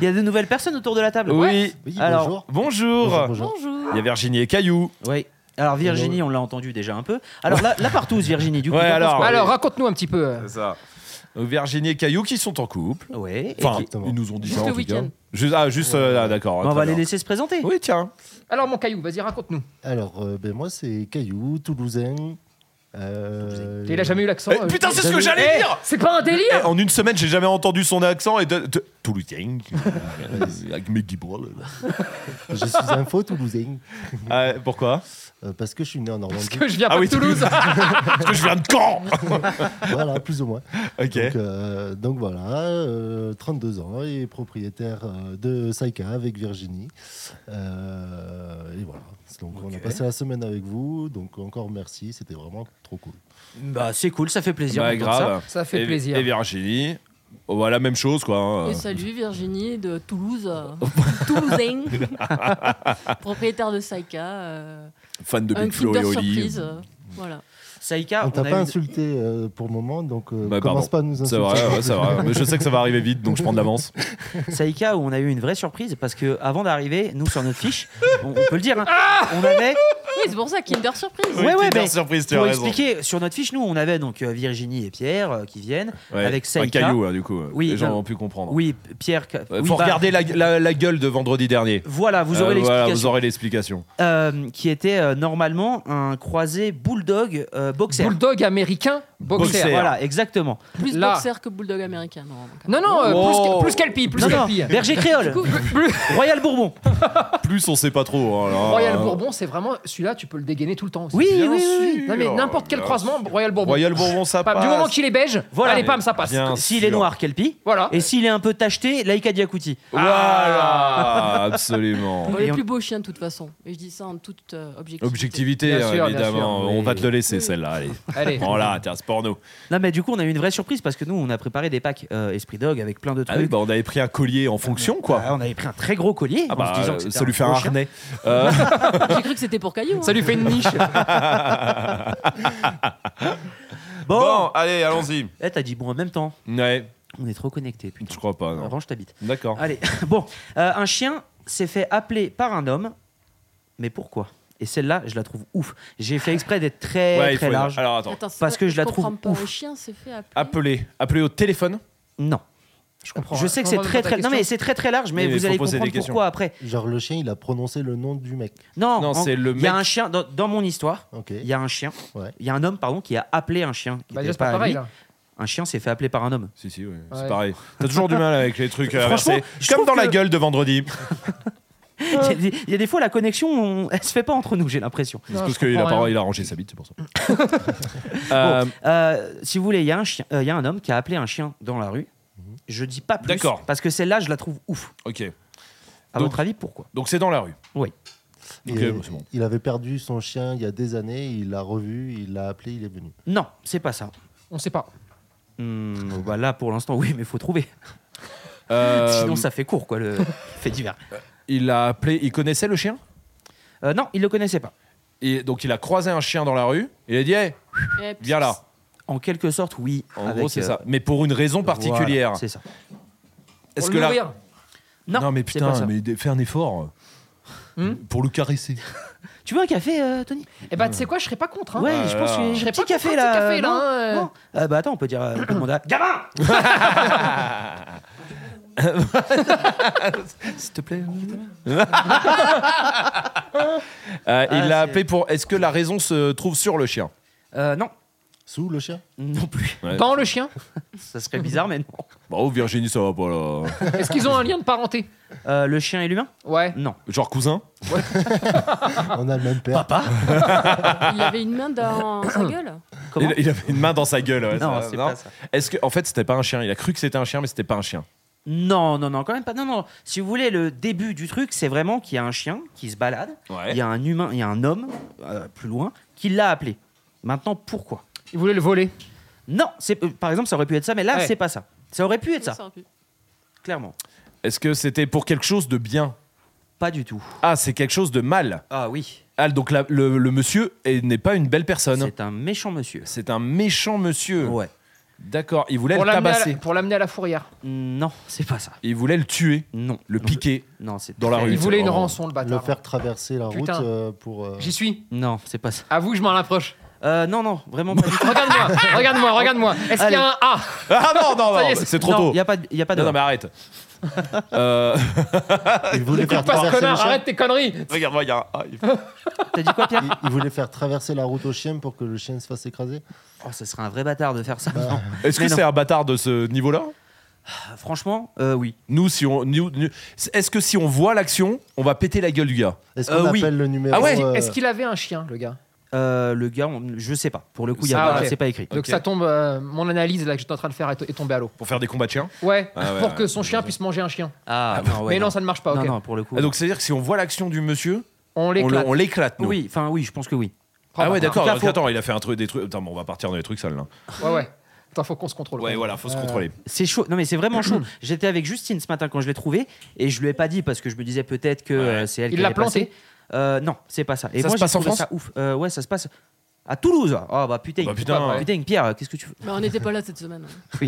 [SPEAKER 1] Il y a de nouvelles personnes autour de la table.
[SPEAKER 2] Oui.
[SPEAKER 6] Oui,
[SPEAKER 1] Alors,
[SPEAKER 6] bonjour.
[SPEAKER 2] Bonjour.
[SPEAKER 6] bonjour.
[SPEAKER 2] Il y a Virginie et Caillou.
[SPEAKER 1] Oui. Alors Virginie, on l'a entendu déjà un peu. Alors la, la partouze Virginie, du coup.
[SPEAKER 2] Ouais,
[SPEAKER 1] t'en penses
[SPEAKER 2] alors.
[SPEAKER 1] quoi
[SPEAKER 3] Alors, raconte-nous un petit peu. euh,
[SPEAKER 2] C'est ça. Donc, Virginie et Caillou qui sont en couple.
[SPEAKER 1] Ouais. et
[SPEAKER 2] Enfin,
[SPEAKER 1] qui-
[SPEAKER 6] Exactement.
[SPEAKER 2] ils nous ont dit
[SPEAKER 6] Juste
[SPEAKER 2] ça en
[SPEAKER 6] le
[SPEAKER 2] tout cas.
[SPEAKER 6] week-end.
[SPEAKER 2] Juste, ah, juste euh, là,
[SPEAKER 1] Bon, Eh,
[SPEAKER 2] d'accord.
[SPEAKER 1] ben, on
[SPEAKER 2] très
[SPEAKER 1] va les
[SPEAKER 2] bien.
[SPEAKER 1] laisser se présenter.
[SPEAKER 2] Oui, tiens.
[SPEAKER 3] Alors, mon caillou, vas-y, raconte-nous.
[SPEAKER 6] Alors, euh, ben, moi, c'est Caillou, Toulousain, Euh,
[SPEAKER 3] Il a jamais eu l'accent.
[SPEAKER 2] Eh,
[SPEAKER 3] euh,
[SPEAKER 2] putain, c'est ce
[SPEAKER 3] jamais
[SPEAKER 2] que
[SPEAKER 3] eu.
[SPEAKER 2] j'allais
[SPEAKER 3] Eh,
[SPEAKER 2] dire
[SPEAKER 3] C'est pas un
[SPEAKER 2] Eh,
[SPEAKER 3] délire
[SPEAKER 2] en une semaine, j'ai jamais entendu son accent et de, de- Toulousain. Euh, <laughs> Avec mes guibroles.
[SPEAKER 6] Je suis un faux Toulousain.
[SPEAKER 2] Ah, pourquoi
[SPEAKER 6] euh, parce que je suis né en
[SPEAKER 3] Parce <laughs>
[SPEAKER 6] Normandie.
[SPEAKER 3] que je viens
[SPEAKER 2] Ah
[SPEAKER 3] pas
[SPEAKER 2] oui,
[SPEAKER 3] de Toulouse.
[SPEAKER 2] Parce que je viens de Caen
[SPEAKER 6] Voilà, plus ou moins.
[SPEAKER 2] Ok.
[SPEAKER 6] Donc, euh, donc voilà, euh, 32 ans et propriétaire euh, de Saika avec Virginie. Euh, et voilà. Donc on a
[SPEAKER 1] Ok.
[SPEAKER 6] passé la semaine avec vous. Donc encore merci, c'était vraiment trop cool.
[SPEAKER 1] Bah, c'est cool, ça fait plaisir.
[SPEAKER 2] Bah,
[SPEAKER 1] d'entendre
[SPEAKER 2] grave.
[SPEAKER 3] Ça fait
[SPEAKER 2] et,
[SPEAKER 3] plaisir.
[SPEAKER 2] Et Virginie. Voilà, même chose, quoi. hein.
[SPEAKER 9] Et salut Virginie de Toulouse,
[SPEAKER 7] <laughs>
[SPEAKER 9] euh, Toulousain, <laughs> propriétaire de Saika, euh,
[SPEAKER 2] Fan de
[SPEAKER 9] un
[SPEAKER 2] Big Flo et
[SPEAKER 9] Kinder
[SPEAKER 2] Oli.
[SPEAKER 9] surprise, euh, voilà.
[SPEAKER 1] ça. Saïka,
[SPEAKER 6] on t'a
[SPEAKER 1] Ah, on
[SPEAKER 6] pas
[SPEAKER 1] a eu-
[SPEAKER 6] insulté euh, pour le moment, donc euh,
[SPEAKER 2] Bah, pardon.
[SPEAKER 6] commence pas à nous
[SPEAKER 2] C'est
[SPEAKER 6] insulter.
[SPEAKER 2] vrai, ouais, c'est vrai. Mais je sais que ça va arriver vite, donc je prends de l'avance.
[SPEAKER 1] Saïka où on a eu une vraie surprise parce que avant d'arriver, nous sur notre <laughs> fiche, on, on peut le dire, hein, on avait
[SPEAKER 9] Oui, c'est pour ça Kinder surprise.
[SPEAKER 1] Ouais, ouais,
[SPEAKER 2] Kinder
[SPEAKER 1] mais
[SPEAKER 2] surprise, tu as
[SPEAKER 1] pour
[SPEAKER 2] raison.
[SPEAKER 1] expliquer sur notre fiche, nous on avait donc euh, Virginie et Pierre euh, qui viennent
[SPEAKER 2] Ouais.
[SPEAKER 1] avec
[SPEAKER 2] Un
[SPEAKER 1] Saïka.
[SPEAKER 2] caillou, hein, du coup.
[SPEAKER 1] Oui,
[SPEAKER 2] les gens
[SPEAKER 1] non.
[SPEAKER 2] ont pu comprendre.
[SPEAKER 1] Oui, P- Pierre. ca-
[SPEAKER 2] Euh,
[SPEAKER 1] oui,
[SPEAKER 2] faut
[SPEAKER 1] bah,
[SPEAKER 2] regarder la, la- la gueule de vendredi dernier.
[SPEAKER 1] Voilà, vous aurez
[SPEAKER 2] Euh, voilà, vous
[SPEAKER 1] l'explication.
[SPEAKER 2] aurez l'explication.
[SPEAKER 1] Euh, qui était euh, normalement un croisé bulldog euh, boxer.
[SPEAKER 3] Bulldog américain, boxer.
[SPEAKER 2] Boxer.
[SPEAKER 1] Voilà, exactement.
[SPEAKER 9] Plus
[SPEAKER 3] Là.
[SPEAKER 9] boxer que bulldog américain, non.
[SPEAKER 3] Non, non, euh,
[SPEAKER 2] Oh.
[SPEAKER 3] plus que- plus Calpi, plus
[SPEAKER 1] Non, non,
[SPEAKER 3] Calpi. <laughs>
[SPEAKER 1] berger créole, <laughs> royal bourbon.
[SPEAKER 2] Plus on sait pas trop. hein, là.
[SPEAKER 3] Royal Bourbon, c'est vraiment celui-là, tu peux le dégainer tout le temps. aussi.
[SPEAKER 1] Oh. Oui,
[SPEAKER 2] Bien
[SPEAKER 1] oui, oui. Oh,
[SPEAKER 2] sûr.
[SPEAKER 3] Non, mais n'importe quel
[SPEAKER 2] Bien
[SPEAKER 3] croisement, Royal Bourbon.
[SPEAKER 2] Royal Bourbon, ça
[SPEAKER 3] Pam,
[SPEAKER 2] passe.
[SPEAKER 3] du moment qu'il est beige,
[SPEAKER 1] Voilà.
[SPEAKER 3] allez, pam, ça passe.
[SPEAKER 2] Bien
[SPEAKER 1] S'il
[SPEAKER 2] sûr.
[SPEAKER 1] est noir, Kelpi.
[SPEAKER 3] Voilà.
[SPEAKER 1] Et s'il est un peu tacheté, Laika Diakouti.
[SPEAKER 2] Voilà,
[SPEAKER 1] Ah.
[SPEAKER 2] <laughs> absolument.
[SPEAKER 9] les
[SPEAKER 1] Et on-
[SPEAKER 9] plus beaux chiens de toute façon. Et je dis ça en toute euh, objectivité.
[SPEAKER 2] Objectivité,
[SPEAKER 3] Bien
[SPEAKER 2] hein,
[SPEAKER 3] sûr, bien
[SPEAKER 2] évidemment.
[SPEAKER 3] sûr.
[SPEAKER 2] On
[SPEAKER 3] Oui.
[SPEAKER 2] va te le laisser, celle-là. Allez.
[SPEAKER 3] Allez.
[SPEAKER 1] Oh. <laughs>
[SPEAKER 2] Voilà, tiens, c'est porno.
[SPEAKER 1] Non, mais du coup, on a eu une vraie surprise parce que nous, on a préparé des packs euh, Esprit Dog avec plein de
[SPEAKER 2] Ah oui,
[SPEAKER 1] trucs.
[SPEAKER 2] bah, on avait pris un collier en fonction,
[SPEAKER 1] Ah,
[SPEAKER 2] quoi.
[SPEAKER 1] on avait pris un très gros collier
[SPEAKER 2] Ah
[SPEAKER 1] en
[SPEAKER 2] bah,
[SPEAKER 1] se disant
[SPEAKER 2] euh,
[SPEAKER 1] que c'était
[SPEAKER 2] ça lui fait un
[SPEAKER 1] gros chien.
[SPEAKER 2] harnais. Euh,
[SPEAKER 9] J'ai cru que c'était pour caillou. hein.
[SPEAKER 3] Ça lui fait
[SPEAKER 1] <laughs>
[SPEAKER 3] une niche.
[SPEAKER 1] Bon,
[SPEAKER 2] bon, allez, allons-y.
[SPEAKER 1] Eh, t'as dit bon en même temps.
[SPEAKER 2] Ouais,
[SPEAKER 1] On est trop connectés. Putain.
[SPEAKER 2] je crois pas, non.
[SPEAKER 1] Range ta bite.
[SPEAKER 2] D'accord.
[SPEAKER 1] Allez, <laughs> bon, Euh, un chien s'est fait appeler par un homme, mais pourquoi Et celle-là, je la trouve ouf. J'ai fait exprès d'être très
[SPEAKER 2] Ouais, il
[SPEAKER 1] très
[SPEAKER 2] faut-
[SPEAKER 1] large.
[SPEAKER 2] Alors, attends.
[SPEAKER 9] Attends, c'est
[SPEAKER 1] Parce
[SPEAKER 9] pas-
[SPEAKER 1] que je la trouve
[SPEAKER 9] comprends pas.
[SPEAKER 1] ouf.
[SPEAKER 9] Le chien s'est fait appeler.
[SPEAKER 2] Appeler. Appeler au téléphone.
[SPEAKER 1] Non,
[SPEAKER 3] Je comprends. hein.
[SPEAKER 1] je sais que
[SPEAKER 3] comprends
[SPEAKER 1] c'est
[SPEAKER 3] pas
[SPEAKER 1] très
[SPEAKER 3] ta
[SPEAKER 1] très. Non
[SPEAKER 3] question.
[SPEAKER 1] mais c'est très très large, mais,
[SPEAKER 2] Mais
[SPEAKER 1] vous
[SPEAKER 2] faut
[SPEAKER 1] allez
[SPEAKER 2] poser des
[SPEAKER 1] comprendre
[SPEAKER 2] questions.
[SPEAKER 1] pourquoi après.
[SPEAKER 6] <laughs> Genre le chien, il a prononcé le nom du mec.
[SPEAKER 1] Non,
[SPEAKER 2] Non,
[SPEAKER 1] en-
[SPEAKER 2] c'est le
[SPEAKER 1] Il y a
[SPEAKER 2] mec-
[SPEAKER 1] un chien dans, dans mon histoire.
[SPEAKER 6] Ok.
[SPEAKER 1] Il y a un chien.
[SPEAKER 6] Ouais.
[SPEAKER 1] Il y a un homme pardon qui a appelé un chien. qui était
[SPEAKER 3] Bah, déjà, c'est pas
[SPEAKER 1] à
[SPEAKER 3] pareil
[SPEAKER 1] lui.
[SPEAKER 3] là.
[SPEAKER 1] Un chien s'est fait appeler par un homme.
[SPEAKER 2] Si, si, ouais,
[SPEAKER 3] Ouais.
[SPEAKER 2] c'est pareil. T'as toujours du mal avec les trucs
[SPEAKER 1] Franchement,
[SPEAKER 2] inversés.
[SPEAKER 1] je
[SPEAKER 2] Comme
[SPEAKER 1] trouve
[SPEAKER 2] dans la
[SPEAKER 1] que-
[SPEAKER 2] gueule de vendredi.
[SPEAKER 1] <laughs> Il y a des- il y, a des fois la connexion, on- elle se fait pas entre nous, j'ai l'impression.
[SPEAKER 3] Non,
[SPEAKER 2] C'est parce
[SPEAKER 3] je
[SPEAKER 2] qu'il a,
[SPEAKER 3] comprends
[SPEAKER 2] pas-
[SPEAKER 3] rien.
[SPEAKER 2] il a rangé sa bite, c'est pour ça. <laughs> Euh,
[SPEAKER 1] Euh, si vous voulez, il y a un chien, euh, il y a un homme qui a appelé un chien dans la rue. Je dis pas plus.
[SPEAKER 2] Mhm. D'accord.
[SPEAKER 1] Parce que celle-là, je la trouve ouf.
[SPEAKER 2] ok.
[SPEAKER 1] À
[SPEAKER 2] Donc-
[SPEAKER 1] votre avis, pourquoi
[SPEAKER 2] Donc c'est dans la rue.
[SPEAKER 6] Et,
[SPEAKER 2] Ok, bon, c'est bon.
[SPEAKER 6] Il avait perdu son chien il y a des années, il l'a revu, il l'a appelé, il est venu.
[SPEAKER 1] Non, c'est pas ça.
[SPEAKER 3] On sait pas.
[SPEAKER 1] Hmm, bah là, pour l'instant, oui, mais faut trouver. <laughs>
[SPEAKER 2] Euh,
[SPEAKER 1] Sinon, ça fait court, quoi, le fait divers.
[SPEAKER 2] Il a appelé. Il connaissait le chien.
[SPEAKER 1] Euh, non, il le connaissait pas.
[SPEAKER 2] Et donc il a croisé un chien dans la rue. Il a dit hey,
[SPEAKER 9] Eh,
[SPEAKER 2] viens là.
[SPEAKER 1] En quelque sorte, oui.
[SPEAKER 2] En
[SPEAKER 1] avec,
[SPEAKER 2] gros c'est
[SPEAKER 1] euh,
[SPEAKER 2] ça. Mais pour une raison
[SPEAKER 1] voilà,
[SPEAKER 2] particulière.
[SPEAKER 1] c'est ça.
[SPEAKER 2] Est-ce
[SPEAKER 3] Pour
[SPEAKER 2] que
[SPEAKER 3] le hein.
[SPEAKER 2] là
[SPEAKER 3] nourrir.
[SPEAKER 1] Non,
[SPEAKER 2] mais
[SPEAKER 1] c'est pas
[SPEAKER 2] putain,
[SPEAKER 1] ça.
[SPEAKER 2] mais dé- fais un effort. euh,
[SPEAKER 3] Hmm
[SPEAKER 2] pour le caresser.
[SPEAKER 1] Tu veux un café, euh, Tony
[SPEAKER 3] Eh ben, tu sais quoi, je serais pas contre. Hein.
[SPEAKER 1] Ouais,
[SPEAKER 2] Ah
[SPEAKER 1] je
[SPEAKER 2] là
[SPEAKER 1] pense
[SPEAKER 2] là.
[SPEAKER 1] que
[SPEAKER 3] Je
[SPEAKER 1] j'ai
[SPEAKER 3] serais
[SPEAKER 1] petit
[SPEAKER 3] pas
[SPEAKER 1] café
[SPEAKER 3] contre
[SPEAKER 1] là.
[SPEAKER 3] un petit café,
[SPEAKER 1] non
[SPEAKER 3] là, hein, euh.
[SPEAKER 1] Non. Euh, bah attends, on peut dire. euh, on peut demander à- Gamin
[SPEAKER 2] S'il te plaît. Euh, il l'a
[SPEAKER 1] Ah, c'est-
[SPEAKER 2] appelé pour. Est-ce que la raison se trouve sur le chien
[SPEAKER 1] Euh, Non,
[SPEAKER 6] Sous le chien
[SPEAKER 1] non plus.
[SPEAKER 3] Dans le chien.
[SPEAKER 1] Ça serait bizarre, mais non.
[SPEAKER 2] Bon, Bah, oh, Virginie, ça va pas là.
[SPEAKER 3] Est-ce qu'ils ont un lien de parenté
[SPEAKER 1] Euh, le chien et l'humain
[SPEAKER 3] Ouais.
[SPEAKER 1] Non.
[SPEAKER 2] Genre cousin
[SPEAKER 3] Ah.
[SPEAKER 6] On a le même père.
[SPEAKER 9] Il avait une main
[SPEAKER 2] <laughs>
[SPEAKER 9] dans sa gueule.
[SPEAKER 1] Comment
[SPEAKER 2] il, il avait une main dans sa gueule. ouais,
[SPEAKER 1] Non,
[SPEAKER 2] ça-
[SPEAKER 1] c'est pas ça.
[SPEAKER 2] Est-ce que, en fait, c'était pas un chien Il a cru que c'était un chien, mais c'était pas un chien.
[SPEAKER 1] Non, non, non, quand même pas. Non, non. Si vous voulez, le début du truc, c'est vraiment qu'il y a un chien qui se balade.
[SPEAKER 2] Ouais.
[SPEAKER 1] Il y a un humain, il y a un homme euh, plus loin qui l'a appelé. Maintenant, pourquoi
[SPEAKER 3] Ils voulaient le voler.
[SPEAKER 1] Non, c'est euh, par exemple, ça aurait pu être ça, mais là,
[SPEAKER 3] Ouais.
[SPEAKER 1] c'est pas ça. Ça aurait pu être ça,
[SPEAKER 9] Ça aurait pu.
[SPEAKER 1] clairement.
[SPEAKER 2] Est-ce que c'était pour quelque chose de bien
[SPEAKER 1] Pas du tout.
[SPEAKER 2] Ah, c'est quelque chose de mal.
[SPEAKER 1] Ah oui,
[SPEAKER 2] Ah, donc la- le, le monsieur est- n'est pas une belle personne.
[SPEAKER 1] c'est un méchant monsieur.
[SPEAKER 2] C'est un méchant monsieur.
[SPEAKER 1] Ouais.
[SPEAKER 2] D'accord, il voulait
[SPEAKER 3] Pour
[SPEAKER 2] le
[SPEAKER 3] l'amener à
[SPEAKER 2] tabasser.
[SPEAKER 3] la- pour l'amener à la fourrière.
[SPEAKER 1] Non, c'est pas ça.
[SPEAKER 2] Il voulait le tuer,
[SPEAKER 1] Non.
[SPEAKER 2] le
[SPEAKER 1] Non,
[SPEAKER 2] piquer.
[SPEAKER 1] je- Non, c'est
[SPEAKER 2] Dans la
[SPEAKER 1] très-
[SPEAKER 2] rue.
[SPEAKER 3] Ils voulaient une
[SPEAKER 2] vraiment-
[SPEAKER 3] rançon, le
[SPEAKER 6] Le
[SPEAKER 3] bâtard.
[SPEAKER 6] faire traverser la
[SPEAKER 3] Putain.
[SPEAKER 6] route euh, pour. euh,
[SPEAKER 3] J'y suis.
[SPEAKER 1] Non, c'est pas ça.
[SPEAKER 3] Avoue, je m'en approche.
[SPEAKER 1] Euh, non, non, vraiment pas du tout.
[SPEAKER 3] Regarde-moi, regarde-moi, regarde-moi. Est-ce qu'il
[SPEAKER 1] Allez.
[SPEAKER 3] y a un A
[SPEAKER 2] Ah non, non,
[SPEAKER 3] Ça y
[SPEAKER 2] non, <laughs>
[SPEAKER 3] est,
[SPEAKER 2] c'est
[SPEAKER 3] c'est-
[SPEAKER 2] trop
[SPEAKER 1] Non,
[SPEAKER 2] tôt.
[SPEAKER 1] y a pas, de- y a pas de.
[SPEAKER 2] Non, non, mais arrête. Euh,
[SPEAKER 6] Il voulait faire Euh.
[SPEAKER 3] Écoute pas ce
[SPEAKER 6] traverser le
[SPEAKER 3] connard,
[SPEAKER 6] chien.
[SPEAKER 3] arrête tes conneries
[SPEAKER 2] Regarde-moi, il y a un. ah, il-
[SPEAKER 1] T'as dit quoi, Pierre
[SPEAKER 6] Il, il voulait faire traverser la route au chien pour que le chien se fasse écraser.
[SPEAKER 1] Oh, ce serait un vrai bâtard de faire ça.
[SPEAKER 2] Bah.
[SPEAKER 1] Non.
[SPEAKER 2] Est-ce que
[SPEAKER 1] Mais non.
[SPEAKER 2] c'est un bâtard de ce niveau-là
[SPEAKER 1] Ah, Franchement, euh, oui.
[SPEAKER 2] Nous, si on. nous- nous- Est-ce que si on voit l'action, on va péter la gueule du gars
[SPEAKER 6] Est-ce
[SPEAKER 1] Euh,
[SPEAKER 6] qu'on
[SPEAKER 1] oui.
[SPEAKER 6] appelle le numéro
[SPEAKER 3] Est-ce qu'il-
[SPEAKER 6] euh,
[SPEAKER 3] Ah Est-ce qu'il avait un chien, le gars
[SPEAKER 1] Euh, le gars, on- je sais pas. Pour le coup, y a
[SPEAKER 3] Ah,
[SPEAKER 1] pas-
[SPEAKER 3] ok.
[SPEAKER 1] c'est pas écrit.
[SPEAKER 3] Donc
[SPEAKER 2] Ok.
[SPEAKER 3] ça tombe, euh, mon analyse là que j'étais en train de faire est, est tombée à l'eau.
[SPEAKER 2] Pour faire des combats de chiens
[SPEAKER 3] Ouais,
[SPEAKER 2] Ah ouais,
[SPEAKER 3] pour
[SPEAKER 2] ouais,
[SPEAKER 3] que son chien puisse manger un chien.
[SPEAKER 1] Ah, non, ouais,
[SPEAKER 3] Mais non, ça ne marche pas,
[SPEAKER 1] non,
[SPEAKER 3] ok.
[SPEAKER 1] non, pour le coup.
[SPEAKER 2] Ah, Donc c'est-à-dire que si on voit l'action du monsieur,
[SPEAKER 3] On
[SPEAKER 2] on le-
[SPEAKER 3] l'éclate.
[SPEAKER 2] on l'éclate, nous.
[SPEAKER 1] oui, enfin, oui, je pense que oui.
[SPEAKER 2] Ah ouais,
[SPEAKER 3] bah,
[SPEAKER 2] d'accord.
[SPEAKER 1] en tout cas,
[SPEAKER 2] donc
[SPEAKER 1] faut-
[SPEAKER 2] Attends, il a fait un truc, des trucs. Attends, bon, on va partir dans les trucs sales là.
[SPEAKER 3] Ouais, ouais. Attends, faut qu'on se contrôle.
[SPEAKER 2] Ouais, Euh, voilà, faut se contrôler.
[SPEAKER 1] C'est chaud. Non, mais c'est vraiment chaud. J'étais avec Justine ce matin quand je l'ai trouvé et je lui ai pas dit parce que je me disais peut-être que euh, c'est elle
[SPEAKER 3] Il
[SPEAKER 1] qui
[SPEAKER 3] l'a
[SPEAKER 1] l'avait placé.
[SPEAKER 3] planté.
[SPEAKER 1] Euh, non, c'est pas ça. Et
[SPEAKER 2] Ça
[SPEAKER 1] moi,
[SPEAKER 2] se
[SPEAKER 1] j'ai
[SPEAKER 2] passe en
[SPEAKER 1] trouvé
[SPEAKER 2] France
[SPEAKER 1] ça ouf. Euh, ouais, ça se passe à Toulouse. Ah bah putain,
[SPEAKER 2] Bah, putain, ouais.
[SPEAKER 1] putain, Pierre, qu'est-ce que tu veux
[SPEAKER 9] Mais on n'était pas là cette semaine. hein.
[SPEAKER 1] Oui.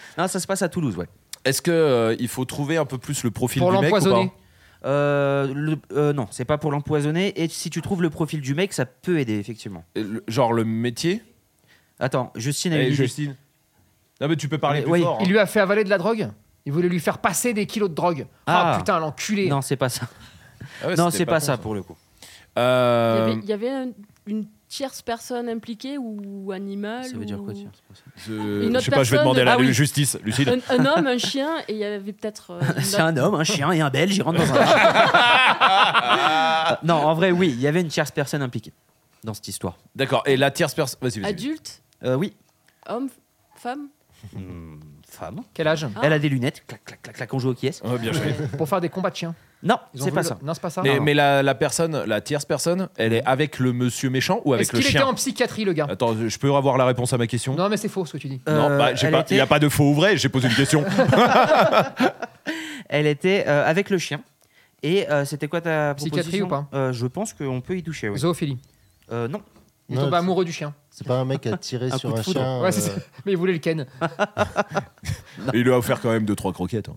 [SPEAKER 1] <laughs> Non, ça se passe à Toulouse, ouais.
[SPEAKER 2] Est-ce que euh, il faut trouver un peu plus le profil
[SPEAKER 3] Pour
[SPEAKER 2] du mec ou
[SPEAKER 3] l'empoisonner.
[SPEAKER 2] pas
[SPEAKER 1] Euh, le- euh, non, c'est pas pour l'empoisonner. Et si tu trouves le profil du mec, ça peut aider effectivement.
[SPEAKER 2] Le- Genre le métier
[SPEAKER 1] Attends, Justine a
[SPEAKER 2] Eh,
[SPEAKER 1] une idée.
[SPEAKER 2] Justine. Non mais tu peux parler
[SPEAKER 1] Mais
[SPEAKER 2] plus
[SPEAKER 1] oui.
[SPEAKER 2] fort. hein.
[SPEAKER 3] Il lui a fait avaler de la drogue Il voulait lui faire passer des kilos de drogue. Ah,
[SPEAKER 1] Ah.
[SPEAKER 3] putain, l'enculé.
[SPEAKER 1] Non, c'est pas ça.
[SPEAKER 2] Ah ouais,
[SPEAKER 1] non,
[SPEAKER 2] c'était
[SPEAKER 1] c'est pas,
[SPEAKER 2] con,
[SPEAKER 1] ça pour le coup.
[SPEAKER 9] Il y
[SPEAKER 2] Euh,
[SPEAKER 9] avait, il y avait un- une tierce personne impliquée ou animal
[SPEAKER 1] Ça veut dire
[SPEAKER 9] ou-
[SPEAKER 1] quoi tiens, c'est pas ça.
[SPEAKER 2] je-
[SPEAKER 9] Une
[SPEAKER 2] Je
[SPEAKER 9] autre
[SPEAKER 2] sais pas, je vais
[SPEAKER 9] personne-
[SPEAKER 2] demander à la
[SPEAKER 9] Ah oui.
[SPEAKER 2] justice, Lucille.
[SPEAKER 7] <laughs>
[SPEAKER 9] un, un homme, un chien, et il y avait peut-être.
[SPEAKER 1] <laughs>
[SPEAKER 9] euh, une
[SPEAKER 1] C'est
[SPEAKER 9] autre-
[SPEAKER 1] un homme, un chien et un belge, ils rentrent dans un. Euh, non, en vrai, oui, il y avait une tierce personne impliquée dans cette histoire.
[SPEAKER 2] D'accord. Et la tierce personne. Vas-y,
[SPEAKER 7] Ah,
[SPEAKER 2] vas-y.
[SPEAKER 9] Adulte,
[SPEAKER 1] Euh, oui,
[SPEAKER 9] homme, femme.
[SPEAKER 1] Hmm, femme.
[SPEAKER 3] Quel âge
[SPEAKER 9] Ah.
[SPEAKER 1] Elle a des lunettes, clac, clac, clac, clac, on joue au qui est.
[SPEAKER 2] Ouais, Oh, bien joué.
[SPEAKER 3] Pour faire des combats de chiens.
[SPEAKER 1] Non,
[SPEAKER 3] Ils ont
[SPEAKER 1] c'est
[SPEAKER 3] voulu
[SPEAKER 1] pas
[SPEAKER 3] le-
[SPEAKER 1] ça.
[SPEAKER 3] Non, c'est pas ça.
[SPEAKER 2] Mais,
[SPEAKER 1] non.
[SPEAKER 2] mais la, la personne, la tierce personne, elle est avec le monsieur méchant ou avec
[SPEAKER 3] Est-ce
[SPEAKER 2] le
[SPEAKER 3] qu'il était
[SPEAKER 2] chien Ah
[SPEAKER 3] en psychiatrie, le gars
[SPEAKER 2] Attends, je peux avoir la réponse à ma question
[SPEAKER 3] Non, mais c'est faux ce que tu dis.
[SPEAKER 2] Non,
[SPEAKER 1] Euh,
[SPEAKER 2] bah, j'ai
[SPEAKER 1] elle,
[SPEAKER 2] pas- il
[SPEAKER 1] était,
[SPEAKER 2] n'y a pas de faux ou vrai, j'ai posé une question.
[SPEAKER 1] elle était euh, avec le chien. Et euh, c'était quoi ta proposition
[SPEAKER 3] Psychiatrie ou pas
[SPEAKER 1] Euh, Je pense qu'on peut y toucher, oui.
[SPEAKER 3] Zoophilie.
[SPEAKER 1] Euh, non.
[SPEAKER 3] Il
[SPEAKER 6] Non,
[SPEAKER 3] tombe
[SPEAKER 6] c'est-
[SPEAKER 3] amoureux du chien.
[SPEAKER 6] C'est pas un mec à
[SPEAKER 3] <laughs>
[SPEAKER 6] tirer
[SPEAKER 1] Un
[SPEAKER 6] sur
[SPEAKER 1] coup de
[SPEAKER 6] un
[SPEAKER 1] foudre.
[SPEAKER 6] chien.
[SPEAKER 3] Ouais, c'est ça. <laughs>
[SPEAKER 6] euh,
[SPEAKER 3] Mais il voulait le ken.
[SPEAKER 2] Il lui a offert quand même deux trois croquettes. hein.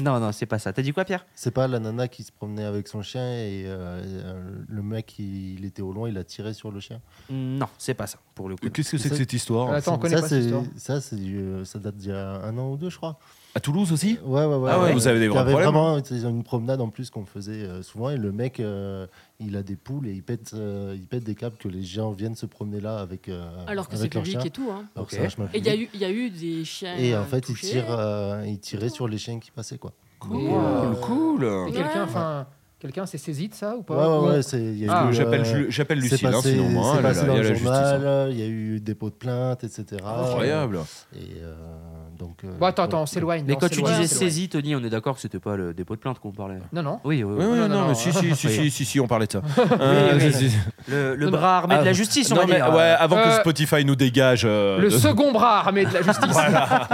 [SPEAKER 1] Non, non, c'est pas ça. T'as dit quoi, Pierre
[SPEAKER 6] c'est pas la nana qui se promenait avec son chien et euh, le mec il, il était au loin, il a tiré sur le chien.
[SPEAKER 1] Non, c'est pas ça, pour le coup.
[SPEAKER 2] Qu'est-ce que c'est Euh, que
[SPEAKER 6] Ça-
[SPEAKER 2] cette histoire
[SPEAKER 3] Attends, on connaît
[SPEAKER 6] ça,
[SPEAKER 3] pas
[SPEAKER 6] c'est-
[SPEAKER 3] cette histoire.
[SPEAKER 6] Ça, c'est du- euh, ça date d'il y a un an ou deux, je crois.
[SPEAKER 2] À Toulouse aussi
[SPEAKER 6] Ouais, ouais, ouais.
[SPEAKER 2] Ah ouais, vous avez des
[SPEAKER 6] Il y
[SPEAKER 2] vrais
[SPEAKER 6] avait
[SPEAKER 2] problèmes.
[SPEAKER 6] Vraiment, c'était une promenade en plus qu'on faisait euh, souvent et le mec, euh, il a des poules et il pète, euh, il pète des câbles que les gens viennent se promener là avec. euh,
[SPEAKER 9] Alors que c'est
[SPEAKER 6] avec leur
[SPEAKER 9] public
[SPEAKER 6] chien.
[SPEAKER 9] et tout. hein.
[SPEAKER 6] Alors que
[SPEAKER 1] Ok.
[SPEAKER 6] c'est vachement
[SPEAKER 9] Et il y, a
[SPEAKER 6] public.
[SPEAKER 9] eu- il y a eu des chiens.
[SPEAKER 6] Et
[SPEAKER 9] euh,
[SPEAKER 6] en fait, il
[SPEAKER 9] touchés.
[SPEAKER 6] tire, euh, il tirait sur les chiens qui passaient quoi.
[SPEAKER 3] Mais,
[SPEAKER 2] Cool,
[SPEAKER 3] euh,
[SPEAKER 2] cool.
[SPEAKER 3] Et
[SPEAKER 9] Ouais.
[SPEAKER 3] quelqu'un, enfin, quelqu'un s'est saisi de ça ou
[SPEAKER 6] Ouais,
[SPEAKER 3] pas
[SPEAKER 6] ouais,
[SPEAKER 3] Ou-
[SPEAKER 6] ouais. c'est- il y a
[SPEAKER 3] Ah,
[SPEAKER 6] eu,
[SPEAKER 2] J'appelle
[SPEAKER 6] euh,
[SPEAKER 2] Ju- J'appelle
[SPEAKER 6] c'est
[SPEAKER 2] Lucille, hein,
[SPEAKER 6] passé-
[SPEAKER 2] sinon. hein,
[SPEAKER 6] c'est
[SPEAKER 2] elle-
[SPEAKER 6] passé
[SPEAKER 2] elle-
[SPEAKER 6] dans
[SPEAKER 2] elle a
[SPEAKER 6] le
[SPEAKER 2] la justice, hein. Ah,
[SPEAKER 6] journal, Ah, il y a eu dépôt de plainte, etc.
[SPEAKER 2] Incroyable.
[SPEAKER 6] Et, euh, donc, euh,
[SPEAKER 3] Bon, attends,
[SPEAKER 6] voilà.
[SPEAKER 3] attends, on s'éloigne.
[SPEAKER 1] Mais
[SPEAKER 3] non,
[SPEAKER 1] quand
[SPEAKER 3] on
[SPEAKER 1] tu
[SPEAKER 3] s'éloigne,
[SPEAKER 1] disais
[SPEAKER 3] on s'éloigne.
[SPEAKER 1] saisi, Tony, on est d'accord que c'était pas le dépôt de plainte qu'on parlait.
[SPEAKER 3] Non, non.
[SPEAKER 1] Oui, oui, oui.
[SPEAKER 2] Oui, oui, non,
[SPEAKER 3] non,
[SPEAKER 2] mais
[SPEAKER 3] non,
[SPEAKER 2] si,
[SPEAKER 3] non.
[SPEAKER 2] si, si, si, si, si, on parlait de ça.
[SPEAKER 1] Oui, oui.
[SPEAKER 2] si, si, si.
[SPEAKER 1] Le, le
[SPEAKER 3] Non,
[SPEAKER 1] bras armé de
[SPEAKER 2] Ah,
[SPEAKER 1] la justice, on
[SPEAKER 2] non,
[SPEAKER 1] va
[SPEAKER 2] mais
[SPEAKER 1] dire.
[SPEAKER 2] ouais, avant que
[SPEAKER 3] Euh,
[SPEAKER 2] Spotify nous dégage. euh,
[SPEAKER 3] Le
[SPEAKER 2] de-
[SPEAKER 3] second bras armé de la justice.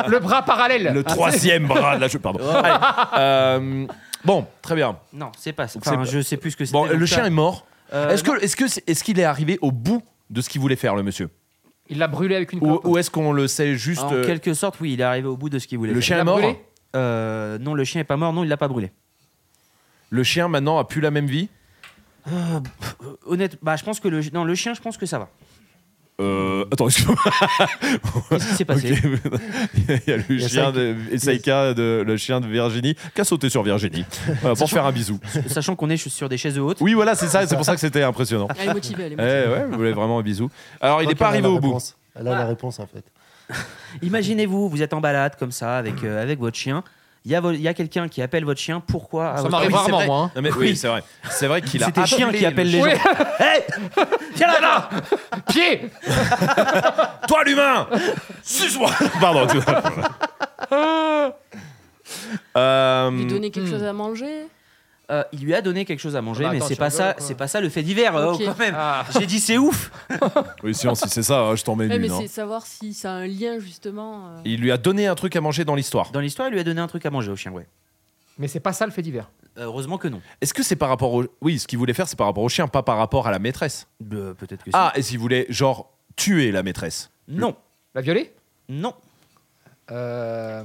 [SPEAKER 3] Le bras parallèle.
[SPEAKER 2] le troisième bras de la cheveux, pardon. Allez, euh, bon, très bien.
[SPEAKER 1] Non, c'est pas ça.
[SPEAKER 2] C'est
[SPEAKER 1] Enfin,
[SPEAKER 2] pas-
[SPEAKER 1] je sais plus ce que c'était.
[SPEAKER 2] Bon, le
[SPEAKER 1] donc
[SPEAKER 2] chien
[SPEAKER 1] ça-
[SPEAKER 2] est mort.
[SPEAKER 1] Euh,
[SPEAKER 2] Est-ce que, est-ce que, c'est- est-ce qu'il est arrivé au bout de ce qu'il voulait faire, le monsieur
[SPEAKER 3] Il l'a brûlé avec une
[SPEAKER 2] Ou,
[SPEAKER 3] clope.
[SPEAKER 2] ou est-ce qu'on le sait juste
[SPEAKER 1] Ah, En
[SPEAKER 2] euh,
[SPEAKER 1] quelque sorte, oui, il est arrivé au bout de ce qu'il voulait.
[SPEAKER 2] Le
[SPEAKER 1] faire.
[SPEAKER 2] chien
[SPEAKER 3] Il
[SPEAKER 2] est
[SPEAKER 3] l'a
[SPEAKER 2] mort.
[SPEAKER 3] brûlé
[SPEAKER 1] Euh, non, le chien est pas mort. Non, il l'a pas brûlé.
[SPEAKER 2] Le chien maintenant a plus la même vie.
[SPEAKER 1] Euh, Honnête, bah, je pense que le non, le chien, je pense que ça va.
[SPEAKER 2] Euh, attends, excuse-moi.
[SPEAKER 1] Qu'est-ce qui s'est passé
[SPEAKER 2] Ok. <laughs> Il y a le
[SPEAKER 6] y a
[SPEAKER 2] chien
[SPEAKER 6] Saïk-
[SPEAKER 2] de et Saïka, de, le chien de Virginie, qui a sauté sur Virginie euh, pour faire un bisou.
[SPEAKER 1] Sachant qu'on est sur des chaises hautes.
[SPEAKER 2] Oui, voilà, c'est ça. C'est pour ça que c'était impressionnant.
[SPEAKER 9] Elle est motivée, elle est
[SPEAKER 2] Eh
[SPEAKER 9] motivée.
[SPEAKER 2] ouais, vous voulez vraiment un bisou. Alors, Ah, il
[SPEAKER 6] Toi,
[SPEAKER 2] n'est pas
[SPEAKER 6] elle a
[SPEAKER 2] arrivé
[SPEAKER 6] la
[SPEAKER 2] au bout.
[SPEAKER 6] réponse. Elle a la réponse en fait.
[SPEAKER 1] Imaginez-vous, vous êtes en balade comme ça avec euh, avec votre chien. Il y a, vo- il y a quelqu'un qui appelle votre chien. Pourquoi à
[SPEAKER 3] Ça
[SPEAKER 1] votre-
[SPEAKER 3] m'arrive
[SPEAKER 2] oui, c'est
[SPEAKER 3] rarement,
[SPEAKER 2] vrai.
[SPEAKER 3] moi. hein.
[SPEAKER 2] Non, mais oui, c'est vrai. C'est vrai qu'il a.
[SPEAKER 1] C'est tes
[SPEAKER 2] appelé
[SPEAKER 1] chiens qui
[SPEAKER 2] le
[SPEAKER 1] appellent les
[SPEAKER 2] chien.
[SPEAKER 1] gens.
[SPEAKER 3] Oui,
[SPEAKER 1] Hey Viens là, là
[SPEAKER 3] <laughs> pied
[SPEAKER 2] Toi, l'humain Suce-moi Pardon. tu vois. Euh,
[SPEAKER 9] Lui donner quelque
[SPEAKER 3] Hmm.
[SPEAKER 9] chose à manger. Eh,
[SPEAKER 1] Euh, Il lui a donné quelque chose à manger,
[SPEAKER 3] Ah bah
[SPEAKER 1] mais
[SPEAKER 3] attends,
[SPEAKER 1] c'est
[SPEAKER 3] tu
[SPEAKER 1] pas
[SPEAKER 3] rigoles
[SPEAKER 1] ça.
[SPEAKER 3] ou quoi
[SPEAKER 1] C'est pas ça le fait divers euh,
[SPEAKER 9] Ok.
[SPEAKER 1] quand même.
[SPEAKER 3] Ah.
[SPEAKER 1] J'ai dit c'est ouf.
[SPEAKER 2] Oui, sinon, si c'est ça, je t'en mets
[SPEAKER 7] Eh,
[SPEAKER 9] Ouais, mais
[SPEAKER 2] une. hein.
[SPEAKER 9] c'est savoir si ça a un lien justement. euh.
[SPEAKER 2] Il lui a donné un truc à manger dans l'histoire.
[SPEAKER 1] Dans l'histoire, il lui a donné un truc à manger au chien, ouais.
[SPEAKER 3] Mais c'est pas ça le fait divers.
[SPEAKER 1] Euh, Heureusement que non.
[SPEAKER 2] Est-ce que c'est par rapport au. Oui, ce qu'il voulait faire, c'est par rapport au chien, pas par rapport à la maîtresse.
[SPEAKER 1] Euh, Peut-être que si.
[SPEAKER 2] Ah, et s'il voulait, genre, tuer la maîtresse
[SPEAKER 1] Non,
[SPEAKER 3] La violer
[SPEAKER 1] non.
[SPEAKER 3] Euh,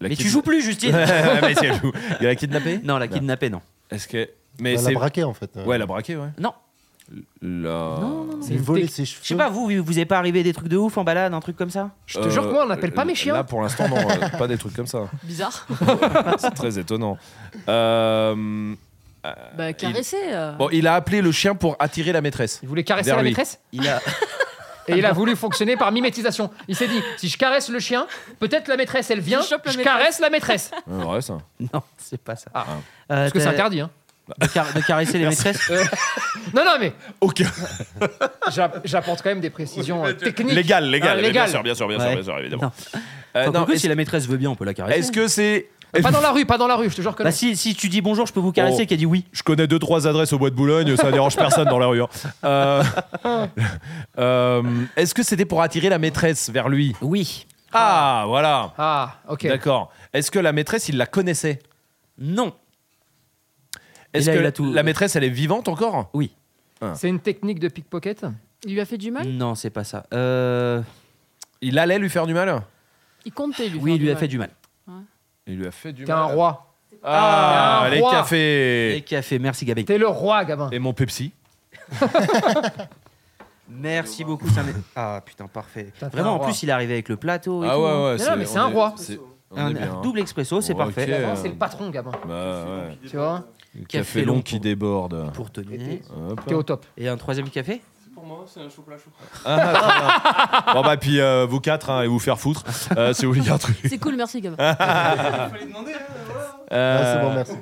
[SPEAKER 2] La
[SPEAKER 1] Mais
[SPEAKER 2] kid- Ah,
[SPEAKER 1] tu
[SPEAKER 2] <laughs>
[SPEAKER 1] joues plus, Justine.
[SPEAKER 2] Mais <laughs> si elle joue. Il l'a kidnappée
[SPEAKER 1] Bah. non, la kidnappée, non.
[SPEAKER 2] Est-ce que. Mais
[SPEAKER 6] elle
[SPEAKER 3] Bah,
[SPEAKER 2] c'est.
[SPEAKER 6] a braqué en fait.
[SPEAKER 2] Ouais, elle a braqué, ouais.
[SPEAKER 1] Non.
[SPEAKER 2] La...
[SPEAKER 3] Non, non, non.
[SPEAKER 6] Il
[SPEAKER 3] une
[SPEAKER 6] volait
[SPEAKER 3] technique.
[SPEAKER 6] ses cheveux.
[SPEAKER 1] Je sais pas, vous, vous n'avez pas arrivé des trucs de ouf en balade, un truc comme ça
[SPEAKER 3] Je te jure que moi, on n'appelle pas mes chiens.
[SPEAKER 2] Là, pour l'instant, non, euh, pas des trucs comme
[SPEAKER 3] <laughs>
[SPEAKER 2] ça.
[SPEAKER 9] Bizarre.
[SPEAKER 2] C'est très étonnant. Euh, <laughs> euh,
[SPEAKER 9] Bah,
[SPEAKER 2] il...
[SPEAKER 9] caresser. euh.
[SPEAKER 2] Bon, il a appelé le chien pour attirer la maîtresse.
[SPEAKER 3] Il voulait caresser
[SPEAKER 2] Vers
[SPEAKER 3] la
[SPEAKER 2] lui.
[SPEAKER 3] maîtresse
[SPEAKER 1] Il a.
[SPEAKER 3] et il a voulu fonctionner par mimétisation. Il s'est dit si je caresse le chien, peut-être la maîtresse elle vient,
[SPEAKER 9] Je chope la
[SPEAKER 3] je
[SPEAKER 9] maîtresse.
[SPEAKER 3] caresse la maîtresse.
[SPEAKER 2] Euh, <laughs> ouais, ça.
[SPEAKER 1] <laughs> Non, c'est pas ça.
[SPEAKER 3] Ah.
[SPEAKER 1] Euh,
[SPEAKER 3] Parce que c'est
[SPEAKER 1] t'as-
[SPEAKER 3] interdit. Hein.
[SPEAKER 1] De, car- de caresser les
[SPEAKER 3] euh,
[SPEAKER 1] maîtresses
[SPEAKER 3] Non, non, mais
[SPEAKER 2] Ok.
[SPEAKER 3] j'a- j'apporte quand même des précisions euh, techniques.
[SPEAKER 2] Légal, légal,
[SPEAKER 3] Ah, légal.
[SPEAKER 2] bien sûr, bien sûr, bien
[SPEAKER 1] Ouais.
[SPEAKER 2] sûr, bien sûr, évidemment.
[SPEAKER 1] Non.
[SPEAKER 2] Euh,
[SPEAKER 1] Enfin,
[SPEAKER 2] non,
[SPEAKER 1] quoique,
[SPEAKER 2] est-ce
[SPEAKER 1] si la maîtresse veut bien, on peut la caresser.
[SPEAKER 2] est-ce que c'est.
[SPEAKER 3] Pas dans la rue, pas dans la rue, je te jure que non.
[SPEAKER 1] Bah, si, si tu dis bonjour, je peux vous caresser,
[SPEAKER 2] Oh.
[SPEAKER 1] qu'elle dit oui.
[SPEAKER 2] Je connais deux trois adresses au bois de Boulogne, ça dérange personne dans la rue. hein. Euh, euh, Est-ce que c'était pour attirer la maîtresse vers lui
[SPEAKER 1] Oui.
[SPEAKER 2] Ah, voilà.
[SPEAKER 3] Ah, ok.
[SPEAKER 2] D'accord. Est-ce que la maîtresse, il la connaissait
[SPEAKER 1] Non.
[SPEAKER 2] Est-ce
[SPEAKER 1] là,
[SPEAKER 2] que
[SPEAKER 1] il a tout-
[SPEAKER 2] la maîtresse, elle est vivante encore
[SPEAKER 3] C'est une technique de pickpocket.
[SPEAKER 9] Il lui a fait du mal
[SPEAKER 1] Non, c'est pas ça. Euh,
[SPEAKER 2] Il allait lui faire du mal
[SPEAKER 9] Il comptait lui.
[SPEAKER 1] oui,
[SPEAKER 9] faire
[SPEAKER 1] il lui a
[SPEAKER 9] mal.
[SPEAKER 1] fait du mal.
[SPEAKER 2] Il lui a fait du
[SPEAKER 3] T'es un roi.
[SPEAKER 2] Ah,
[SPEAKER 3] Ah, un
[SPEAKER 2] les
[SPEAKER 3] roi.
[SPEAKER 1] Et
[SPEAKER 2] cafés
[SPEAKER 1] café, merci Gabi.
[SPEAKER 3] T'es le roi, gamin.
[SPEAKER 2] Et mon Pepsi.
[SPEAKER 1] Merci beaucoup. c'est un- Ah putain, parfait.
[SPEAKER 3] T'as fait un
[SPEAKER 1] Vraiment, en
[SPEAKER 3] roi.
[SPEAKER 1] plus, il est arrivé avec le plateau. Et
[SPEAKER 2] Ah
[SPEAKER 1] tout.
[SPEAKER 2] ouais, ouais.
[SPEAKER 3] Mais non, mais c'est un
[SPEAKER 2] on est-
[SPEAKER 3] roi.
[SPEAKER 2] c'est- on est
[SPEAKER 1] Un,
[SPEAKER 2] bien,
[SPEAKER 1] un
[SPEAKER 2] hein.
[SPEAKER 1] double expresso, c'est
[SPEAKER 2] Ok.
[SPEAKER 1] parfait.
[SPEAKER 3] Gamin, C'est le patron, gamin.
[SPEAKER 2] Bah, ouais.
[SPEAKER 3] Tu vois
[SPEAKER 2] Café,
[SPEAKER 1] Café
[SPEAKER 2] long
[SPEAKER 1] long
[SPEAKER 2] qui
[SPEAKER 1] pour-
[SPEAKER 2] déborde.
[SPEAKER 1] Pour tenir.
[SPEAKER 3] T'es
[SPEAKER 2] Hop.
[SPEAKER 3] t'es au top.
[SPEAKER 1] Et un troisième café
[SPEAKER 2] Bon bah puis euh, vous quatre hein, et vous faire foutre euh, si vous voulez un truc.
[SPEAKER 9] C'est cool, merci Gab.
[SPEAKER 6] Ah,
[SPEAKER 2] Euh,
[SPEAKER 3] Ah,
[SPEAKER 6] c'est bon, merci.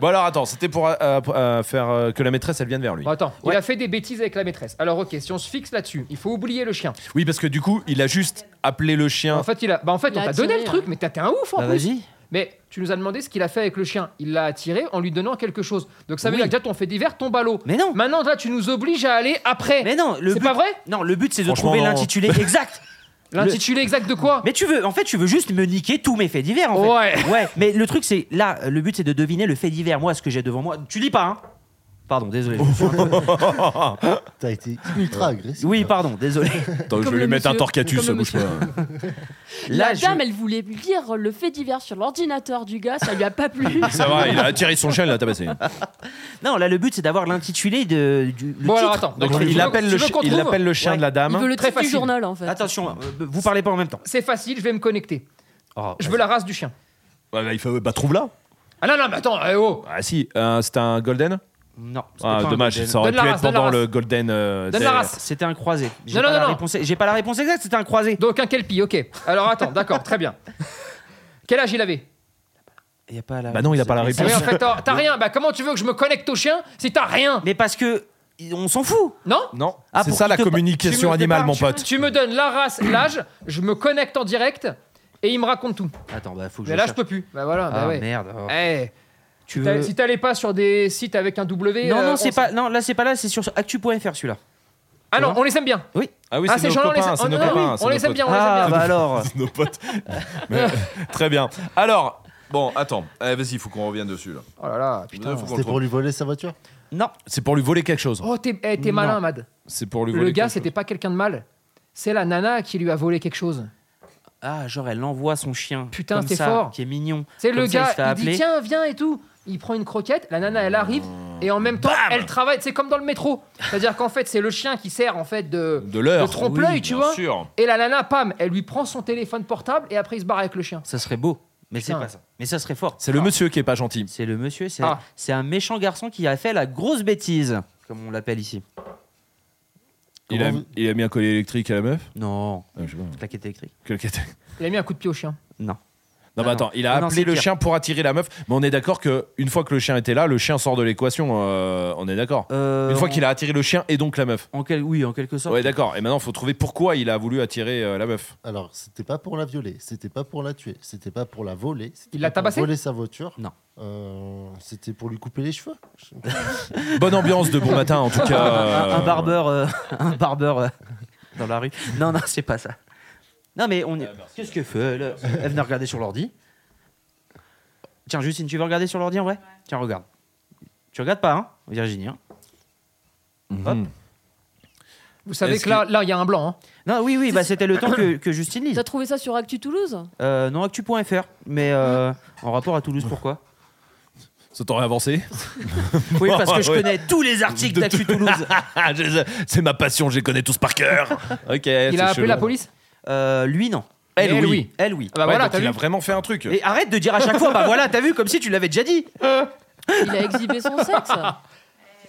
[SPEAKER 2] Bon alors attends, c'était pour euh, euh, faire euh, que la maîtresse elle vienne vers lui.
[SPEAKER 3] Bon, attends, il a fait des bêtises avec la maîtresse. Alors, ok, si on se fixe là-dessus, il faut oublier le chien.
[SPEAKER 2] Oui parce que du coup il a juste appelé le chien.
[SPEAKER 3] En fait, il a... bah, en fait
[SPEAKER 9] Il
[SPEAKER 3] on
[SPEAKER 9] a
[SPEAKER 3] t'a donné
[SPEAKER 9] attiré, hein.
[SPEAKER 3] le truc, mais t'as- t'es un ouf en
[SPEAKER 1] Bah
[SPEAKER 3] plus.
[SPEAKER 1] vas-y.
[SPEAKER 3] Mais tu nous as demandé ce qu'il a fait avec le chien. Il l'a attiré en lui donnant quelque chose. Donc ça veut
[SPEAKER 1] Oui.
[SPEAKER 3] dire que déjà ton fait divers tombe à l'eau.
[SPEAKER 1] Mais non.
[SPEAKER 3] Maintenant, là, tu nous obliges à aller après.
[SPEAKER 1] Mais non, le
[SPEAKER 3] Eh, C'est
[SPEAKER 1] but.
[SPEAKER 3] pas vrai
[SPEAKER 1] Non, le but c'est de
[SPEAKER 2] Franchement, euh,
[SPEAKER 1] trouver
[SPEAKER 2] non.
[SPEAKER 1] l'intitulé
[SPEAKER 2] <laughs>
[SPEAKER 1] exact.
[SPEAKER 3] L'intitulé exact de quoi
[SPEAKER 1] Mais tu veux, en fait, tu veux juste me niquer tous mes faits divers, en fait.
[SPEAKER 3] Ouais.
[SPEAKER 1] Ouais, mais le truc, c'est là, le but, c'est de deviner le fait divers. Moi, ce que j'ai devant moi, tu lis pas, hein Pardon,
[SPEAKER 2] <laughs>
[SPEAKER 1] désolé. je me suis un peu-
[SPEAKER 6] T'as été ultra agressif.
[SPEAKER 1] Oui, pardon, désolé.
[SPEAKER 2] Attends, je
[SPEAKER 9] Comme le
[SPEAKER 2] vais lui mettre un
[SPEAKER 9] monsieur.
[SPEAKER 2] torcatus,
[SPEAKER 9] Comme le
[SPEAKER 2] bouge pas.
[SPEAKER 1] Là,
[SPEAKER 9] la
[SPEAKER 1] je-
[SPEAKER 9] dame, elle voulait lire le fait divers sur l'ordinateur du gars, ça lui a pas plu.
[SPEAKER 2] C'est vrai, il a attiré son chien, il l'a tabassé.
[SPEAKER 1] non, là, le but, c'est d'avoir l'intitulé de du le
[SPEAKER 3] Bon, alors,
[SPEAKER 1] titre.
[SPEAKER 3] attends.
[SPEAKER 2] Donc
[SPEAKER 3] Tu veux-
[SPEAKER 2] il appelle
[SPEAKER 3] tu
[SPEAKER 2] le
[SPEAKER 3] veux
[SPEAKER 2] chi-
[SPEAKER 3] qu'on
[SPEAKER 2] il
[SPEAKER 3] trouve
[SPEAKER 2] appelle le chien
[SPEAKER 1] Ouais.
[SPEAKER 2] de la
[SPEAKER 9] Il veut
[SPEAKER 2] dame.
[SPEAKER 9] le titre
[SPEAKER 3] Très
[SPEAKER 9] du
[SPEAKER 3] facile.
[SPEAKER 9] journal en fait.
[SPEAKER 1] Attention, euh, vous parlez pas en même temps.
[SPEAKER 3] C'est facile, je vais me connecter.
[SPEAKER 1] Oh,
[SPEAKER 3] Je veux la race du chien.
[SPEAKER 2] Ouais, bah, il fait bah trouve la.
[SPEAKER 3] Ah non, non, mais attends, eh oh
[SPEAKER 2] Ah si, euh, c'était un golden.
[SPEAKER 1] Non, c'était
[SPEAKER 2] Ah
[SPEAKER 1] pas un
[SPEAKER 2] dommage,
[SPEAKER 1] golden.
[SPEAKER 2] ça aurait
[SPEAKER 3] Donne la
[SPEAKER 2] pu
[SPEAKER 3] race,
[SPEAKER 2] être
[SPEAKER 3] donne la
[SPEAKER 2] pendant
[SPEAKER 3] race.
[SPEAKER 2] le golden. euh,
[SPEAKER 3] Donne
[SPEAKER 2] des-
[SPEAKER 3] la race.
[SPEAKER 1] C'était un croisé. J'ai
[SPEAKER 3] Non,
[SPEAKER 1] pas,
[SPEAKER 3] non,
[SPEAKER 1] la
[SPEAKER 3] non, non.
[SPEAKER 1] réponse- j'ai pas la réponse exacte, c'était un croisé.
[SPEAKER 3] Donc un kelpie, ok. Alors attends, d'accord, très bien. Quel âge il avait
[SPEAKER 1] Y a pas la
[SPEAKER 2] Bah non, il a pas la
[SPEAKER 3] Ah oui, en
[SPEAKER 2] réponse.
[SPEAKER 3] fait, t'as t'as rien. Bah comment tu veux que je me connecte au chien si t'as rien
[SPEAKER 1] Mais parce que on s'en fout.
[SPEAKER 3] Non
[SPEAKER 2] Non,
[SPEAKER 1] Ah,
[SPEAKER 2] c'est
[SPEAKER 1] pour
[SPEAKER 2] ça
[SPEAKER 1] qu'il
[SPEAKER 2] la
[SPEAKER 1] te- tu
[SPEAKER 2] communication
[SPEAKER 1] me fais
[SPEAKER 2] animale,
[SPEAKER 1] pas-
[SPEAKER 2] mon
[SPEAKER 1] tu-
[SPEAKER 2] pote.
[SPEAKER 3] Tu me donnes la race, l'âge, je me connecte en direct et il me raconte tout.
[SPEAKER 1] Attends, bah faut que
[SPEAKER 3] Mais
[SPEAKER 1] je.
[SPEAKER 3] là, je
[SPEAKER 1] cherche.
[SPEAKER 3] peux plus. Bah voilà, bah
[SPEAKER 1] Ah
[SPEAKER 3] ouais.
[SPEAKER 1] merde. oh.
[SPEAKER 3] Eh,
[SPEAKER 1] Tu
[SPEAKER 3] t'as-
[SPEAKER 1] veux
[SPEAKER 3] Si t'allais pas sur des sites avec un W.
[SPEAKER 1] Non,
[SPEAKER 3] euh,
[SPEAKER 1] non,
[SPEAKER 3] on
[SPEAKER 1] c'est
[SPEAKER 3] sait-
[SPEAKER 1] pas. Non, là, c'est pas là. C'est sur actu.fr celui-là.
[SPEAKER 3] Ah non, on les aime bien.
[SPEAKER 2] Ah oui,
[SPEAKER 3] ah,
[SPEAKER 2] c'est nos
[SPEAKER 3] gens-là, on les
[SPEAKER 2] copains,
[SPEAKER 3] aime-
[SPEAKER 2] c'est
[SPEAKER 3] oh,
[SPEAKER 2] nos
[SPEAKER 3] non,
[SPEAKER 2] copains.
[SPEAKER 3] oui,
[SPEAKER 2] c'est
[SPEAKER 3] On
[SPEAKER 2] nos
[SPEAKER 3] les aime
[SPEAKER 2] potes. <laughs>
[SPEAKER 3] bien, on les aime
[SPEAKER 1] Ah
[SPEAKER 3] bien.
[SPEAKER 1] bah alors.
[SPEAKER 2] nos potes. Mais, euh, très bien. Alors, bon, attends. Eh, Vas-y, il faut qu'on revienne dessus là.
[SPEAKER 3] Oh là là, putain.
[SPEAKER 2] Putain, faut qu'on le
[SPEAKER 6] C'était pour
[SPEAKER 2] trouve.
[SPEAKER 6] lui voler sa voiture
[SPEAKER 1] Non.
[SPEAKER 2] C'est pour lui voler quelque chose.
[SPEAKER 3] Oh, t'es eh, t'es
[SPEAKER 1] Non.
[SPEAKER 3] malin, Mad.
[SPEAKER 2] C'est pour lui voler.
[SPEAKER 3] Le gars,
[SPEAKER 2] quelque
[SPEAKER 3] c'était pas quelqu'un de mal. C'est la nana qui lui a volé quelque chose.
[SPEAKER 1] Ah, genre, elle envoie son chien.
[SPEAKER 3] Putain,
[SPEAKER 1] comme
[SPEAKER 3] c'est
[SPEAKER 1] ça,
[SPEAKER 3] fort.
[SPEAKER 1] Qui est mignon.
[SPEAKER 3] C'est
[SPEAKER 1] Comme
[SPEAKER 3] le
[SPEAKER 1] ça, il
[SPEAKER 3] gars,
[SPEAKER 1] se fait
[SPEAKER 3] il dit
[SPEAKER 1] appeler.
[SPEAKER 3] tiens, viens et tout. Il prend une croquette, la nana elle arrive et en même temps elle travaille. C'est comme dans le métro, c'est-à-dire qu'en fait c'est le chien qui sert en fait de,
[SPEAKER 2] chose. De l'heure.
[SPEAKER 3] de trompe-l'œil, tu
[SPEAKER 2] bien
[SPEAKER 3] vois.
[SPEAKER 2] sûr.
[SPEAKER 3] Et la nana, pam, elle lui prend son téléphone portable et après il se barre avec le chien.
[SPEAKER 1] Ça serait beau. Mais c'est
[SPEAKER 3] Putain.
[SPEAKER 1] pas ça. Mais ça serait fort.
[SPEAKER 2] C'est le monsieur qui est pas gentil.
[SPEAKER 1] C'est le monsieur. C'est
[SPEAKER 3] Ah.
[SPEAKER 1] c'est un méchant garçon qui a fait la grosse bêtise. Comme on l'appelle ici.
[SPEAKER 2] Il a,
[SPEAKER 6] Comment vous-
[SPEAKER 2] il a mis un collier électrique à la meuf.
[SPEAKER 1] Non.
[SPEAKER 2] Ah, je sais pas.
[SPEAKER 1] Claquette électrique.
[SPEAKER 2] Quel caté-
[SPEAKER 3] Il a mis un coup de pied au chien.
[SPEAKER 1] Non.
[SPEAKER 2] Non, mais attends, il a
[SPEAKER 1] Ah non,
[SPEAKER 2] appelé
[SPEAKER 1] c'est
[SPEAKER 2] le
[SPEAKER 1] pire.
[SPEAKER 2] chien pour attirer la meuf. Mais on est d'accord que une fois que le chien était là, le chien sort de l'équation. euh, on est d'accord.
[SPEAKER 1] Euh,
[SPEAKER 2] une fois
[SPEAKER 1] en-
[SPEAKER 2] qu'il a attiré le chien et donc la meuf.
[SPEAKER 1] En quel... Oui, en quelque sorte.
[SPEAKER 2] Ouais, d'accord. Et maintenant, faut trouver pourquoi il a voulu attirer euh, la meuf.
[SPEAKER 6] Alors, c'était pas pour la violer, c'était pas pour la tuer, c'était pas pour la voler. c'était
[SPEAKER 3] Il l'a
[SPEAKER 6] pas pour
[SPEAKER 3] tabassée
[SPEAKER 6] voler sa voiture.
[SPEAKER 1] Non.
[SPEAKER 6] Euh, c'était pour lui couper les cheveux. Je-
[SPEAKER 2] Bonne ambiance de bon matin, en tout
[SPEAKER 1] <laughs>
[SPEAKER 2] cas.
[SPEAKER 1] un,
[SPEAKER 2] euh,
[SPEAKER 1] un barbeur, euh, <laughs> un barbeur
[SPEAKER 2] <laughs>
[SPEAKER 1] euh, dans la rue. Non, non, c'est pas ça. Non, mais on est.
[SPEAKER 2] Ah,
[SPEAKER 1] Qu'est-ce que fait là Elle venait regarder sur l'ordi. Tiens, Justine, tu veux regarder sur l'ordi en vrai Tiens, regarde. Tu regardes pas, hein, Virginie hein
[SPEAKER 2] mhm.
[SPEAKER 3] Vous savez
[SPEAKER 2] Est-ce
[SPEAKER 3] que là, là il y a un blanc. hein.
[SPEAKER 1] Non, oui, oui, bah, c'était le temps que, que Justine lise.
[SPEAKER 9] T'as trouvé ça sur Actu Toulouse
[SPEAKER 2] <laughs>
[SPEAKER 1] Euh, non, actu.fr, mais euh, en rapport à Toulouse, pourquoi
[SPEAKER 2] Ça t'aurait avancé
[SPEAKER 1] Oui, parce que je
[SPEAKER 2] Ouais.
[SPEAKER 1] connais tous les articles
[SPEAKER 2] De
[SPEAKER 1] d'Actu
[SPEAKER 2] tout-
[SPEAKER 1] Toulouse.
[SPEAKER 2] Ah, <laughs> je- C'est ma passion, je les connais tous
[SPEAKER 1] <laughs>
[SPEAKER 2] par cœur. Ok.
[SPEAKER 3] Il a appelé la police
[SPEAKER 1] Euh, lui, non.
[SPEAKER 2] Elle, Eh oui.
[SPEAKER 1] Elle, oui.
[SPEAKER 3] Ah bah voilà, t'as
[SPEAKER 2] il
[SPEAKER 3] vu
[SPEAKER 2] a vraiment fait un truc.
[SPEAKER 1] Et arrête de dire à chaque fois, bah voilà, t'as vu, comme si tu l'avais déjà dit.
[SPEAKER 9] Il a exhibé son sexe.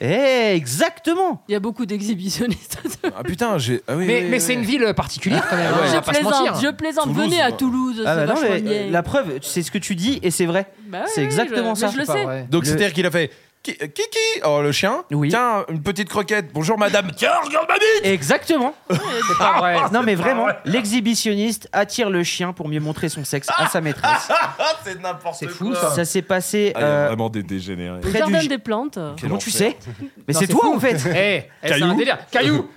[SPEAKER 1] Eh, exactement.
[SPEAKER 9] Il y a beaucoup d'exhibitionnistes.
[SPEAKER 2] Ah putain, j'ai. Ah, oui,
[SPEAKER 3] Mais,
[SPEAKER 2] oui,
[SPEAKER 3] mais
[SPEAKER 2] oui,
[SPEAKER 3] c'est
[SPEAKER 2] oui.
[SPEAKER 3] une ville particulière quand même,
[SPEAKER 2] Ah ouais.
[SPEAKER 3] hein, on
[SPEAKER 9] je
[SPEAKER 3] va pas se mentir.
[SPEAKER 9] plaisante, je plaisante.
[SPEAKER 2] Toulouse,
[SPEAKER 9] Venez à
[SPEAKER 2] ouais.
[SPEAKER 9] Toulouse.
[SPEAKER 1] Ah bah
[SPEAKER 9] c'est
[SPEAKER 1] non, mais
[SPEAKER 9] vachement
[SPEAKER 1] euh,
[SPEAKER 9] bien.
[SPEAKER 1] la preuve, c'est ce que tu dis et c'est vrai.
[SPEAKER 9] Bah oui,
[SPEAKER 1] c'est
[SPEAKER 9] oui,
[SPEAKER 1] exactement
[SPEAKER 9] je,
[SPEAKER 1] ça.
[SPEAKER 9] mais Je le
[SPEAKER 3] C'est pas
[SPEAKER 9] sais.
[SPEAKER 3] vrai.
[SPEAKER 2] Donc
[SPEAKER 1] Le-
[SPEAKER 2] c'est-à-dire qu'il a fait Ki- euh, Kiki Oh le chien
[SPEAKER 1] Oui.
[SPEAKER 2] Tiens, une petite croquette. Bonjour madame. Tiens, regarde ma bite
[SPEAKER 1] <laughs> Exactement.
[SPEAKER 3] C'est pas vrai.
[SPEAKER 1] non, mais vraiment, l'exhibitionniste attire le chien pour mieux montrer son sexe à sa maîtresse.
[SPEAKER 2] Ah, c'est n'importe
[SPEAKER 3] C'est fou, ça.
[SPEAKER 1] Ça s'est passé.
[SPEAKER 2] Ah, il y a
[SPEAKER 1] euh,
[SPEAKER 2] vraiment des dégénérés.
[SPEAKER 9] Au
[SPEAKER 1] près du
[SPEAKER 9] jardin
[SPEAKER 1] gi-
[SPEAKER 9] des plantes.
[SPEAKER 1] Comment tu
[SPEAKER 2] Quel
[SPEAKER 1] sais Mais
[SPEAKER 3] Non,
[SPEAKER 1] c'est
[SPEAKER 3] c'est
[SPEAKER 1] toi
[SPEAKER 3] fou.
[SPEAKER 1] en fait.
[SPEAKER 3] Eh, eh, c'est
[SPEAKER 2] Caillou
[SPEAKER 3] un délire. Caillou,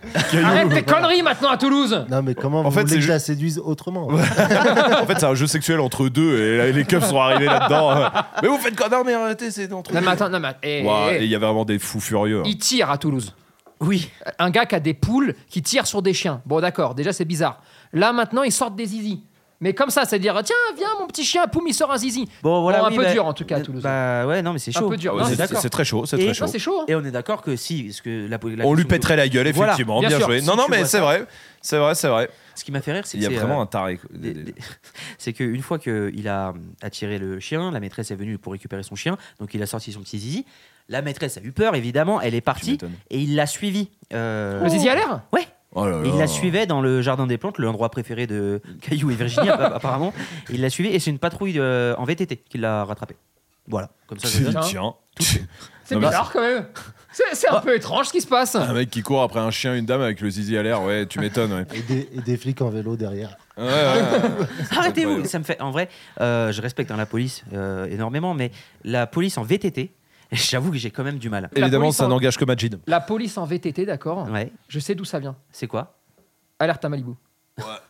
[SPEAKER 3] Arrête tes conneries maintenant à Toulouse
[SPEAKER 6] Non, mais comment vous
[SPEAKER 2] fait,
[SPEAKER 6] voulez
[SPEAKER 2] c'est
[SPEAKER 6] que je
[SPEAKER 2] ju-
[SPEAKER 6] la séduise autrement
[SPEAKER 2] en fait, c'est un jeu sexuel entre deux et là, les keufs sont arrivés
[SPEAKER 3] <laughs>
[SPEAKER 2] là-dedans. mais vous faites quoi Non, mais arrêtez, c'est entre
[SPEAKER 3] Non
[SPEAKER 2] deux.
[SPEAKER 3] mais attends, non mais... eh,
[SPEAKER 2] Ouah,
[SPEAKER 3] eh,
[SPEAKER 2] et il y a vraiment des fous furieux. hein.
[SPEAKER 3] Il tire à Toulouse.
[SPEAKER 1] <laughs> Oui.
[SPEAKER 3] Un gars qui a des poules qui tire sur des chiens. Bon d'accord, déjà c'est bizarre. Là maintenant ils sortent des zizi. Mais comme ça, c'est dire tiens viens mon petit chien, poum il sort un zizi.
[SPEAKER 1] Bon, voilà.
[SPEAKER 3] Bon, un
[SPEAKER 1] oui,
[SPEAKER 3] peu
[SPEAKER 1] bah-
[SPEAKER 3] dur, en tout cas, à Toulouse.
[SPEAKER 1] Bah ouais, non, mais c'est
[SPEAKER 3] Un
[SPEAKER 1] chaud.
[SPEAKER 3] peu dur.
[SPEAKER 2] Ouais,
[SPEAKER 3] Non,
[SPEAKER 2] c'est-
[SPEAKER 3] mais
[SPEAKER 1] c'est
[SPEAKER 2] c'est
[SPEAKER 1] d'accord.
[SPEAKER 2] très chaud, c'est
[SPEAKER 1] Et-
[SPEAKER 2] très
[SPEAKER 3] Non,
[SPEAKER 2] chaud.
[SPEAKER 3] c'est chaud. hein.
[SPEAKER 1] Et on est d'accord que si, parce que la, la
[SPEAKER 2] On lui
[SPEAKER 1] question de-
[SPEAKER 2] pèterait la gueule,
[SPEAKER 1] Voilà,
[SPEAKER 2] effectivement.
[SPEAKER 3] bien
[SPEAKER 2] bien
[SPEAKER 3] sûr,
[SPEAKER 2] joué.
[SPEAKER 3] si
[SPEAKER 2] Non, non,
[SPEAKER 1] tu
[SPEAKER 2] mais
[SPEAKER 1] vois
[SPEAKER 2] c'est vrai. C'est vrai, c'est vrai.
[SPEAKER 1] Ce qui m'a fait rire, c'est
[SPEAKER 2] Il
[SPEAKER 1] que
[SPEAKER 2] y a
[SPEAKER 1] c'est,
[SPEAKER 2] vraiment
[SPEAKER 1] euh,
[SPEAKER 2] un taré. quoi.
[SPEAKER 1] des- des- <laughs> c'est qu'une fois qu'il a hum, attiré le chien, la maîtresse est venue pour récupérer son chien, donc il a sorti son petit zizi. La maîtresse a eu peur, évidemment, elle est
[SPEAKER 2] Tu
[SPEAKER 1] partie
[SPEAKER 2] m'étonnes.
[SPEAKER 1] et il l'a suivi. Euh,
[SPEAKER 3] Le zizi à l'air
[SPEAKER 1] Ouais,
[SPEAKER 2] Oh là
[SPEAKER 1] il
[SPEAKER 2] là.
[SPEAKER 1] la suivait dans le jardin des plantes, l'endroit préféré de <laughs> Caillou et Virginie, app- apparemment. Il l'a suivi et c'est une patrouille euh, en VTT qui l'a rattrapé. Voilà, comme ça je
[SPEAKER 3] hein.
[SPEAKER 1] le donne.
[SPEAKER 2] Tiens.
[SPEAKER 3] C'est
[SPEAKER 2] Non, mais- Ah.
[SPEAKER 3] bizarre quand même. C'est c'est un peu étrange ce qui se passe.
[SPEAKER 2] Un mec qui court après un chien, une dame avec le zizi à l'air, ouais, tu m'étonnes. Ouais.
[SPEAKER 6] et des, et des flics en vélo derrière.
[SPEAKER 2] Ouais, ouais, ouais.
[SPEAKER 1] Arrêtez-vous Ah, Ça me fait. En vrai, euh, je respecte hein, la police euh, énormément, mais la police en VTT, <laughs> j'avoue que j'ai quand même du mal.
[SPEAKER 2] Évidemment,
[SPEAKER 3] police
[SPEAKER 2] ça
[SPEAKER 3] en-
[SPEAKER 2] n'engage que Majid.
[SPEAKER 3] La police en VTT, d'accord
[SPEAKER 1] Ouais,
[SPEAKER 3] Je sais d'où ça vient.
[SPEAKER 1] c'est quoi
[SPEAKER 3] Alerte à Malibu.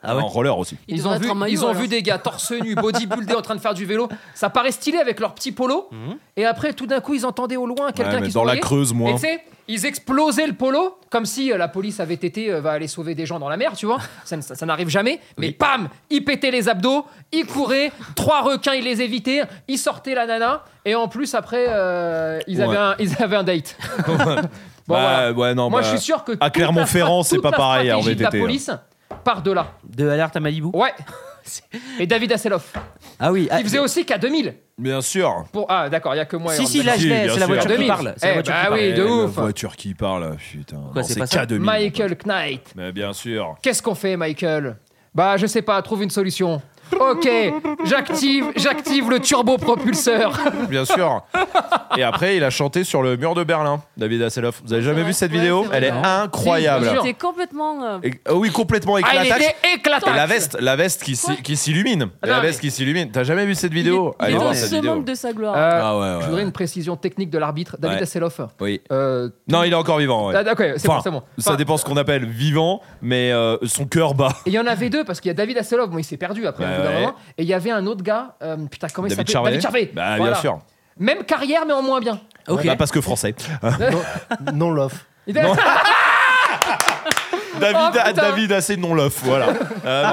[SPEAKER 1] Ah ouais.
[SPEAKER 2] En roller aussi.
[SPEAKER 9] Il
[SPEAKER 3] Ils
[SPEAKER 9] devrait
[SPEAKER 3] ont,
[SPEAKER 9] être
[SPEAKER 3] vu,
[SPEAKER 9] en maillot,
[SPEAKER 3] ils ont
[SPEAKER 9] alors.
[SPEAKER 3] vu des gars torse nu, bodybuildés en train de faire du vélo. Ça paraît stylé avec leur petit polo.
[SPEAKER 1] Mhm.
[SPEAKER 3] Et après, tout d'un coup, ils entendaient au loin quelqu'un
[SPEAKER 2] Ouais, mais
[SPEAKER 3] qui se
[SPEAKER 2] dans la
[SPEAKER 3] noyait.
[SPEAKER 2] Creuse,
[SPEAKER 3] Et
[SPEAKER 2] moins.
[SPEAKER 3] tu sais, ils explosaient le polo comme si euh, la police avait été euh, va aller sauver des gens dans la mer, tu vois. Ça, ne- ça- ça n'arrive jamais. Mais pam, ils pétaient les abdos, ils couraient, trois requins, ils les évitaient, ils sortaient la nana. Et en plus, après, euh, ils,
[SPEAKER 2] Ouais.
[SPEAKER 3] avaient un, ils avaient un date.
[SPEAKER 2] <laughs>
[SPEAKER 3] Bon,
[SPEAKER 2] Bah,
[SPEAKER 3] voilà.
[SPEAKER 2] ouais, non,
[SPEAKER 3] Moi,
[SPEAKER 2] bah,
[SPEAKER 3] je suis sûr que. toute la
[SPEAKER 2] Clermont-Ferrand,
[SPEAKER 3] stra-
[SPEAKER 2] c'est
[SPEAKER 3] toute
[SPEAKER 2] pas
[SPEAKER 3] la
[SPEAKER 2] pareil, en
[SPEAKER 3] stratégie de
[SPEAKER 2] VTT,
[SPEAKER 3] La
[SPEAKER 2] hein.
[SPEAKER 3] police part de là.
[SPEAKER 1] De alerte à Malibu
[SPEAKER 3] <laughs> Ouais. Et David Asseloff.
[SPEAKER 1] Ah oui. ah,
[SPEAKER 3] Il faisait aussi qu'à 2000.
[SPEAKER 2] Bien sûr.
[SPEAKER 3] Pour... Ah, d'accord, il n'y a que moi. et
[SPEAKER 1] Si, si,
[SPEAKER 3] Orban.
[SPEAKER 1] là je l'ai,
[SPEAKER 2] bien
[SPEAKER 1] c'est la
[SPEAKER 2] sûr.
[SPEAKER 1] voiture qui
[SPEAKER 3] 2000.
[SPEAKER 1] parle. c'est la
[SPEAKER 3] Eh
[SPEAKER 1] voiture
[SPEAKER 3] bah
[SPEAKER 1] qui parle.
[SPEAKER 3] oui, de
[SPEAKER 2] Eh,
[SPEAKER 3] ouf.
[SPEAKER 2] La voiture qui parle, putain.
[SPEAKER 1] Quoi,
[SPEAKER 2] Non,
[SPEAKER 1] c'est
[SPEAKER 2] c'est
[SPEAKER 1] pas ça
[SPEAKER 2] K2000.
[SPEAKER 3] Michael Knight.
[SPEAKER 2] Mais bien sûr.
[SPEAKER 3] Qu'est-ce qu'on fait, Michael Bah, je sais pas, trouve une solution. Ok, j'active, j'active
[SPEAKER 2] <laughs>
[SPEAKER 3] le turbopropulseur.
[SPEAKER 2] Bien sûr. Et après, il a chanté sur le mur de Berlin, David Hasselhoff. Vous avez jamais
[SPEAKER 9] vrai,
[SPEAKER 2] vu cette
[SPEAKER 9] ouais,
[SPEAKER 2] vidéo
[SPEAKER 9] c'est vrai,
[SPEAKER 2] Elle est
[SPEAKER 9] non.
[SPEAKER 2] incroyable.
[SPEAKER 3] Si, bien
[SPEAKER 9] J'étais complètement. euh,
[SPEAKER 2] Et- ah oui, complètement
[SPEAKER 3] Ah, il
[SPEAKER 2] éclataxe.
[SPEAKER 3] était éclatant.
[SPEAKER 2] Et la veste, la veste qui s'y- qui s'illumine.
[SPEAKER 3] Ah,
[SPEAKER 2] La
[SPEAKER 3] non,
[SPEAKER 2] veste
[SPEAKER 3] mais-
[SPEAKER 2] qui s'illumine. T'as jamais vu cette
[SPEAKER 9] il est-
[SPEAKER 2] vidéo
[SPEAKER 9] Il
[SPEAKER 2] Allez
[SPEAKER 9] est
[SPEAKER 2] voir
[SPEAKER 9] en
[SPEAKER 2] cette
[SPEAKER 9] ce
[SPEAKER 2] vidéo.
[SPEAKER 9] manque de sa gloire.
[SPEAKER 3] Euh,
[SPEAKER 2] Ah ouais, ouais,
[SPEAKER 3] Je voudrais
[SPEAKER 2] ouais.
[SPEAKER 3] une précision technique de l'arbitre. David
[SPEAKER 2] Ouais.
[SPEAKER 3] Hasselhoff.
[SPEAKER 2] Oui.
[SPEAKER 3] euh,
[SPEAKER 2] Non, il est encore vivant. ouais.
[SPEAKER 3] ah, d'accord, c'est
[SPEAKER 2] Enfin,
[SPEAKER 3] bon, c'est bon.
[SPEAKER 2] Ça
[SPEAKER 3] Enfin,
[SPEAKER 2] dépend ce qu'on appelle vivant, mais euh, son cœur bat.
[SPEAKER 3] Et il y en avait deux, parce qu'il y a David Hasselhoff, bon, il s'est perdu
[SPEAKER 2] Ouais,
[SPEAKER 3] après. au bout d'un
[SPEAKER 2] ouais.
[SPEAKER 3] moment. Et il y avait un autre gars, euh, putain, comment
[SPEAKER 2] David
[SPEAKER 3] il
[SPEAKER 2] Charvet.
[SPEAKER 3] s'appelle David Charvet.
[SPEAKER 2] Bah,
[SPEAKER 3] Voilà.
[SPEAKER 2] bien sûr.
[SPEAKER 3] Même carrière, mais en moins bien.
[SPEAKER 1] Ok.
[SPEAKER 2] Bah, parce que français.
[SPEAKER 6] Non, non l'offre.
[SPEAKER 3] Il était-
[SPEAKER 2] David,
[SPEAKER 3] <laughs> Oh, putain.
[SPEAKER 2] David assez non l'œuf,
[SPEAKER 3] <laughs>
[SPEAKER 2] voilà. Ah,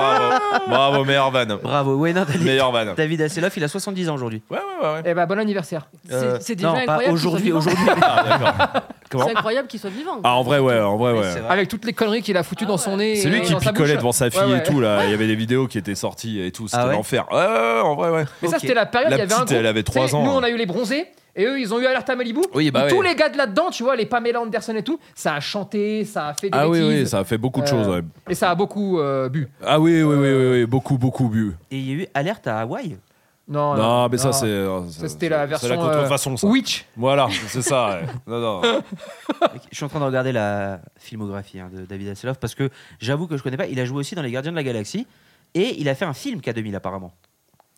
[SPEAKER 2] bravo. bravo, meilleur van.
[SPEAKER 1] Bravo. Ouais, non, David,
[SPEAKER 2] Meilleur van. Ouais,
[SPEAKER 1] David Asseloff, il a 70 ans aujourd'hui. Euh,
[SPEAKER 2] ouais, ouais. ouais.
[SPEAKER 3] Eh ben, bon anniversaire.
[SPEAKER 2] Euh,
[SPEAKER 9] C'est c'est déjà
[SPEAKER 1] Non, pas
[SPEAKER 9] incroyable. qu'il soit
[SPEAKER 1] aujourd'hui.
[SPEAKER 9] vivant.
[SPEAKER 1] Aujourd'hui.
[SPEAKER 2] Ah, d'accord. Comment
[SPEAKER 9] C'est incroyable qu'il soit vivant. Ah
[SPEAKER 2] Ah, en vrai, ouais, en vrai,
[SPEAKER 1] Oui, c'est
[SPEAKER 2] ouais.
[SPEAKER 1] vrai.
[SPEAKER 3] Avec toutes les conneries qu'il a foutues dans son nez.
[SPEAKER 2] C'est lui
[SPEAKER 3] et euh,
[SPEAKER 2] qui
[SPEAKER 3] dans sa
[SPEAKER 2] picolait
[SPEAKER 3] bouche.
[SPEAKER 2] devant sa fille
[SPEAKER 3] Ouais, ouais.
[SPEAKER 2] et tout, là. Il
[SPEAKER 3] <laughs>
[SPEAKER 2] y avait des vidéos qui étaient sorties et tout. C'était
[SPEAKER 1] Ah ouais
[SPEAKER 2] l'enfer. Ouais, ouais, ouais, en vrai, ouais.
[SPEAKER 3] Mais ça,
[SPEAKER 1] Ok.
[SPEAKER 3] c'était la période.
[SPEAKER 2] La
[SPEAKER 3] il y avait un
[SPEAKER 2] petite,
[SPEAKER 3] groupe,
[SPEAKER 2] elle avait
[SPEAKER 3] tu sais,
[SPEAKER 2] trois ans. hein.
[SPEAKER 3] Nous, on a eu les bronzés. Et eux, ils ont eu Alerte à Malibu.
[SPEAKER 2] Oui, bah
[SPEAKER 3] Et Tous
[SPEAKER 2] ouais.
[SPEAKER 3] les gars de là-dedans, tu vois, les Pamela Anderson et tout, ça a chanté, ça a fait des
[SPEAKER 2] Ah oui,
[SPEAKER 3] bêtises.
[SPEAKER 2] oui, ça a fait beaucoup de
[SPEAKER 3] Euh,
[SPEAKER 2] choses, ouais.
[SPEAKER 3] Et ça a beaucoup euh, bu.
[SPEAKER 2] Ah oui, oui, oui, oui, oui, beaucoup, beaucoup bu.
[SPEAKER 1] Et il y a eu alerte à Hawaï.
[SPEAKER 3] Non,
[SPEAKER 2] Non, mais ça, c'est. euh,
[SPEAKER 3] Ça, c'était la version.
[SPEAKER 2] C'est la contrefaçon,
[SPEAKER 3] euh,
[SPEAKER 2] ça.
[SPEAKER 3] Witch.
[SPEAKER 2] Voilà, c'est ça, ouais. Non, non.
[SPEAKER 3] <laughs>
[SPEAKER 2] Ah.
[SPEAKER 1] Ok, Je suis en train de regarder la filmographie hein, de David Hasselhoff parce que j'avoue que je connais pas. Il a joué aussi dans Les Gardiens de la Galaxie et il a fait un film K2000 apparemment.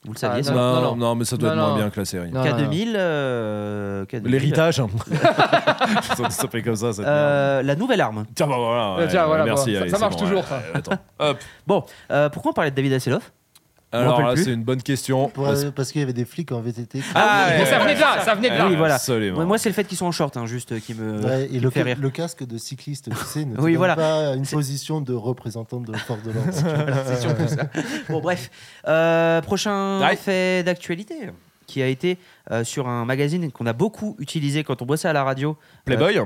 [SPEAKER 1] Vous le saviez
[SPEAKER 3] Ah,
[SPEAKER 1] ça
[SPEAKER 2] Non,
[SPEAKER 3] non,
[SPEAKER 2] non,
[SPEAKER 3] non.
[SPEAKER 2] mais ça doit
[SPEAKER 3] Non,
[SPEAKER 2] être moins
[SPEAKER 3] non.
[SPEAKER 2] bien que la série.
[SPEAKER 3] Non, non, non.
[SPEAKER 1] K2000. euh, K2000,
[SPEAKER 2] L'héritage. <laughs> ça s'appelle comme ça, cette merde.
[SPEAKER 1] euh, la nouvelle arme.
[SPEAKER 2] Tiens, bah, voilà.
[SPEAKER 3] Euh, tiens,
[SPEAKER 2] ouais,
[SPEAKER 3] voilà,
[SPEAKER 2] merci.
[SPEAKER 3] bon, ça-
[SPEAKER 2] allez,
[SPEAKER 3] ça
[SPEAKER 2] c'est
[SPEAKER 3] marche
[SPEAKER 2] bon,
[SPEAKER 3] toujours,
[SPEAKER 2] ouais,
[SPEAKER 3] ça.
[SPEAKER 2] ouais, Attends. Hop.
[SPEAKER 1] Bon, euh, pourquoi on parlait de David Hasselhoff
[SPEAKER 2] <laughs> Alors
[SPEAKER 1] rappelle
[SPEAKER 2] là,
[SPEAKER 1] plus.
[SPEAKER 2] c'est une bonne question.
[SPEAKER 6] Pour- euh, parce qu'il y avait des flics en VTT. qui-
[SPEAKER 2] Ah, ouais,
[SPEAKER 3] Mais ça
[SPEAKER 2] ouais, Ah
[SPEAKER 3] venait de là, ça venait de là.
[SPEAKER 1] Oui, voilà.
[SPEAKER 2] Absolument.
[SPEAKER 1] Moi, moi, c'est le fait qu'ils sont en short hein, juste euh, qui me <laughs>
[SPEAKER 6] Ouais, et le,
[SPEAKER 1] fait rire.
[SPEAKER 6] le casque de cycliste, tu sais, ne te
[SPEAKER 1] Oui,
[SPEAKER 6] donne
[SPEAKER 1] voilà.
[SPEAKER 6] pas une position de représentant de force
[SPEAKER 1] <laughs>
[SPEAKER 6] de l'ordre.
[SPEAKER 1] Bon, bref. Euh, prochain
[SPEAKER 2] Ouais.
[SPEAKER 1] fait d'actualité. qui a été euh, sur un magazine qu'on a beaucoup utilisé quand on bossait à la radio.
[SPEAKER 2] Playboy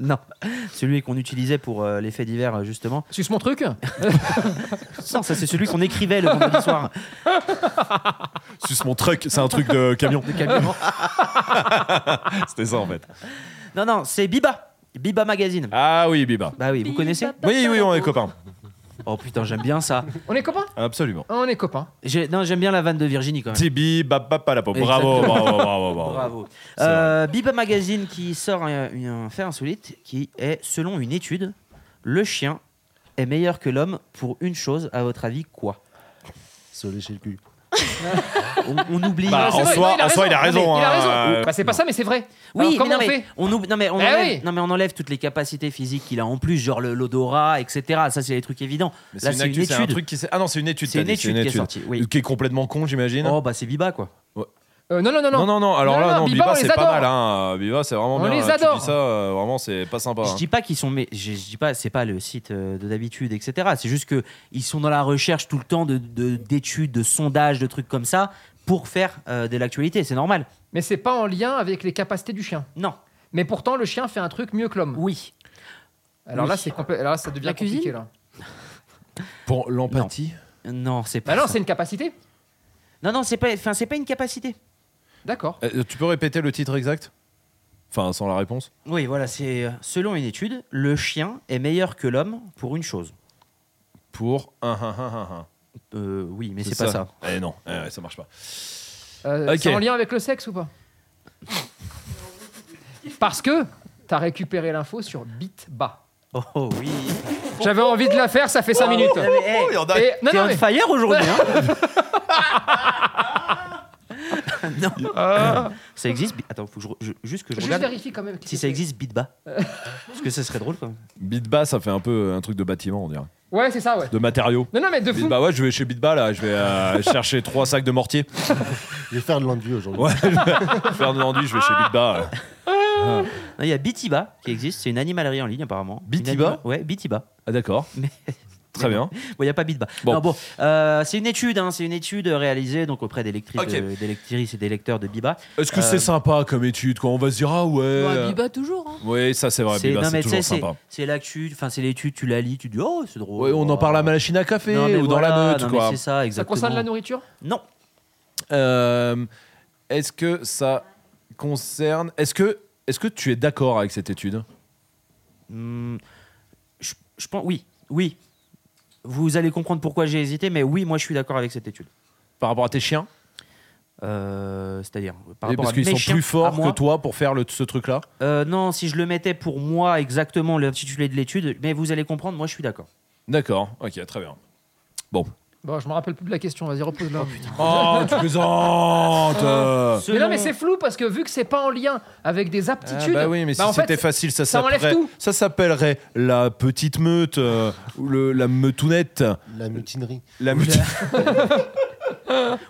[SPEAKER 1] Non, celui qu'on utilisait pour euh, les faits divers, euh, justement.
[SPEAKER 3] Suce mon truc
[SPEAKER 1] Non, ça, c'est celui qu'on écrivait le vendredi soir.
[SPEAKER 2] Suce mon truck, c'est un truc de camion.
[SPEAKER 1] Camion.
[SPEAKER 2] C'était ça en fait.
[SPEAKER 1] Non, non, c'est Biba. Biba Magazine.
[SPEAKER 2] Ah oui, Biba.
[SPEAKER 1] Bah oui, vous connaissez
[SPEAKER 2] Oui, oui, on est copains.
[SPEAKER 1] Oh putain, j'aime bien ça.
[SPEAKER 3] <laughs> On est copains
[SPEAKER 2] Absolument.
[SPEAKER 3] On est copains.
[SPEAKER 1] J'ai- Non, j'aime bien la vanne de Virginie quand même.
[SPEAKER 2] Tibi, babapalapo. Bravo, bravo, bravo, bravo.
[SPEAKER 1] Bravo.
[SPEAKER 2] C'est vrai.
[SPEAKER 1] Euh, Biba Magazine qui sort un, une- un fait insolite qui est, selon une étude, le chien est meilleur que l'homme pour une chose, à votre avis, quoi
[SPEAKER 6] Se lécher le cul.
[SPEAKER 1] on, on oublie.
[SPEAKER 2] Bah,
[SPEAKER 3] Ah, c'est
[SPEAKER 2] en
[SPEAKER 3] vrai,
[SPEAKER 2] soi-
[SPEAKER 3] non, il a
[SPEAKER 2] en soi, il a raison,
[SPEAKER 3] raison. Non, mais
[SPEAKER 2] hein,
[SPEAKER 3] il a raison.
[SPEAKER 2] euh,
[SPEAKER 3] Bah, c'est pas ça, mais c'est vrai. Alors,
[SPEAKER 1] oui, mais
[SPEAKER 3] comment
[SPEAKER 1] non,
[SPEAKER 3] on
[SPEAKER 1] mais
[SPEAKER 3] fait
[SPEAKER 1] on oublie- non, mais on
[SPEAKER 3] Eh
[SPEAKER 1] enlève,
[SPEAKER 3] oui.
[SPEAKER 1] non, mais on enlève toutes les capacités physiques qu'il a en plus, genre le- l'odorat, etc. Ça, c'est des trucs évidents.
[SPEAKER 2] Mais
[SPEAKER 1] Là, c'est une,
[SPEAKER 2] actu- c'est un
[SPEAKER 1] étude.
[SPEAKER 2] truc qui s'est- Ah non, c'est une étude.
[SPEAKER 1] C'est
[SPEAKER 2] t'as
[SPEAKER 1] une
[SPEAKER 2] dit,
[SPEAKER 1] étude qui est sortie. Oui.
[SPEAKER 2] Qui est complètement con, j'imagine.
[SPEAKER 1] Oh, bah, c'est Biba, quoi.
[SPEAKER 3] Euh, Non, non, non,
[SPEAKER 2] Non,
[SPEAKER 3] non.
[SPEAKER 2] non, non, alors
[SPEAKER 3] Non,
[SPEAKER 2] là,
[SPEAKER 3] non,
[SPEAKER 2] non,
[SPEAKER 3] Biba,
[SPEAKER 2] Biba,
[SPEAKER 3] on les
[SPEAKER 2] c'est pas
[SPEAKER 3] adore.
[SPEAKER 2] mal, hein. Biba, c'est vraiment
[SPEAKER 3] On
[SPEAKER 2] bien.
[SPEAKER 3] les
[SPEAKER 2] Tu dis
[SPEAKER 3] adore.
[SPEAKER 2] ça, euh, vraiment, c'est pas sympa.
[SPEAKER 1] Je dis pas qu'ils sont, mais je, je dis pas, c'est pas le site euh, de d'habitude, etc. C'est juste que ils sont dans la recherche tout le temps de de- d'études, de, sondages, de trucs comme ça pour faire euh, de l'actualité. C'est normal.
[SPEAKER 3] Mais c'est pas en lien avec les capacités du chien.
[SPEAKER 1] Non.
[SPEAKER 3] Mais pourtant, le chien fait un truc mieux que l'homme.
[SPEAKER 1] Oui.
[SPEAKER 3] Alors
[SPEAKER 1] Oui.
[SPEAKER 3] là, c'est complet- alors là, ça devient
[SPEAKER 9] La cuisine
[SPEAKER 3] compliqué. Là.
[SPEAKER 2] Pour
[SPEAKER 1] l'empathie. Non, c'est pas.
[SPEAKER 3] Bah non,
[SPEAKER 1] ça.
[SPEAKER 3] c'est une capacité.
[SPEAKER 1] non, non, c'est pas. Enfin, c'est pas une capacité.
[SPEAKER 3] D'accord.
[SPEAKER 2] Euh, tu peux répéter le titre exact Enfin, sans la réponse
[SPEAKER 1] Oui, voilà. C'est euh, selon une étude, le chien est meilleur que l'homme pour une chose.
[SPEAKER 2] Pour. un, un, un, un, un.
[SPEAKER 1] Euh, oui, mais c'est pas ça.
[SPEAKER 2] Eh non, eh ouais, ça marche pas.
[SPEAKER 3] Euh,
[SPEAKER 2] Ok.
[SPEAKER 3] C'est en lien avec le sexe ou pas Parce que t'as récupéré l'info sur Bitba.
[SPEAKER 1] Oh, Oh oui.
[SPEAKER 3] J'avais envie de la faire, ça fait 5 minutes. Oh,
[SPEAKER 1] Non, mais, hey,
[SPEAKER 2] y en a-
[SPEAKER 3] Et, non,
[SPEAKER 1] t'es
[SPEAKER 3] non,
[SPEAKER 1] on
[SPEAKER 3] mais,
[SPEAKER 1] fire aujourd'hui.
[SPEAKER 3] <laughs>
[SPEAKER 1] hein. non,
[SPEAKER 3] Ah.
[SPEAKER 1] ça existe. bi- Attends, faut que je, re- je- juste que je
[SPEAKER 3] juste
[SPEAKER 1] regarde.
[SPEAKER 3] vérifie quand même.
[SPEAKER 1] Si ça existe,
[SPEAKER 3] <laughs>
[SPEAKER 1] Bitba. Parce que ça serait drôle quand même.
[SPEAKER 2] Bitba, ça fait un peu un truc de bâtiment, on dirait.
[SPEAKER 3] Ouais, c'est ça, ouais.
[SPEAKER 2] De matériaux.
[SPEAKER 3] Non, non, mais de fou.
[SPEAKER 2] Bitba, ouais, je vais chez Bitba là, je vais
[SPEAKER 3] <laughs>
[SPEAKER 2] euh, chercher trois sacs de mortier.
[SPEAKER 6] Je vais faire de l'enduit aujourd'hui.
[SPEAKER 2] Ouais, <laughs> je vais faire de l'enduit, je vais chez Bitba. euh.
[SPEAKER 1] Non, Il y a Bitiba qui existe, c'est une animalerie en ligne apparemment. Une
[SPEAKER 2] Bitiba
[SPEAKER 1] anima- Ouais, Bitiba.
[SPEAKER 2] Ah, d'accord.
[SPEAKER 1] Mais-
[SPEAKER 2] Très
[SPEAKER 1] <laughs>
[SPEAKER 2] bien.
[SPEAKER 1] Bon, il n'y a pas Bitba.
[SPEAKER 2] Bon.
[SPEAKER 1] Non, bon, euh, c'est une étude, hein, c'est une étude réalisée donc auprès d'électrices
[SPEAKER 2] Ok.
[SPEAKER 1] de- d'électrices et des lecteurs de Biba.
[SPEAKER 2] Est-ce que
[SPEAKER 1] Euh,
[SPEAKER 2] c'est sympa comme étude quoi On va se dire, ah ouais.
[SPEAKER 9] Bah,
[SPEAKER 2] euh,
[SPEAKER 9] Biba toujours. hein.
[SPEAKER 2] Oui, ça c'est vrai, Biba,
[SPEAKER 1] non, mais tu
[SPEAKER 2] c'est
[SPEAKER 1] sais,
[SPEAKER 2] toujours
[SPEAKER 1] c'est
[SPEAKER 2] sympa.
[SPEAKER 1] c'est l'actu, enfin c'est l'étude, tu la lis, tu dis oh c'est drôle.
[SPEAKER 2] Ouais, on en parle à la machine à café
[SPEAKER 1] Non, mais
[SPEAKER 2] ou dans
[SPEAKER 1] voilà,
[SPEAKER 2] la meute,
[SPEAKER 1] non, mais
[SPEAKER 2] quoi.
[SPEAKER 1] C'est ça,
[SPEAKER 3] Ça
[SPEAKER 1] exactement.
[SPEAKER 3] concerne la nourriture
[SPEAKER 1] Non.
[SPEAKER 2] Euh, est-ce que ça concerne. Est-ce que, est-ce que tu es d'accord avec cette étude
[SPEAKER 1] Hmm, je, je pense oui, oui. Vous allez comprendre pourquoi j'ai hésité, mais oui, moi je suis d'accord avec cette étude.
[SPEAKER 2] par rapport à tes chiens
[SPEAKER 1] Euh, C'est-à-dire par
[SPEAKER 2] Et
[SPEAKER 1] rapport
[SPEAKER 2] Parce
[SPEAKER 1] à
[SPEAKER 2] qu'ils
[SPEAKER 1] mes
[SPEAKER 2] sont
[SPEAKER 1] chiens,
[SPEAKER 2] plus
[SPEAKER 1] à
[SPEAKER 2] forts
[SPEAKER 1] moi,
[SPEAKER 2] que toi pour faire le, ce truc-là
[SPEAKER 1] Euh, non, si je le mettais pour moi exactement l'intitulé de l'étude, mais vous allez comprendre, moi je suis d'accord.
[SPEAKER 2] D'accord, ok, très bien.
[SPEAKER 3] Bon, je me rappelle plus de la question, vas-y, repose-la.
[SPEAKER 2] Oh, tu plaisantes <laughs> euh.
[SPEAKER 3] mais non, mais c'est flou parce que vu que c'est pas en lien avec des
[SPEAKER 2] Ah
[SPEAKER 3] aptitudes.
[SPEAKER 2] bah oui, mais si
[SPEAKER 3] bah en fait,
[SPEAKER 2] c'était facile, ça,
[SPEAKER 3] ça enlève
[SPEAKER 2] s'appellerait-
[SPEAKER 3] tout.
[SPEAKER 2] ça s'appellerait la petite meute, euh, ou le, la meutounette.
[SPEAKER 6] La mutinerie.
[SPEAKER 2] La meute- <laughs>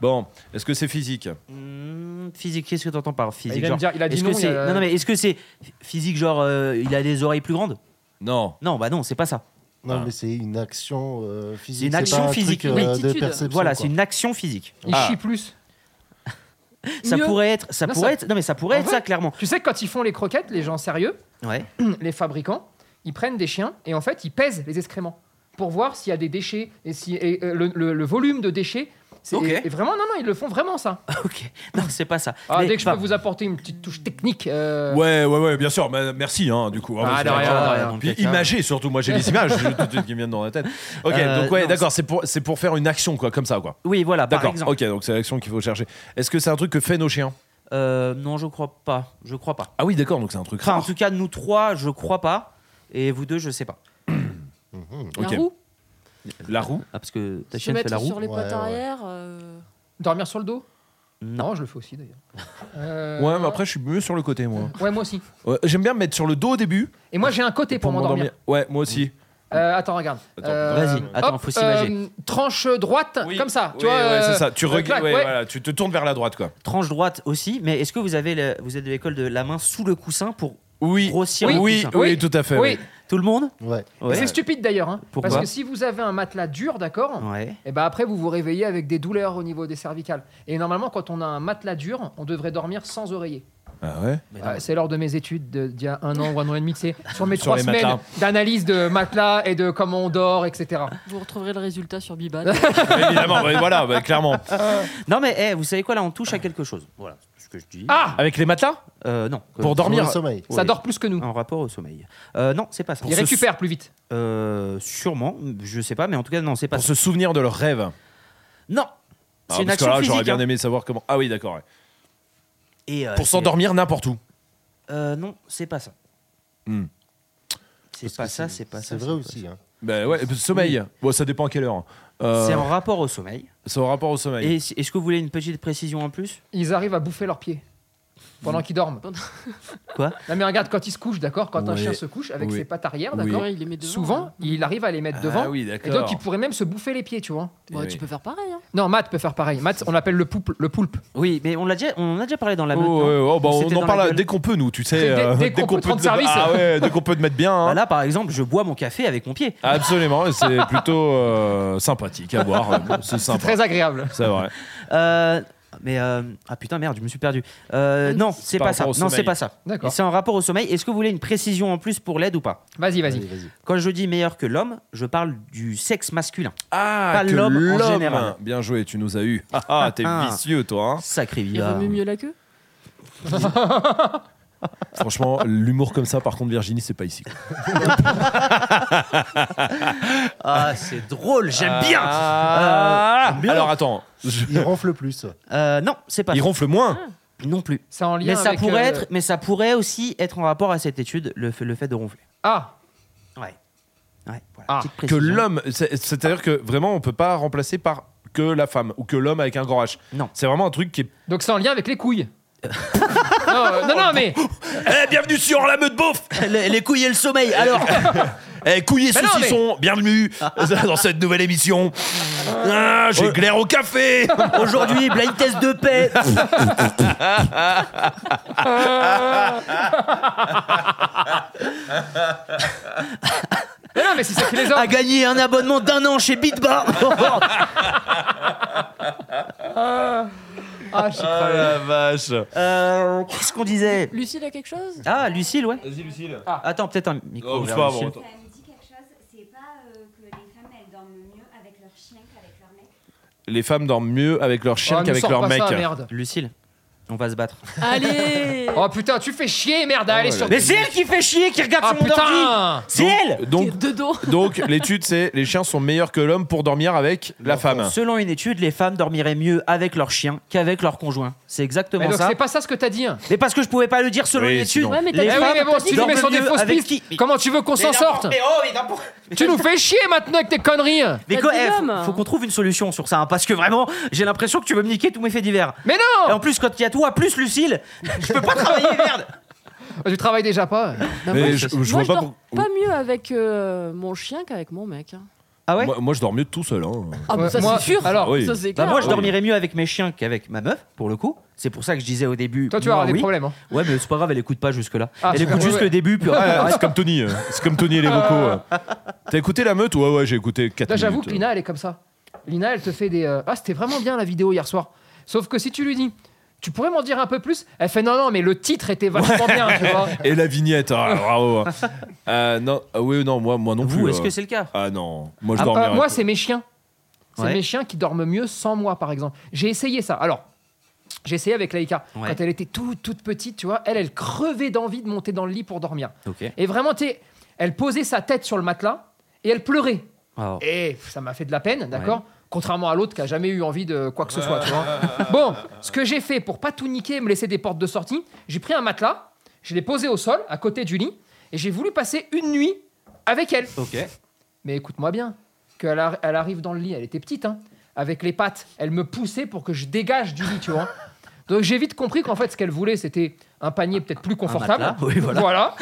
[SPEAKER 2] bon, est-ce que c'est physique
[SPEAKER 1] Hmm, physique, qu'est-ce que t'entends par physique
[SPEAKER 3] Il vient
[SPEAKER 1] genre-
[SPEAKER 3] de dire- il a dit
[SPEAKER 1] est-ce
[SPEAKER 3] non,
[SPEAKER 1] que
[SPEAKER 3] il
[SPEAKER 1] c'est-
[SPEAKER 3] y a-
[SPEAKER 1] non, non, mais est-ce que c'est physique genre euh, il a des oreilles plus grandes
[SPEAKER 2] Non.
[SPEAKER 1] Non, bah non, c'est pas ça.
[SPEAKER 6] Non,
[SPEAKER 2] Ah.
[SPEAKER 6] mais c'est une action euh, physique.
[SPEAKER 1] C'est une action
[SPEAKER 6] pas un
[SPEAKER 1] physique,
[SPEAKER 6] truc,
[SPEAKER 9] oui.
[SPEAKER 6] euh, de
[SPEAKER 9] Attitude.
[SPEAKER 6] perception.
[SPEAKER 1] Voilà,
[SPEAKER 6] quoi.
[SPEAKER 1] c'est une action physique.
[SPEAKER 3] il
[SPEAKER 2] Ah.
[SPEAKER 3] chie plus.
[SPEAKER 1] Ça
[SPEAKER 9] Mieux.
[SPEAKER 1] pourrait être, ça
[SPEAKER 3] Non,
[SPEAKER 1] pourrait
[SPEAKER 3] ça-
[SPEAKER 1] être, non mais ça pourrait
[SPEAKER 3] En
[SPEAKER 1] être
[SPEAKER 3] vrai
[SPEAKER 1] ça clairement.
[SPEAKER 3] Tu sais que quand ils font les croquettes, les gens sérieux,
[SPEAKER 1] Ouais.
[SPEAKER 3] les fabricants, ils prennent des chiens et en fait, ils pèsent les excréments pour voir s'il y a des déchets et si et, euh, le, le- le volume de déchets. c'est
[SPEAKER 1] Ok.
[SPEAKER 3] et- et vraiment, non, non, ils le font vraiment
[SPEAKER 1] <laughs>
[SPEAKER 3] ça.
[SPEAKER 1] ok. Non, c'est pas ça. Mais,
[SPEAKER 3] Ah,
[SPEAKER 1] bah,
[SPEAKER 3] dès que je
[SPEAKER 1] enfin,
[SPEAKER 3] peux vous apporter une petite touche technique. euh,
[SPEAKER 2] Ouais, ouais, ouais, bien sûr. mais merci, hein, du coup.
[SPEAKER 3] Ah,
[SPEAKER 2] c'est
[SPEAKER 3] de rien,
[SPEAKER 2] d'accord.
[SPEAKER 3] de
[SPEAKER 1] rien.
[SPEAKER 2] Puis imagé, surtout. Moi, j'ai les images je- tout de suite qui me viennent dans la tête. Ok,
[SPEAKER 1] Euh,
[SPEAKER 2] donc, ouais,
[SPEAKER 1] non,
[SPEAKER 2] d'accord. C'est pour, c'est pour faire une action, quoi, comme ça, quoi.
[SPEAKER 1] Oui, voilà. Par
[SPEAKER 2] D'accord.
[SPEAKER 1] exemple.
[SPEAKER 2] Ok, donc c'est l'action qu'il faut chercher. Est-ce que c'est un truc que fait nos chiens
[SPEAKER 1] Euh, non, je crois pas. Je crois pas.
[SPEAKER 2] Ah oui, d'accord. Donc c'est un truc
[SPEAKER 1] Enfin, en
[SPEAKER 2] rare.
[SPEAKER 1] tout cas, nous trois, je crois pas. Et vous deux, je sais pas.
[SPEAKER 2] Ok.
[SPEAKER 9] La roue.
[SPEAKER 2] La roue.
[SPEAKER 1] Ah, parce que ta
[SPEAKER 9] Se
[SPEAKER 1] chienne fait
[SPEAKER 9] mettre
[SPEAKER 1] la roue.
[SPEAKER 9] sur les
[SPEAKER 6] Ouais,
[SPEAKER 9] pattes
[SPEAKER 6] ouais.
[SPEAKER 9] arrière. euh,
[SPEAKER 3] Dormir sur le dos
[SPEAKER 1] Non.
[SPEAKER 3] je le fais aussi
[SPEAKER 1] <laughs>
[SPEAKER 3] d'ailleurs. Euh,
[SPEAKER 2] Ouais, mais après, je suis mieux sur le côté,
[SPEAKER 3] <laughs>
[SPEAKER 2] moi.
[SPEAKER 3] ouais, moi aussi.
[SPEAKER 2] Ouais, J'aime bien me mettre sur le dos au début.
[SPEAKER 3] Et moi, j'ai un côté pour, m'endormir.
[SPEAKER 2] Ouais, moi aussi.
[SPEAKER 3] Euh, attends, regarde.
[SPEAKER 2] Attends,
[SPEAKER 1] Vas-y, attends, faut s'imager.
[SPEAKER 3] euh, tranche droite,
[SPEAKER 2] Oui.
[SPEAKER 3] comme ça.
[SPEAKER 2] Oui,
[SPEAKER 3] tu vois,
[SPEAKER 2] ouais,
[SPEAKER 3] euh,
[SPEAKER 2] c'est ça. Tu,
[SPEAKER 3] euh,
[SPEAKER 2] regardes
[SPEAKER 3] claque,
[SPEAKER 2] ouais,
[SPEAKER 3] ouais.
[SPEAKER 2] voilà, tu te tournes vers la droite, quoi.
[SPEAKER 1] Tranche droite aussi. Mais est-ce que vous avez, le- vous êtes de l'école de la main sous le coussin pour
[SPEAKER 2] Oui.
[SPEAKER 1] grossir
[SPEAKER 2] Oui,
[SPEAKER 1] le
[SPEAKER 2] oui,
[SPEAKER 1] coussin
[SPEAKER 2] oui, tout à fait.
[SPEAKER 3] Oui,
[SPEAKER 1] Tout le monde
[SPEAKER 6] Ouais.
[SPEAKER 3] Mais
[SPEAKER 1] Ouais.
[SPEAKER 3] C'est stupide d'ailleurs. hein.
[SPEAKER 1] Pourquoi
[SPEAKER 3] parce que si vous avez un matelas dur, d'accord,
[SPEAKER 1] Ouais.
[SPEAKER 3] et ben après vous vous réveillez avec des douleurs au niveau des cervicales. Et normalement, quand on a un matelas dur, on devrait dormir sans oreiller.
[SPEAKER 2] Ah ouais
[SPEAKER 1] Mais
[SPEAKER 3] Euh,
[SPEAKER 1] non.
[SPEAKER 3] c'est lors de mes études de- d'il y a un an ou un an et demi,
[SPEAKER 2] <laughs>
[SPEAKER 3] c'est sur mes
[SPEAKER 2] Sur
[SPEAKER 3] trois
[SPEAKER 2] les
[SPEAKER 3] semaines
[SPEAKER 2] matelas.
[SPEAKER 3] d'analyse de matelas et de comment on dort, etc.
[SPEAKER 9] Vous retrouverez le résultat sur Biban.
[SPEAKER 2] Évidemment, ouais, voilà, bah, clairement.
[SPEAKER 1] Non, mais eh, vous savez quoi Là, on touche à quelque chose. Voilà ce que je dis.
[SPEAKER 3] Ah
[SPEAKER 2] Avec les matelas
[SPEAKER 1] Euh, non.
[SPEAKER 2] Pour dormir.
[SPEAKER 6] Sur le sommeil.
[SPEAKER 1] Ouais.
[SPEAKER 3] Ça dort plus que nous.
[SPEAKER 1] En rapport au sommeil. Euh, non, c'est pas ça.
[SPEAKER 3] Il récupère plus vite.
[SPEAKER 1] Euh, sûrement, je sais pas, mais en tout cas, non, c'est pas
[SPEAKER 2] Pour
[SPEAKER 1] ça.
[SPEAKER 2] se souvenir de leurs rêves.
[SPEAKER 1] Non
[SPEAKER 2] Ah,
[SPEAKER 1] C'est une
[SPEAKER 2] parce que
[SPEAKER 1] action
[SPEAKER 2] là,
[SPEAKER 1] physique.
[SPEAKER 2] j'aurais bien
[SPEAKER 1] hein.
[SPEAKER 2] aimé savoir comment. Ah oui, d'accord. ouais.
[SPEAKER 1] Et, euh,
[SPEAKER 2] Pour
[SPEAKER 1] c'est-
[SPEAKER 2] s'endormir n'importe où.
[SPEAKER 1] Euh, non, c'est pas ça.
[SPEAKER 2] Hmm.
[SPEAKER 1] C'est
[SPEAKER 6] Parce
[SPEAKER 1] pas
[SPEAKER 6] que
[SPEAKER 1] ça, c'est pas ça.
[SPEAKER 6] C'est vrai
[SPEAKER 1] pas
[SPEAKER 6] aussi.
[SPEAKER 1] ça.
[SPEAKER 6] hein.
[SPEAKER 2] Bah ouais, sommeil. Bon, ça dépend à quelle heure. Euh,
[SPEAKER 1] C'est en rapport au sommeil.
[SPEAKER 2] C'est en rapport au sommeil.
[SPEAKER 1] Et si- Est-ce que vous voulez une petite précision en plus
[SPEAKER 3] Ils arrivent à bouffer leurs pieds pendant qu'ils dorment.
[SPEAKER 2] <laughs>
[SPEAKER 1] Quoi
[SPEAKER 3] Non mais regarde, quand ils se couchent, d'accord, quand un
[SPEAKER 2] Oui.
[SPEAKER 3] chien se couche avec
[SPEAKER 2] Oui.
[SPEAKER 3] ses pattes arrière,
[SPEAKER 2] Oui.
[SPEAKER 3] d'accord,
[SPEAKER 9] Ouais, il les met devant.
[SPEAKER 3] souvent
[SPEAKER 9] hein.
[SPEAKER 3] il arrive à les mettre devant.
[SPEAKER 2] Ah oui,
[SPEAKER 3] Et
[SPEAKER 2] d'accord.
[SPEAKER 3] donc il pourrait même se bouffer les pieds, tu vois.
[SPEAKER 9] Ouais,
[SPEAKER 2] Oui.
[SPEAKER 9] Tu peux faire pareil. hein.
[SPEAKER 3] Non, Matt peut faire pareil. Matt, on l'appelle le, poupe- le poulpe.
[SPEAKER 1] Oui, mais on l'a déjà, on en a déjà parlé dans la
[SPEAKER 2] Oh,
[SPEAKER 1] meute, non
[SPEAKER 2] ouais, oh, bah,
[SPEAKER 1] Ou
[SPEAKER 2] on
[SPEAKER 1] c'était dans
[SPEAKER 2] en
[SPEAKER 1] la
[SPEAKER 2] parle
[SPEAKER 1] gueule
[SPEAKER 2] dès qu'on peut, nous, tu
[SPEAKER 3] Dès-
[SPEAKER 2] sais.
[SPEAKER 3] dès-
[SPEAKER 2] euh,
[SPEAKER 3] dès qu'on peut te
[SPEAKER 2] te
[SPEAKER 3] rendre service.
[SPEAKER 2] Ah ouais, dès qu'on peut te mettre bien. hein.
[SPEAKER 1] Bah Là, par exemple, je bois mon café avec mon pied.
[SPEAKER 2] Absolument, et c'est plutôt euh, sympathique à voir. Bon, C'est
[SPEAKER 3] C'est
[SPEAKER 2] sympa.
[SPEAKER 3] très agréable.
[SPEAKER 2] C'est vrai.
[SPEAKER 1] Euh, mais euh, ah putain merde, je me suis perdu. Euh, non, c'est
[SPEAKER 2] Par
[SPEAKER 1] pas ça.
[SPEAKER 2] rapport au
[SPEAKER 1] Non,
[SPEAKER 2] sommeil.
[SPEAKER 1] c'est pas ça. Et
[SPEAKER 3] D'accord.
[SPEAKER 1] C'est en rapport au sommeil. Est-ce que vous voulez une précision en plus pour l'aide ou pas
[SPEAKER 3] Vas-y,
[SPEAKER 6] Allez,
[SPEAKER 3] vas-y.
[SPEAKER 6] vas-y.
[SPEAKER 1] Quand je dis meilleur que l'homme, je parle du sexe masculin.
[SPEAKER 2] Ah,
[SPEAKER 1] Pas
[SPEAKER 2] que
[SPEAKER 1] l'homme en général.
[SPEAKER 2] Bien joué, tu nous as eu. Ah, ah t'es
[SPEAKER 1] Ah.
[SPEAKER 2] vicieux, toi. hein.
[SPEAKER 1] Sacré
[SPEAKER 9] Il
[SPEAKER 1] vida.
[SPEAKER 9] vaut mieux mieux la queue.
[SPEAKER 2] Franchement, l'humour comme ça, par contre, Virginie, c'est pas ici. quoi.
[SPEAKER 1] Ah, c'est drôle, j'aime bien.
[SPEAKER 2] Ah.
[SPEAKER 1] Euh, bien.
[SPEAKER 2] Alors attends,
[SPEAKER 6] <laughs> Il ronfle plus.
[SPEAKER 1] Euh, non, c'est pas
[SPEAKER 2] il
[SPEAKER 1] ça.
[SPEAKER 2] ronfle moins.
[SPEAKER 1] non plus.
[SPEAKER 3] C'est en lien
[SPEAKER 1] Mais ça
[SPEAKER 3] avec,
[SPEAKER 1] pourrait
[SPEAKER 3] euh,
[SPEAKER 1] être, mais ça pourrait aussi être en rapport à cette étude, le fait, le fait de ronfler.
[SPEAKER 3] Ah,
[SPEAKER 1] Ouais. Ouais. Voilà,
[SPEAKER 3] Ah,
[SPEAKER 1] petite
[SPEAKER 2] que
[SPEAKER 1] précision.
[SPEAKER 2] l'homme, c'est- c'est-à-dire que vraiment, on peut pas remplacer par que la femme ou que l'homme avec un grand H.
[SPEAKER 1] Non.
[SPEAKER 2] C'est vraiment un truc qui est.
[SPEAKER 3] donc c'est en lien avec les couilles. non, euh, non, non, mais.
[SPEAKER 2] Eh, bienvenue sur la meute beauf
[SPEAKER 1] les, les couilles et <laughs> le sommeil.
[SPEAKER 3] <laughs>
[SPEAKER 1] Alors,
[SPEAKER 2] Eh, couillé
[SPEAKER 3] Mais Bah non,
[SPEAKER 2] saucisson, bienvenue euh, dans cette nouvelle émission. Ah, J'ai glaire au café <laughs>
[SPEAKER 1] aujourd'hui, blind test de paix.
[SPEAKER 3] Mais non, mais c'est ça qui les
[SPEAKER 1] a
[SPEAKER 3] hommes.
[SPEAKER 1] gagné un abonnement d'un an chez Bitbar.
[SPEAKER 3] <laughs> Ah, je suis
[SPEAKER 2] Oh
[SPEAKER 3] crevé.
[SPEAKER 2] la vache
[SPEAKER 1] Euh, Qu'est-ce qu'on disait
[SPEAKER 9] Lucille a quelque chose
[SPEAKER 1] Ah, Lucille, ouais.
[SPEAKER 2] Vas-y, Lucille.
[SPEAKER 3] Ah.
[SPEAKER 1] Attends, peut-être un micro.
[SPEAKER 2] Ah. Oh,
[SPEAKER 1] vers
[SPEAKER 2] c'est pas
[SPEAKER 1] Lucille.
[SPEAKER 2] bon.
[SPEAKER 8] Ça me dit quelque chose, c'est pas euh, que les femmes elles dorment mieux avec leur chien qu'avec leur mec.
[SPEAKER 2] Les femmes dorment mieux avec leur
[SPEAKER 3] Oh,
[SPEAKER 2] chien
[SPEAKER 3] nous
[SPEAKER 2] qu'avec
[SPEAKER 3] sors
[SPEAKER 2] leur
[SPEAKER 3] pas
[SPEAKER 2] mec.
[SPEAKER 3] ça, merde.
[SPEAKER 1] Lucille, on va se battre.
[SPEAKER 9] <laughs> Allez
[SPEAKER 3] Oh putain, tu fais chier, merde, allez sur.
[SPEAKER 1] Ah, Mais c'est elle qui fait chier, qui regarde
[SPEAKER 3] Ah
[SPEAKER 1] son ordi.
[SPEAKER 3] putain
[SPEAKER 1] C'est elle.
[SPEAKER 2] donc,
[SPEAKER 9] De dos.
[SPEAKER 2] donc l'étude, c'est les chiens sont meilleurs que l'homme pour dormir avec la
[SPEAKER 3] euh,
[SPEAKER 2] femme.
[SPEAKER 1] Selon une étude, les femmes dormiraient mieux avec leur chien qu'avec leur conjoint. C'est exactement
[SPEAKER 3] Mais donc
[SPEAKER 1] ça.
[SPEAKER 3] c'est pas ça ce que t'as dit. hein.
[SPEAKER 1] Mais parce que je pouvais pas le dire selon
[SPEAKER 2] Oui,
[SPEAKER 1] une étude.
[SPEAKER 2] sinon.
[SPEAKER 9] Ouais, mais t'as
[SPEAKER 1] Les
[SPEAKER 3] Eh
[SPEAKER 9] dit-
[SPEAKER 3] oui,
[SPEAKER 1] femmes
[SPEAKER 3] mais bon, si tu
[SPEAKER 1] dorment
[SPEAKER 3] mets sur des
[SPEAKER 1] mieux
[SPEAKER 3] fausses
[SPEAKER 1] avec
[SPEAKER 3] pistes,
[SPEAKER 1] qui Mais-
[SPEAKER 3] comment tu veux qu'on s'en
[SPEAKER 1] Mais non,
[SPEAKER 3] sorte
[SPEAKER 1] Mais oh, mais non, pour-
[SPEAKER 3] Tu nous fais chier maintenant avec tes conneries
[SPEAKER 1] Mais
[SPEAKER 9] T'as
[SPEAKER 1] quoi,
[SPEAKER 9] dit
[SPEAKER 1] eh, faut,
[SPEAKER 9] l'homme.
[SPEAKER 1] faut qu'on trouve une solution sur ça, hein, parce que vraiment, j'ai l'impression que tu veux me niquer tous mes faits divers.
[SPEAKER 3] Mais
[SPEAKER 1] Et
[SPEAKER 3] non
[SPEAKER 1] en plus, quand il y a toi, plus Lucille, je peux pas travailler, <laughs> merde
[SPEAKER 3] Oh, Tu travailles déjà pas.
[SPEAKER 2] Mais je, je
[SPEAKER 9] Moi,
[SPEAKER 2] vois
[SPEAKER 9] je
[SPEAKER 2] pas
[SPEAKER 9] dors
[SPEAKER 2] pour-
[SPEAKER 9] pas mieux avec euh, mon chien qu'avec mon mec. hein.
[SPEAKER 1] Ah ouais
[SPEAKER 2] Moi, moi, je dors mieux tout seul. hein.
[SPEAKER 9] Ah,
[SPEAKER 3] Ouais,
[SPEAKER 9] bah, ça
[SPEAKER 3] moi-
[SPEAKER 9] c'est sûr.
[SPEAKER 3] alors-
[SPEAKER 2] Oui.
[SPEAKER 9] ça c'est
[SPEAKER 1] Bah
[SPEAKER 9] clair.
[SPEAKER 1] moi je
[SPEAKER 2] Ah oui.
[SPEAKER 1] dormirais mieux avec mes chiens qu'avec ma meuf pour le coup. C'est pour ça que je disais au début.
[SPEAKER 3] Toi, tu
[SPEAKER 1] moi,
[SPEAKER 3] vas avoir des
[SPEAKER 1] oui.
[SPEAKER 3] problèmes. hein.
[SPEAKER 1] Ouais mais c'est pas grave, elle écoute pas jusque là.
[SPEAKER 3] Ah,
[SPEAKER 1] elle écoute
[SPEAKER 3] ouais,
[SPEAKER 1] juste
[SPEAKER 3] ouais.
[SPEAKER 1] le début puis après, elle
[SPEAKER 2] Ah,
[SPEAKER 1] arrête.
[SPEAKER 2] c'est comme Tony. euh. C'est comme Tony et les vocaux. euh. <laughs> T'as écouté la meute Ouais, ouais, j'ai écouté 4
[SPEAKER 3] Là,
[SPEAKER 2] minutes.
[SPEAKER 3] j'avoue que Lina, elle est comme ça. Lina, elle te fait des. euh, Ah, c'était vraiment bien la vidéo hier soir. Sauf que si tu lui dis, tu pourrais m'en dire un peu plus Elle fait non, non, mais le titre était vachement bien, tu vois.
[SPEAKER 2] Et la vignette, ah,
[SPEAKER 3] <laughs>
[SPEAKER 2] bravo. Euh, non, ah oui, non, moi, moi non
[SPEAKER 1] Vous,
[SPEAKER 2] plus.
[SPEAKER 1] est-ce
[SPEAKER 2] euh.
[SPEAKER 1] que c'est le cas
[SPEAKER 2] Ah non, moi je
[SPEAKER 3] Ah,
[SPEAKER 2] dors
[SPEAKER 3] pas-
[SPEAKER 2] bien.
[SPEAKER 3] moi, c'est mes chiens. C'est
[SPEAKER 1] Ouais.
[SPEAKER 3] mes chiens qui dorment mieux sans moi, par exemple. J'ai essayé ça. Alors, j'ai essayé avec Laïka.
[SPEAKER 1] Ouais.
[SPEAKER 3] Quand elle était toute, toute petite, tu vois, elle, elle crevait d'envie de monter dans le lit pour dormir.
[SPEAKER 1] Ok.
[SPEAKER 3] Et vraiment, tu sais, elle posait sa tête sur le matelas et elle pleurait.
[SPEAKER 1] Oh.
[SPEAKER 3] Et pff, ça m'a fait de la peine, d'accord Contrairement à l'autre qui a jamais eu envie de quoi que ce soit, tu vois. Bon, ce que j'ai fait pour pas tout niquer et me laisser des portes de sortie, j'ai pris un matelas, je l'ai posé au sol, à côté du lit, et j'ai voulu passer une nuit avec elle.
[SPEAKER 1] Ok.
[SPEAKER 3] Mais écoute-moi bien, qu'elle arri- elle arrive dans le lit, elle était petite, hein, avec les pattes, elle me poussait pour que je dégage du lit, tu vois. Donc j'ai vite compris qu'en fait, ce qu'elle voulait, c'était un panier peut-être plus confortable.
[SPEAKER 1] matelas, oui, voilà.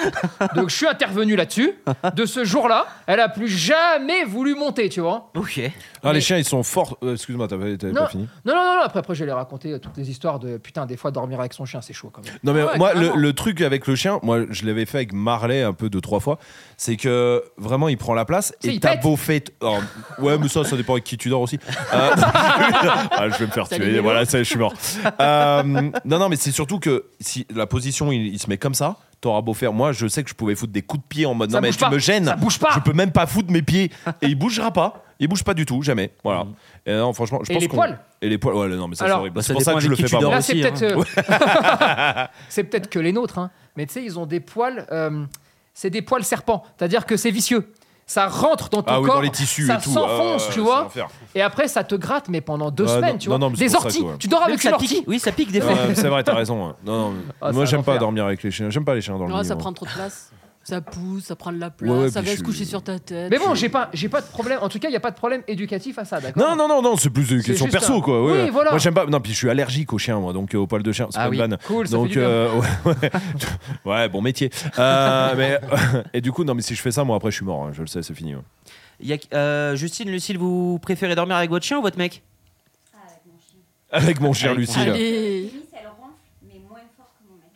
[SPEAKER 3] Donc je suis intervenu là-dessus. De ce jour-là, elle a plus jamais voulu monter, tu vois.
[SPEAKER 1] Ok.
[SPEAKER 2] Ah,
[SPEAKER 3] Mais-
[SPEAKER 2] les chiens, ils sont forts. Euh, Excuse-moi, t'avais t'avais
[SPEAKER 3] Non.
[SPEAKER 2] pas fini.
[SPEAKER 3] Non, non, non, non, après, après, je vais raconter toutes les histoires de putain, des fois, dormir avec son chien, c'est chaud quand même.
[SPEAKER 2] Non mais
[SPEAKER 7] Ah ouais,
[SPEAKER 2] moi le,
[SPEAKER 7] carrément.
[SPEAKER 2] le truc avec le chien, moi je l'avais fait avec Marley un peu deux trois fois, c'est que vraiment il prend la place
[SPEAKER 3] Si,
[SPEAKER 2] et
[SPEAKER 3] il
[SPEAKER 2] t'as
[SPEAKER 3] pète.
[SPEAKER 2] beau fait, oh, ouais mais ça ça dépend avec qui tu dors aussi. Euh, <laughs> ah, je vais me faire
[SPEAKER 3] Salut,
[SPEAKER 2] tuer,
[SPEAKER 3] Mélo.
[SPEAKER 2] voilà ça y est, je suis mort. Euh, non non mais c'est surtout que si la position il, il se met comme ça, t'auras beau faire, moi je sais que je pouvais foutre des coups de pied en mode
[SPEAKER 3] Ça
[SPEAKER 2] non mais
[SPEAKER 3] bouge
[SPEAKER 2] tu
[SPEAKER 3] pas.
[SPEAKER 2] me gênes,
[SPEAKER 3] Ça bouge pas.
[SPEAKER 2] je peux même pas foutre mes pieds et il bougera pas, il bouge pas du tout jamais, voilà. Et non franchement je
[SPEAKER 3] Mm. Et
[SPEAKER 2] pense
[SPEAKER 3] les
[SPEAKER 2] qu'on-
[SPEAKER 3] poils.
[SPEAKER 2] et les poils, ouais non mais ça
[SPEAKER 3] Alors,
[SPEAKER 2] c'est horrible,
[SPEAKER 1] bah, ça
[SPEAKER 2] c'est pour ça
[SPEAKER 1] dépend
[SPEAKER 2] que je le
[SPEAKER 1] avec
[SPEAKER 2] fais
[SPEAKER 1] qui tu
[SPEAKER 2] pas.
[SPEAKER 1] dors.
[SPEAKER 2] moi.
[SPEAKER 3] Là,
[SPEAKER 1] aussi,
[SPEAKER 3] c'est peut-être.
[SPEAKER 1] hein.
[SPEAKER 3] euh, <laughs> c'est peut-être que les nôtres, hein. mais tu sais, ils ont des poils. euh, c'est des poils serpents, c'est-à-dire que c'est vicieux. Ça rentre dans ton
[SPEAKER 2] Ah oui,
[SPEAKER 3] corps,
[SPEAKER 2] dans les tissus
[SPEAKER 3] ça
[SPEAKER 2] et tout.
[SPEAKER 3] s'enfonce,
[SPEAKER 2] Ah ouais,
[SPEAKER 3] tu
[SPEAKER 2] ouais,
[SPEAKER 3] vois,
[SPEAKER 2] c'est l'enfer.
[SPEAKER 3] et après ça te gratte, mais pendant deux
[SPEAKER 2] Ouais,
[SPEAKER 3] semaines,
[SPEAKER 2] Bah, non,
[SPEAKER 3] tu vois.
[SPEAKER 2] non, mais c'est
[SPEAKER 3] des
[SPEAKER 2] pour ça que,
[SPEAKER 3] orties,
[SPEAKER 2] ouais.
[SPEAKER 3] Oh, tu dors
[SPEAKER 1] Même
[SPEAKER 3] avec une
[SPEAKER 1] ça
[SPEAKER 3] ortie.
[SPEAKER 1] pique. Oui, ça pique des fois.
[SPEAKER 2] Ouais, c'est vrai, t'as raison. ouais. Non, non.
[SPEAKER 3] Ah,
[SPEAKER 2] moi,
[SPEAKER 3] c'est
[SPEAKER 2] j'aime
[SPEAKER 3] un
[SPEAKER 2] pas
[SPEAKER 3] enfer.
[SPEAKER 2] dormir avec les chiens. J'aime pas les chiens dans le
[SPEAKER 9] Non,
[SPEAKER 2] lit,
[SPEAKER 9] ça
[SPEAKER 2] moi.
[SPEAKER 9] prend trop de place. Ça pousse, ça prend de la place,
[SPEAKER 2] Ouais, ouais,
[SPEAKER 9] ça
[SPEAKER 2] puis
[SPEAKER 9] va
[SPEAKER 2] je
[SPEAKER 9] se coucher
[SPEAKER 2] suis-
[SPEAKER 9] sur ta tête.
[SPEAKER 3] Mais bon, j'ai pas, j'ai pas de problème. En tout cas, il y a pas de problème éducatif à ça, d'accord
[SPEAKER 2] Non, non, non, non, c'est plus une
[SPEAKER 3] C'est
[SPEAKER 2] question
[SPEAKER 3] juste
[SPEAKER 2] perso,
[SPEAKER 3] un-
[SPEAKER 2] quoi. ouais.
[SPEAKER 3] Oui, voilà.
[SPEAKER 2] Moi, j'aime pas. Non, puis je suis allergique aux chiens, moi, donc euh, aux poils de chien. C'est
[SPEAKER 1] Ah
[SPEAKER 2] pas
[SPEAKER 1] oui.
[SPEAKER 2] une vanne.
[SPEAKER 3] Cool, ça fait
[SPEAKER 2] Donc,
[SPEAKER 3] du bien.
[SPEAKER 2] euh, ouais, <laughs> ouais. Ouais, bon métier. Euh, mais, <laughs> et du coup, non, mais si je fais ça, moi, après, je suis mort. hein. Je le sais, c'est fini. ouais.
[SPEAKER 1] Il y a- euh, Justine, Lucille, vous préférez dormir avec votre chien ou votre mec
[SPEAKER 2] Avec mon chien,
[SPEAKER 1] Avec mon
[SPEAKER 2] Lucille.
[SPEAKER 9] Allez.
[SPEAKER 8] Témis, elle ronfle, mais moins fort que mon mec.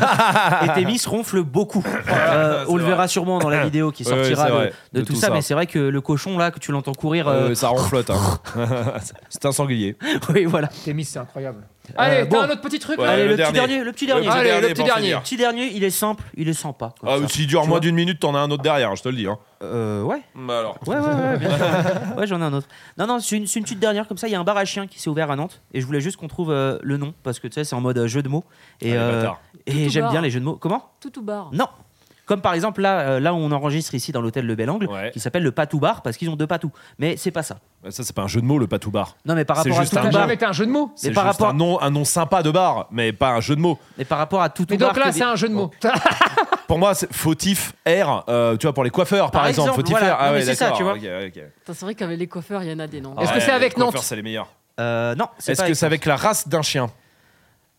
[SPEAKER 2] Ah.
[SPEAKER 1] Et Thémis ronfle
[SPEAKER 2] <laughs>
[SPEAKER 1] beaucoup. Euh, on le verra sûrement
[SPEAKER 2] <coughs>
[SPEAKER 1] dans la vidéo qui
[SPEAKER 2] Ouais, ouais,
[SPEAKER 1] sortira
[SPEAKER 2] c'est
[SPEAKER 1] de-
[SPEAKER 2] vrai,
[SPEAKER 1] de, tout, ça, mais c'est vrai que le cochon là que tu l'entends courir. euh,
[SPEAKER 2] Euh, ça ronflotte. hein. <laughs> c'est un sanglier.
[SPEAKER 1] <laughs> oui, voilà.
[SPEAKER 3] Thémis, c'est incroyable. Allez,
[SPEAKER 1] bon.
[SPEAKER 3] t'as un autre petit truc
[SPEAKER 2] Euh, Ouais,
[SPEAKER 3] là
[SPEAKER 1] Allez,
[SPEAKER 2] le
[SPEAKER 1] le, petit
[SPEAKER 2] dernier.
[SPEAKER 1] dernier, le petit dernier.
[SPEAKER 3] Allez, le petit
[SPEAKER 2] pour
[SPEAKER 3] dernier.
[SPEAKER 1] Le
[SPEAKER 2] finir.
[SPEAKER 1] petit dernier, il est simple, il est sympa. comme
[SPEAKER 2] Ah,
[SPEAKER 1] ça.
[SPEAKER 2] s'il dure
[SPEAKER 1] Tu
[SPEAKER 2] moins
[SPEAKER 1] vois
[SPEAKER 2] d'une minute, t'en as un autre derrière, je te le dis. hein.
[SPEAKER 1] Euh, ouais.
[SPEAKER 2] Bah alors.
[SPEAKER 1] Ouais, ouais, ouais, ouais, bien
[SPEAKER 2] <laughs>
[SPEAKER 1] sûr. Ouais, j'en ai un autre. Non, non, c'est une, c'est une petite dernière comme ça. Il y a un bar à chiens qui s'est ouvert à Nantes et je voulais juste qu'on trouve euh, le nom parce que tu sais, c'est en mode euh, jeu de mots. Et,
[SPEAKER 2] Ah, les
[SPEAKER 1] euh,
[SPEAKER 2] bâtards.
[SPEAKER 1] et
[SPEAKER 9] Toutou
[SPEAKER 1] j'aime
[SPEAKER 9] bar.
[SPEAKER 1] bien les jeux de mots. Comment
[SPEAKER 9] Tout ou barre.
[SPEAKER 1] Non. Comme par exemple là, euh, là où on enregistre ici dans l'hôtel Le Bel Angle,
[SPEAKER 2] Ouais.
[SPEAKER 1] qui s'appelle le Patou Bar parce qu'ils ont deux patous. Mais c'est pas ça.
[SPEAKER 2] Bah, Ça, c'est pas un jeu de mots, le patou bar.
[SPEAKER 1] Non, mais par
[SPEAKER 2] C'est
[SPEAKER 1] rapport à
[SPEAKER 2] juste
[SPEAKER 1] Toutou
[SPEAKER 3] T'as
[SPEAKER 2] un
[SPEAKER 1] Bar.
[SPEAKER 3] jamais été un jeu de mots
[SPEAKER 2] C'est
[SPEAKER 1] Mais par
[SPEAKER 2] juste
[SPEAKER 1] rapport-
[SPEAKER 2] un nom, un nom sympa de bar, mais pas un jeu de mots.
[SPEAKER 1] Mais par rapport à Toutou
[SPEAKER 3] Mais
[SPEAKER 1] Bar.
[SPEAKER 3] donc là,
[SPEAKER 1] que
[SPEAKER 3] c'est
[SPEAKER 1] des-
[SPEAKER 3] un
[SPEAKER 2] Oh.
[SPEAKER 3] jeu de mots. <laughs>
[SPEAKER 2] Pour moi, c'est fautif R, euh, tu vois, pour les coiffeurs, par,
[SPEAKER 1] Par
[SPEAKER 2] exemple,
[SPEAKER 1] exemple,
[SPEAKER 2] fautif
[SPEAKER 1] voilà.
[SPEAKER 2] R. Ah
[SPEAKER 1] Non, mais
[SPEAKER 2] ouais,
[SPEAKER 1] c'est ça,
[SPEAKER 2] d'accord,
[SPEAKER 1] tu vois.
[SPEAKER 2] ok, ok.
[SPEAKER 9] Putain, C'est vrai qu'avec les coiffeurs, il y en a des noms.
[SPEAKER 2] Ah
[SPEAKER 3] Est-ce que
[SPEAKER 2] ouais,
[SPEAKER 3] c'est avec
[SPEAKER 2] les coiffeurs,
[SPEAKER 3] Nantes
[SPEAKER 2] C'est les meilleurs.
[SPEAKER 1] Euh, non, c'est
[SPEAKER 2] Est-ce
[SPEAKER 1] pas
[SPEAKER 2] que c'est avec la race d'un chien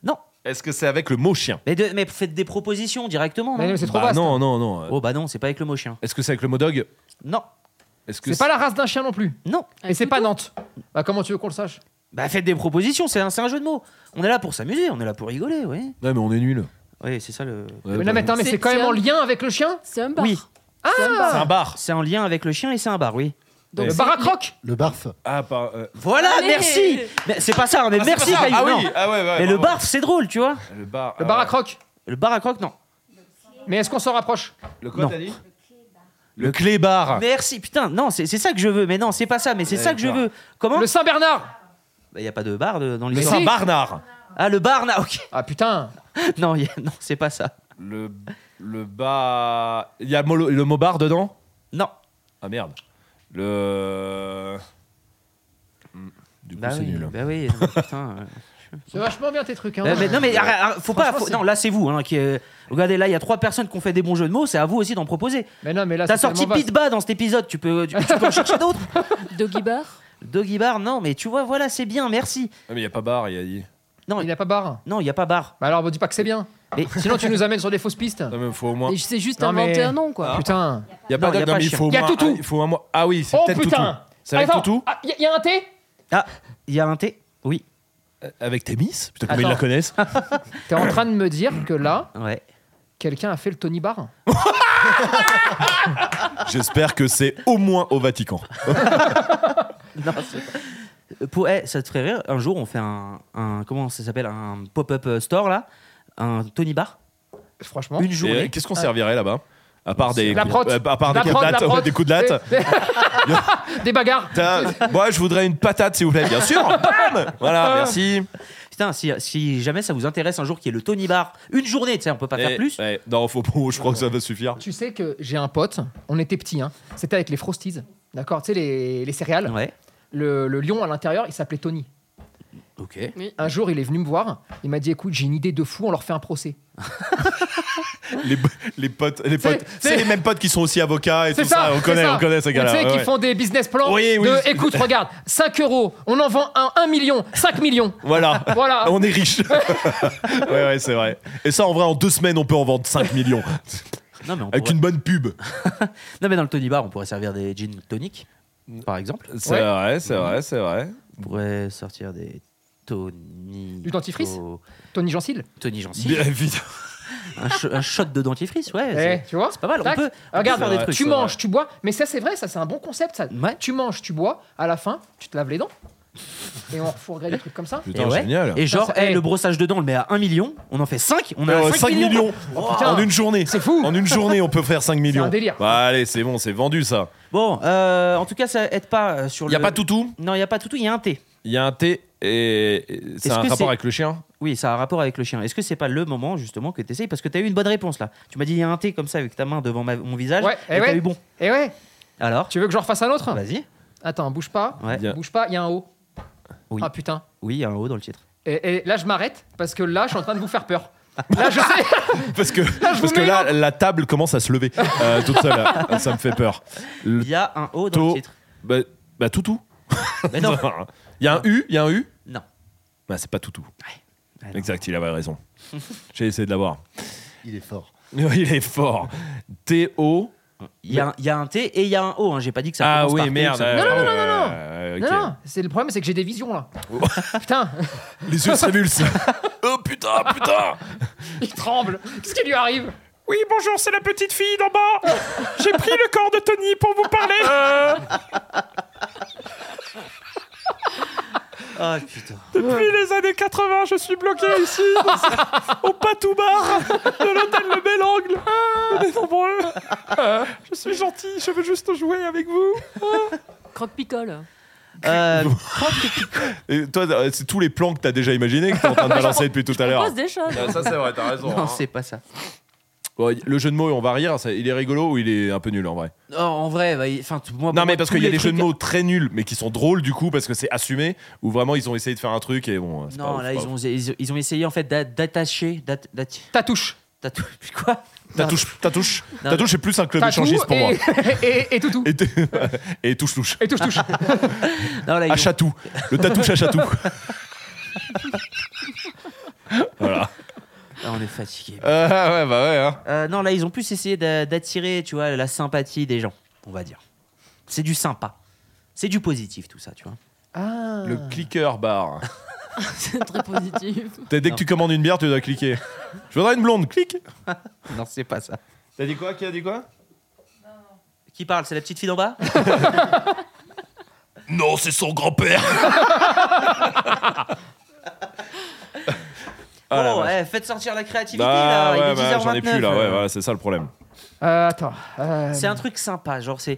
[SPEAKER 1] Non.
[SPEAKER 2] Est-ce que c'est avec le mot chien
[SPEAKER 1] Mais, de- mais faites des propositions directement.
[SPEAKER 3] Mais
[SPEAKER 1] Non
[SPEAKER 3] non, c'est trop
[SPEAKER 2] Bah
[SPEAKER 3] vaste.
[SPEAKER 2] Non, non, non.
[SPEAKER 1] oh bah non, c'est pas avec le mot chien.
[SPEAKER 2] Est-ce que c'est avec le mot dog
[SPEAKER 1] Non,
[SPEAKER 2] Est-ce que
[SPEAKER 3] C'est pas la race d'un chien non plus.
[SPEAKER 1] non.
[SPEAKER 3] Et c'est pas Nantes. Bah comment tu veux qu'on le sache
[SPEAKER 1] Bah faites des propositions, c'est un, c'est un jeu de mots. On est là pour s'amuser, on est là pour rigoler, oui.
[SPEAKER 2] Non, mais on est nul.
[SPEAKER 1] Oui, c'est ça le.
[SPEAKER 2] Euh,
[SPEAKER 3] Mais non, mais attends, mais
[SPEAKER 9] C'est
[SPEAKER 3] c'est quand même
[SPEAKER 9] tiens.
[SPEAKER 3] en lien avec le chien
[SPEAKER 9] C'est un bar.
[SPEAKER 1] Oui.
[SPEAKER 9] C'est un bar.
[SPEAKER 2] C'est un bar.
[SPEAKER 1] C'est en lien avec le chien et c'est un bar, oui.
[SPEAKER 9] Donc,
[SPEAKER 3] Le
[SPEAKER 9] c'est-
[SPEAKER 3] bar à croque
[SPEAKER 6] Le barf.
[SPEAKER 2] Ah, pas, euh,
[SPEAKER 1] Voilà,
[SPEAKER 9] Allez
[SPEAKER 1] merci. Mais c'est pas ça, mais
[SPEAKER 2] ah, c'est
[SPEAKER 1] merci
[SPEAKER 2] pas ça.
[SPEAKER 1] Caillou.
[SPEAKER 2] Ah oui,
[SPEAKER 1] non.
[SPEAKER 2] ah ouais, ouais.
[SPEAKER 1] mais le
[SPEAKER 2] bravo.
[SPEAKER 1] bar, c'est drôle, tu vois.
[SPEAKER 2] Le bar.
[SPEAKER 3] Le
[SPEAKER 2] ah
[SPEAKER 3] bar à
[SPEAKER 2] ouais.
[SPEAKER 3] croque.
[SPEAKER 1] Le bar à croque, non.
[SPEAKER 3] Mais est-ce qu'on s'en rapproche
[SPEAKER 2] Le
[SPEAKER 1] Non.
[SPEAKER 2] quoi, t'as dit Le clé
[SPEAKER 3] Ah.
[SPEAKER 2] bar.
[SPEAKER 1] Merci, putain, non, c'est c'est ça que je veux. Mais non, c'est pas ça, mais c'est
[SPEAKER 2] Ouais,
[SPEAKER 1] ça que je
[SPEAKER 2] bar.
[SPEAKER 1] veux. Comment
[SPEAKER 3] Le
[SPEAKER 1] Il
[SPEAKER 3] Saint-Bernard
[SPEAKER 1] bah, y a pas de bar de- dans
[SPEAKER 2] Le
[SPEAKER 1] l'histoire.
[SPEAKER 2] Saint Barnard.
[SPEAKER 1] Ah, le bar, na- ok. <laughs>
[SPEAKER 3] Ah putain
[SPEAKER 1] Non, y a- non, c'est pas ça.
[SPEAKER 2] Le le bar. Il y a mo- le mot bar dedans
[SPEAKER 1] Non.
[SPEAKER 2] Ah merde. Le. Hmm. Du coup,
[SPEAKER 1] Bah
[SPEAKER 2] c'est
[SPEAKER 1] oui,
[SPEAKER 2] nul.
[SPEAKER 1] bah oui, non,
[SPEAKER 3] <laughs>
[SPEAKER 1] putain. euh.
[SPEAKER 3] C'est vachement bien tes trucs. Hein.
[SPEAKER 1] Euh, mais- non mais arrête, arrête, faut pas,
[SPEAKER 3] Franchement,
[SPEAKER 1] faut-
[SPEAKER 3] c'est-
[SPEAKER 1] non là c'est vous hein, qui, euh, regardez là il y a trois personnes qui ont fait des bons jeux de mots, c'est à vous aussi d'en proposer.
[SPEAKER 3] Mais non, mais là,
[SPEAKER 1] T'as
[SPEAKER 3] c'est
[SPEAKER 1] sorti
[SPEAKER 3] tellement vaste.
[SPEAKER 1] Pitba dans cet épisode, tu peux, tu, tu peux en
[SPEAKER 3] <laughs>
[SPEAKER 1] chercher d'autres.
[SPEAKER 9] Doggy bar.
[SPEAKER 1] Doggy Bar, non mais tu vois voilà c'est bien, merci.
[SPEAKER 2] Ah, mais il n'y a pas bar, il y a dit.
[SPEAKER 1] Non
[SPEAKER 3] Il
[SPEAKER 1] il
[SPEAKER 3] n'y a pas bar.
[SPEAKER 1] non il y a pas bar.
[SPEAKER 3] Bah alors, dis pas que c'est bien.
[SPEAKER 1] Mais-
[SPEAKER 3] Sinon, tu nous amènes sur des fausses pistes.
[SPEAKER 2] Non, mais il faut au moins.
[SPEAKER 9] Et c'est juste
[SPEAKER 3] Non, mais- Ah.
[SPEAKER 9] inventer un nom, quoi.
[SPEAKER 3] Putain.
[SPEAKER 2] Il y a
[SPEAKER 1] Non,
[SPEAKER 2] pas
[SPEAKER 1] il y a
[SPEAKER 2] d'accord,
[SPEAKER 1] pas
[SPEAKER 2] mais il
[SPEAKER 1] chien.
[SPEAKER 2] faut au
[SPEAKER 3] Il y a
[SPEAKER 2] moins-
[SPEAKER 3] Toutou.
[SPEAKER 2] ah, Il faut au moins. Ah oui, c'est
[SPEAKER 3] Oh
[SPEAKER 2] peut-être Toutou.
[SPEAKER 3] putain
[SPEAKER 2] C'est avec
[SPEAKER 3] Attends,
[SPEAKER 2] Toutou
[SPEAKER 3] ah, y, y a un thé
[SPEAKER 1] Ah il y a un thé, oui.
[SPEAKER 2] Euh, Avec Thémis Putain, comment ils
[SPEAKER 3] Attends.
[SPEAKER 2] la
[SPEAKER 3] <laughs>
[SPEAKER 2] connaissent
[SPEAKER 3] T'es en train de me dire que là,
[SPEAKER 1] Ouais.
[SPEAKER 3] quelqu'un a fait le Tony Bar
[SPEAKER 2] J'espère que c'est au moins au Vatican.
[SPEAKER 1] Non, c'est- Pour, eh, ça te ferait rire. Un jour on fait un, un- comment ça s'appelle un pop-up euh, store là, un Tony Bar,
[SPEAKER 3] Franchement.
[SPEAKER 1] une
[SPEAKER 2] Et, euh,
[SPEAKER 1] journée.
[SPEAKER 2] Qu'est-ce qu'on servirait là-bas À part des.
[SPEAKER 3] De Ah. la prot.
[SPEAKER 2] euh, à part des
[SPEAKER 3] La
[SPEAKER 2] coups
[SPEAKER 3] prod,
[SPEAKER 2] de
[SPEAKER 3] la
[SPEAKER 2] latte. euh, <laughs>
[SPEAKER 3] prod.
[SPEAKER 2] Des coups de latte.
[SPEAKER 3] <laughs> Des- Des bagarres.
[SPEAKER 2] Putain, Moi, je voudrais une patate, s'il vous plaît, bien
[SPEAKER 3] <laughs>
[SPEAKER 2] sûr. Bam
[SPEAKER 3] Ah.
[SPEAKER 2] Voilà, merci.
[SPEAKER 1] Putain si, si jamais ça vous intéresse un jour qu'il y ait le Tony Bar, une journée, tu sais on peut pas faire
[SPEAKER 2] Et-
[SPEAKER 1] plus.
[SPEAKER 2] ouais, Non, faut pas- je crois que ça va suffire.
[SPEAKER 3] Tu sais que j'ai un pote, on était petits, hein. c'était avec les Frosties, d'accord Tu sais, les, les céréales.
[SPEAKER 1] Ouais.
[SPEAKER 3] Le, le lion à l'intérieur, il s'appelait Tony.
[SPEAKER 1] Ok.
[SPEAKER 3] Un jour, il est venu me voir. Il m'a dit Écoute, j'ai une idée de fou, on leur fait un procès.
[SPEAKER 2] les, les potes, les
[SPEAKER 3] C'est-
[SPEAKER 2] potes, c'est
[SPEAKER 3] c'est-
[SPEAKER 2] les mêmes potes qui sont aussi avocats et
[SPEAKER 3] C'est
[SPEAKER 2] tout ça.
[SPEAKER 3] ça,
[SPEAKER 2] On
[SPEAKER 3] c'est
[SPEAKER 2] connaît,
[SPEAKER 3] ça.
[SPEAKER 2] on connaît ces
[SPEAKER 3] Tu
[SPEAKER 2] gars-là.
[SPEAKER 3] sais,
[SPEAKER 2] ouais,
[SPEAKER 3] qui
[SPEAKER 2] ouais.
[SPEAKER 3] font des business plans
[SPEAKER 2] Oui, oui.
[SPEAKER 3] de écoute, regarde, 5 euros, on en vend un 1 million, 5 millions.
[SPEAKER 2] Voilà.
[SPEAKER 3] <laughs> Voilà.
[SPEAKER 2] Ah, <laughs> On est riche. <laughs> ouais, ouais, c'est vrai. Et ça, en vrai, en deux semaines, on peut en vendre 5
[SPEAKER 3] <laughs>
[SPEAKER 2] millions.
[SPEAKER 1] Non mais, on
[SPEAKER 2] Avec
[SPEAKER 1] pourrait-
[SPEAKER 2] une bonne pub.
[SPEAKER 1] non, mais dans le Tony Bar, on pourrait servir des gin toniques,
[SPEAKER 2] Mm.
[SPEAKER 1] par exemple.
[SPEAKER 2] C'est
[SPEAKER 3] Ouais.
[SPEAKER 2] vrai, c'est vrai, c'est vrai.
[SPEAKER 1] On pourrait sortir des Tony.
[SPEAKER 3] Du dentifrice
[SPEAKER 1] Oh,
[SPEAKER 3] Tony Gencil.
[SPEAKER 1] Tony
[SPEAKER 2] <laughs>
[SPEAKER 1] Jancy.
[SPEAKER 2] Bien évidemment.
[SPEAKER 1] un, sh- un shot de dentifrice, ouais.
[SPEAKER 3] Eh,
[SPEAKER 1] c'est-
[SPEAKER 3] tu vois
[SPEAKER 1] C'est pas mal. On
[SPEAKER 3] Tac.
[SPEAKER 1] peut, on peut
[SPEAKER 3] Regarde,
[SPEAKER 1] faire des trucs.
[SPEAKER 3] tu
[SPEAKER 1] ouais.
[SPEAKER 3] manges, tu bois, mais ça c'est vrai, ça c'est un bon concept. Ça.
[SPEAKER 1] Ouais.
[SPEAKER 3] Tu manges, tu bois, à la fin, tu te laves les dents. Et on refourguerait des trucs comme ça.
[SPEAKER 1] Et,
[SPEAKER 2] Putain,
[SPEAKER 1] ouais.
[SPEAKER 2] génial.
[SPEAKER 1] et genre,
[SPEAKER 3] Ça, ça-
[SPEAKER 1] eh, le brossage de dents, on le met à 1 million, on en fait 5, on a
[SPEAKER 2] Euh,
[SPEAKER 1] 5,
[SPEAKER 2] 5 millions,
[SPEAKER 3] Oh, putain.
[SPEAKER 2] en une journée.
[SPEAKER 3] C'est fou.
[SPEAKER 2] En une journée, on peut faire
[SPEAKER 3] <laughs>
[SPEAKER 2] 5 millions.
[SPEAKER 3] délire.
[SPEAKER 2] Bah, allez, c'est bon, c'est vendu ça.
[SPEAKER 1] Bon, euh, en tout cas, ça aide pas euh, sur
[SPEAKER 2] Il
[SPEAKER 1] le.
[SPEAKER 2] y a pas toutou,
[SPEAKER 1] Non, il n'y a pas toutou, il y a un thé.
[SPEAKER 2] il y a un thé et et c'est
[SPEAKER 1] Est-ce
[SPEAKER 2] un
[SPEAKER 1] que c'est-
[SPEAKER 2] rapport avec le chien.
[SPEAKER 1] Oui, ça a un rapport avec le chien. Est-ce que c'est pas le moment justement que tu essayes Parce que tu as eu une bonne réponse là. Tu m'as dit il y a un thé comme ça avec ta main devant ma- mon visage.
[SPEAKER 3] Ouais,
[SPEAKER 1] et
[SPEAKER 3] eh
[SPEAKER 1] t'as
[SPEAKER 3] ouais.
[SPEAKER 1] eu bon.
[SPEAKER 3] Et ouais,
[SPEAKER 1] Alors
[SPEAKER 3] tu veux que j'en refasse un autre
[SPEAKER 1] Vas-y.
[SPEAKER 3] Attends, bouge pas.
[SPEAKER 1] Ouais.
[SPEAKER 2] Bien.
[SPEAKER 3] Bouge pas, il y a un haut.
[SPEAKER 1] Oui.
[SPEAKER 3] Ah putain.
[SPEAKER 1] Oui, il y a un haut dans le titre.
[SPEAKER 3] Et, et là, je m'arrête parce que là, je suis en train de vous
[SPEAKER 1] <laughs>
[SPEAKER 3] faire peur. Là, je sais.
[SPEAKER 2] Parce que,
[SPEAKER 3] <laughs> je
[SPEAKER 2] parce
[SPEAKER 3] vous
[SPEAKER 2] que
[SPEAKER 3] mets
[SPEAKER 2] là, la table commence à se lever euh, toute
[SPEAKER 3] <laughs>
[SPEAKER 2] seule. ça me fait peur. Le-
[SPEAKER 1] Il y a un haut dans
[SPEAKER 2] Tôt.
[SPEAKER 1] le titre.
[SPEAKER 2] bah, bah, toutou.
[SPEAKER 1] Mais non.
[SPEAKER 2] <laughs> Il y a un U, il y a un U.
[SPEAKER 1] non.
[SPEAKER 2] Bah, c'est pas toutou.
[SPEAKER 1] Ah, non.
[SPEAKER 2] Exact, il
[SPEAKER 1] <laughs>
[SPEAKER 2] avait raison. J'ai essayé de l'avoir. <laughs>
[SPEAKER 6] Il est fort.
[SPEAKER 2] Il est fort. T-O.
[SPEAKER 1] Il y, a un- il y a un thé et il y a un haut. hein. J'ai pas dit que ça.
[SPEAKER 2] Ah
[SPEAKER 1] commence par
[SPEAKER 2] oui,
[SPEAKER 1] thé,
[SPEAKER 2] merde.
[SPEAKER 1] ça-
[SPEAKER 2] euh, <laughs>
[SPEAKER 3] Non, non, non, non, non.
[SPEAKER 2] euh, ok.
[SPEAKER 3] Non, non, c'est le problème, c'est que j'ai des visions là. putain,
[SPEAKER 2] Les yeux
[SPEAKER 1] <laughs>
[SPEAKER 2] se révulsent. <laughs> oh putain, putain.
[SPEAKER 3] <laughs> il tremble. Qu'est-ce qui lui arrive
[SPEAKER 2] Oui, bonjour, c'est la petite fille d'en bas. J'ai pris le corps de Tony pour vous
[SPEAKER 1] Euh.
[SPEAKER 2] <laughs> parler.
[SPEAKER 1] Ah putain.
[SPEAKER 2] Depuis les années 80, je suis bloqué
[SPEAKER 1] <laughs>
[SPEAKER 2] ici, au patou bar de l'hôtel Le Bel Angle. On est nombreux. Je suis gentil, je veux juste jouer avec vous.
[SPEAKER 9] Croque-picole.
[SPEAKER 1] Euh,
[SPEAKER 2] Et toi, euh, c'est tous les plans que t'as déjà imaginés que t'es
[SPEAKER 1] <laughs>
[SPEAKER 2] en train de balancer depuis tout à l'heure.
[SPEAKER 9] Pose des choses.
[SPEAKER 2] Ah, Ça, c'est vrai, t'as raison. hein.
[SPEAKER 1] non, c'est pas ça.
[SPEAKER 2] le jeu de mots, on va rire, ça- il est rigolo ou il est un peu nul en vrai
[SPEAKER 1] Non, en vrai, bah, il- enfin, t- moi.
[SPEAKER 2] Non,
[SPEAKER 1] moi,
[SPEAKER 2] mais parce
[SPEAKER 1] tous
[SPEAKER 2] qu'il y a
[SPEAKER 1] les
[SPEAKER 2] des jeux de
[SPEAKER 1] trucs-
[SPEAKER 2] mots très nuls, mais qui sont drôles du coup, parce que c'est assumé, ou vraiment ils ont essayé de faire un truc et bon. c'est
[SPEAKER 1] Non,
[SPEAKER 2] pas-
[SPEAKER 1] là,
[SPEAKER 2] c'est
[SPEAKER 1] ils
[SPEAKER 2] pas-
[SPEAKER 1] ont, ils, ont- ils ont essayé en fait d'a- <laughs> d'attacher. d'at- d'atti-
[SPEAKER 3] Ta touche.
[SPEAKER 1] d'atou- Quoi
[SPEAKER 2] Ta touche, ta touche,
[SPEAKER 1] Non,
[SPEAKER 2] ta touche, c'est plus un club
[SPEAKER 3] Ta touche
[SPEAKER 2] échangiste pour moi.
[SPEAKER 3] et, et, et toutou.
[SPEAKER 2] Et, t- <laughs> et touche, touche.
[SPEAKER 3] Et touche, touche.
[SPEAKER 1] Non, là, ils
[SPEAKER 2] À
[SPEAKER 1] ont-
[SPEAKER 2] chatou. Le tatouche à chatou. voilà.
[SPEAKER 1] Ah, on est fatigué.
[SPEAKER 2] ouais, bah ouais. Hein.
[SPEAKER 1] Euh, non, là, ils ont plus essayé d'a- d'attirer, tu vois, la sympathie des gens, on va dire. C'est du sympa. C'est du positif, tout ça, tu vois.
[SPEAKER 3] Ah.
[SPEAKER 2] Le clicker bar.
[SPEAKER 9] C'est très positif.
[SPEAKER 2] T'as- Dès que tu commandes une bière, tu dois cliquer. Je voudrais une blonde, clique.
[SPEAKER 1] Non, c'est pas ça.
[SPEAKER 2] T'as dit quoi Qui a dit quoi
[SPEAKER 1] Qui parle C'est la petite fille d'en bas
[SPEAKER 2] Non, c'est son <laughs> grand-père. Ah, la
[SPEAKER 1] Oh,
[SPEAKER 2] vache.
[SPEAKER 1] eh, faites sortir la créativité,
[SPEAKER 2] Ah,
[SPEAKER 1] là.
[SPEAKER 2] ouais,
[SPEAKER 1] Il est
[SPEAKER 2] bah,
[SPEAKER 1] 10h29.
[SPEAKER 2] j'en ai plus là, ouais, voilà, c'est ça le problème.
[SPEAKER 3] Euh, attends. euh,
[SPEAKER 1] C'est un truc sympa, genre, c'est.